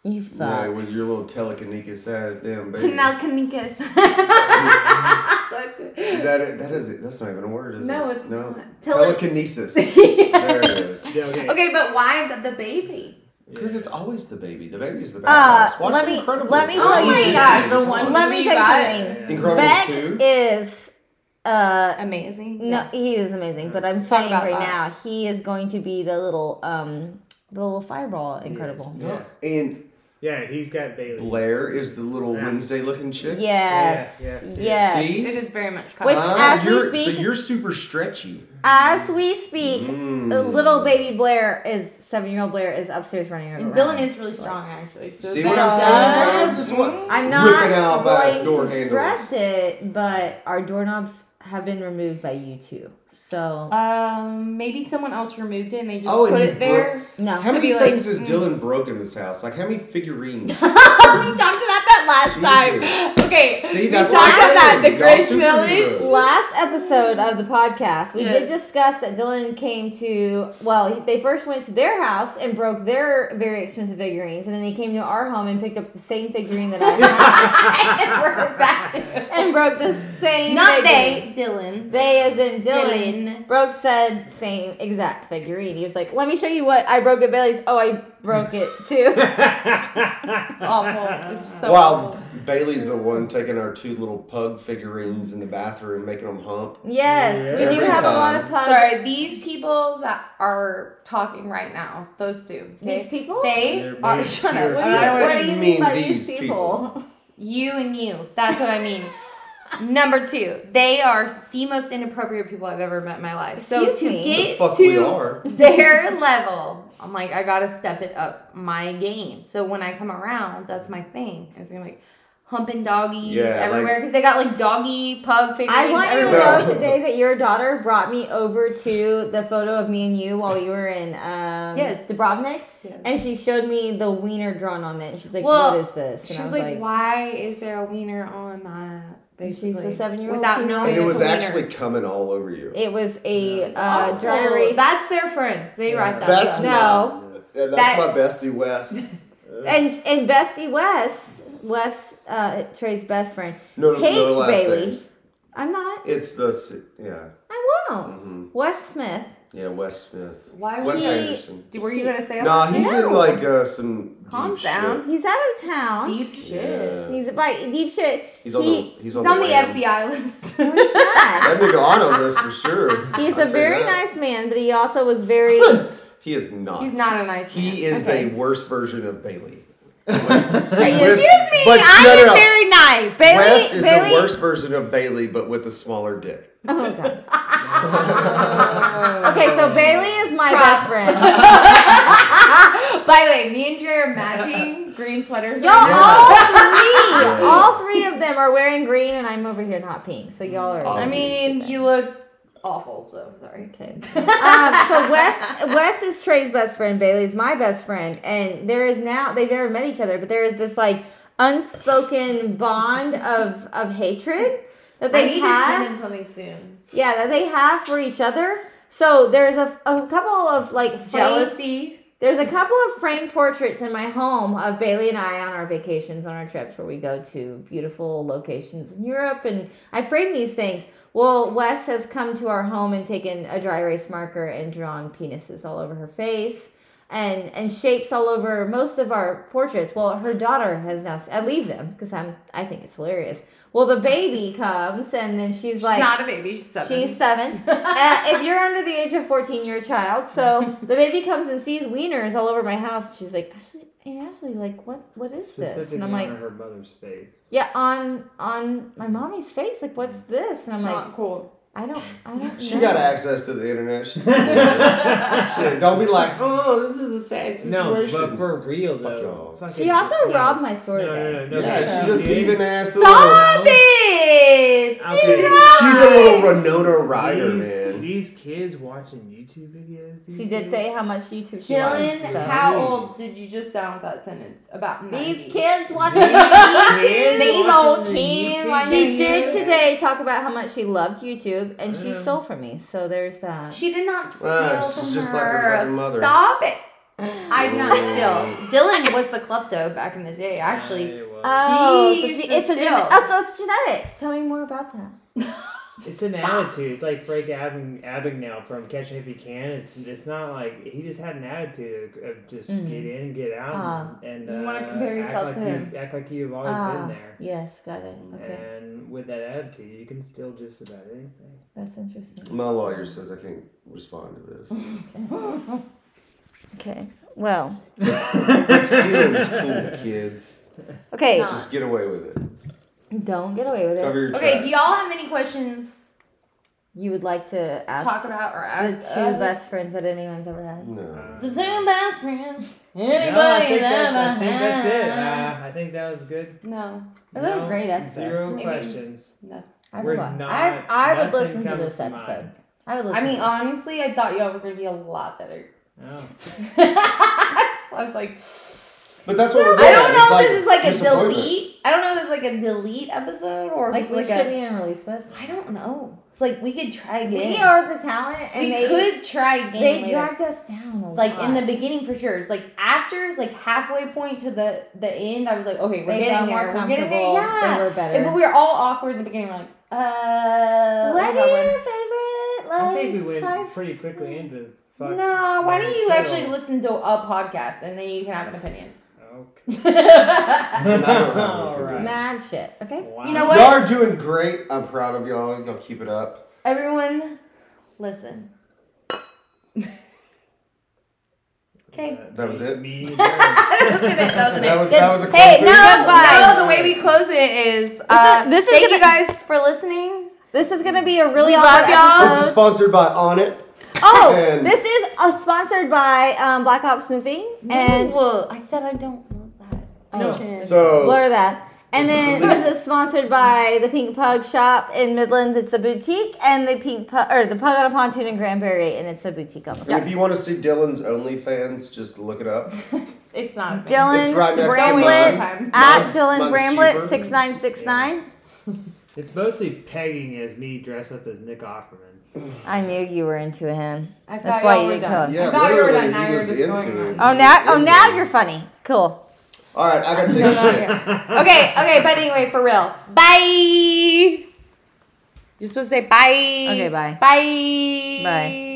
You
Yeah,
fuck.
with your little telekinesis ass damn
To
baby.
Nalkaninkas.
That is, that is it. That's not even a word, is
No,
it?
it's
no.
not. Tele-
Telekinesis.
okay,
there it is.
Yeah, okay.
but why the, the baby?
Because it's always the baby. The baby is the
Uh,
bad guys. Watch
let
The
me-
Incredibles.
let me
They're
tell
all
you-
the same.
Oh gosh, the
Come
one-
on.
Let me
You
tell
got
you
it.
something.
Incredibles
Beck
two.
is uh
Amazing.
no,
Yes.
he is amazing. But I'm
Let's talk
saying
about
right
that.
now, he is going to be the little um the little fireball incredible.
No. And
yeah, he's got Bailey.
Blair is the little
Yeah.
Wednesday looking chick.
Yes.
Yeah, yeah, yeah.
Yes.
See?
It is very much covered.
Which- as we
Ah, you're,
speak-
So you're super stretchy.
As we speak,
Mm.
little baby Blair is seven year old Blair is upstairs running around.
And Dylan is really strong, actually. So
See what I'm
That's-
saying, guys? This is what
I'm
ripping
not
out by his door
going to
handles.
stress it, but our doorknobs have been removed by you two. So
Um, maybe someone else removed it and they just
Oh, and
put
you
it there.
no,
How
To
many
be like,
things has
mm.
Dylan broke in this house? Like how many figurines?
we talked about that last
Jesus.
time. Okay,
See,
we
that's
talked
what I'm
about that. The
saying. Y'all
Grinch
superheroes.
Village.
last episode of the podcast, we
Yeah.
did discuss that Dylan came to. Well, he- they first went to their house and broke their very expensive figurines, and then they came to our home and picked up the same figurine that I
We're back
had
to
and broke the same.
not
figurine.
they, Dylan.
They, as in Dylan.
Dylan.
Broke said same exact figurine. He was like, "Let me show you what I broke at Bailey's. Oh, I broke it too."
It's awful. It's so
Wow,
awful.
Bailey's the one taking our two little pug figurines in the bathroom, making them hump.
Yes, we do
Every
have a lot
time.
of puns.
Sorry, these people that are talking right now, those two,
These
they,
people?
they
They're
are.
being
Shut up.
pure.
What do
I
you,
don't wanna-
what do you mean by these
these
people?
You and you. That's what I mean. Number two, they are the most inappropriate people I've ever met in my life. So
Excuse
to
me.
get
The fuck
to
we are.
their level, I'm like, I gotta step it up my game. So when I come around, that's my thing. It's gonna be like humping doggies
Yeah, like-
everywhere because they got like doggy pug figurines
I want you to
everywhere.
know
No.
today that your daughter brought me over to the photo of me and you while you were in um,
Yes.
Dubrovnik,
Yes.
and she showed me the wiener drawn on it. And she's like,
Well,
"What is this?" And
She
I
was like, "Why is there a wiener on that?"
She's
Basically,
a seven-year-old
without
kid.
knowing
And it
it's
was
a wiener.
actually coming all over you.
"It was a
It's
uh, dry
Awful.
erase."
That's their friends. They write that.
That's
up.
No.
Yeah, that's
That-
Uh.
my bestie Wes.
and and Bestie West Wes, uh, Trey's best friend.
No, no, no
Kate's
last
Bailey.
names.
I'm not.
It's the si- yeah,
I won't.
hmm
Wes Smith.
yeah, Wes Smith,
Why would
Wes
he-
you?
Anderson.
Do, were you gonna say?
Nah, he's
No.
in like uh, some
Calm
deep
down.
He's out of town.
deep
shit.
shit.
Yeah.
He's by deep shit.
He's on
He-
the he's
He's
on
on
the,
the
lam.
FBI list.
He's not.
That nigga on a list for sure.
He's
I'll
a
say
very
that.
nice man, but he also was very.
He is not.
He's not a nice.
He is
Okay.
the worst version of Bailey.
Excuse
me, but,
I
no, no,
am
no.
very nice.
Bailey,
Wes is
Bailey.
the worst version of Bailey, but with a smaller dick.
Oh god. Okay, so Bailey is my best
Props.
friend.
By the way, me and Jerry are matching green sweaters.
Y'all, all three, all three of them are wearing green, and I'm over here not pink. So y'all
Oh.
are.
I mean, you look awful. So sorry.
Okay. Um, so Wes, Wes is Trey's best friend. Bailey is my best friend, and there is now they've never met each other, but there is this like unspoken bond of of hatred that
I
they
need
have.
to send him something soon.
yeah, that they have for each other. So there's a, a couple of like framed-
Jealousy.
There's a couple of framed portraits in my home of Bailey and I on our vacations, on our trips where we go to beautiful locations in Europe, and I frame these things. Well, Wes has come to our home and taken a dry erase marker and drawn penises all over her face, and and shapes all over most of our portraits. Well, her daughter has now. I leave them because I'm. I think it's hilarious. Well, the baby comes and then she's
She's
like,
not a baby. She's seven.
She's seven. uh, if you're under the age of 14, you're a child. So the baby comes and sees wieners all over my house. She's like, Ashley, hey, Ashley, like, what, what is this?
Specifically
And I'm like,
under her mother's face.
yeah, on on my mommy's face. Like, what's this? And I'm
It's
like,
not cool.
I don't, I don't.
She
know.
got access to the internet. She's shit. Don't be like, oh, this is a sad
No,
situation.
but for real
Fuck
though.
y'all.
She also robbed my store
No,
today.
no, no, no.
yeah,
Okay.
she's a thieving ass. little-
Stop it!
Okay.
She lied!
She's a little Renona rider,
these,
man.
These kids watching YouTube videos. These
She did
days?
say how much YouTube she likes.
Dylan,
so.
how old did you just sound with that sentence? About 90.
These kids watching
kids
these old
watching the
kids.
YouTube
watching- She
videos.
did today talk about how much she loved YouTube, and she
Yeah.
stole from me. So there's that.
She did not steal
Ah, she's
from
just like her
her.
fucking mother.
Stop it. I did not
Mm.
steal. Dylan was the klepto back in the day, actually.
Yeah, well,
Oh, so
Jeez,
she,
the
it's a gen-
still.
oh, so it's genetics. Tell me more about that.
it's an
Stop.
attitude. It's like Frank Abing, Abing now from Catch Me If You Can. It's it's not like he just had an attitude of, of just
Mhm.
get in, get out,
Ah.
and,
You
uh,
wanna compare
act
yourself
like
to
you-
him.
Act like you've always
Ah,
been there.
Yes, got it. Okay,
And with that attitude, you can still just about anything.
that's interesting.
My lawyer says I can't respond to this.
Okay, well,
But stealing is cool, kids.
okay,
Not-
Just get away with it.
don't get away with
Cover
it.
your
Okay,
tracks.
do y'all have any questions
You would like to ask
talk about or
the
ask
two
us?
best friends that anyone's ever had.
No.
The Zoom best friend.
No, I
Anybody
think,
that
that's, I
I
think that's it.
had.
Uh, I think that was good.
No,
Those are great episodes.
Zero
Maybe-
questions.
no.
I would,
We're
wa-
not-
I, I would
nothing
listen to
comes
this
to
episode.
mind.
I would listen.
I mean,
to
honestly, I thought y'all were gonna be a lot better.
Oh.
I was like,
But that's what we're doing.
I don't
It's
know if this is like a
disappointment.
delete. I don't know if it's like a delete episode or if
like
it's
we
like
shouldn't
a.
even release this.
I don't know. It's like we could try again.
We are the talent, and
We
they
could try again.
they
later.
dragged us down a
like
lot.
in the beginning for sure. It's like after, it's like halfway point to the the end. I was like, okay, we're
they felt
getting
more
there. We're
comfortable.
getting there. Yeah.
They were
Yeah,
better.
but we were all awkward in the beginning. We're like, uh,
what
how
are
do I
your favorite? Like,
Oh, I think we went
five-
pretty quickly into.
win?"
Fuck
No, why
Mary
don't you
Kill.
actually listen to a podcast and then you can have an opinion?
Okay.
I
All right.
mad shit. Okay.
Wow.
You know what?
Y'all are doing great. I'm proud of y'all. Y'all keep it up.
Everyone, listen. Okay.
That was it?
Me and
that wasn't it. That wasn't it.
That was-
Good.
that was a
Hey,
close
no,
goodbye.
no, the way we close it is uh,
This is- this is
thank
gonna-
you guys for listening.
This is gonna be a really
We love
awkward
y'all.
episode.
This is sponsored by On It.
Oh,
And-
this is uh, sponsored by um, Black Ops Moving and
Ooh, I said I don't want that.
No.
Chance.
So
blur that. And then
This is-
this is sponsored by the Pink Pug Shop in Midland. It's a boutique, and the Pink Pug or the Pug on a Pontoon in Granbury, and it's a boutique also.
And if you want to see Dylan's OnlyFans, just look it up.
it's not. a thing.
Dylan
It's right next to
Bramblett
mine.
at
Mine's-
Dylan
mine's
Bramblett
cheaper.
six nine six nine.
It's mostly pegging as me dressed up as Nick Offerman.
I knew you were into him.
I
That's
thought
why
y'all
you
were
didn't
done.
tell us.
Yeah,
I thought you were
literally,
done. Oh, Now
he
you're
was
just
into
going
it.
on.
Oh now, oh now you're funny. Cool.
All right, I gotta take
No,
a
not
shit.
yet. Okay, okay, but anyway, for real. Bye. You're supposed to say bye.
Okay, bye.
Bye.
Bye.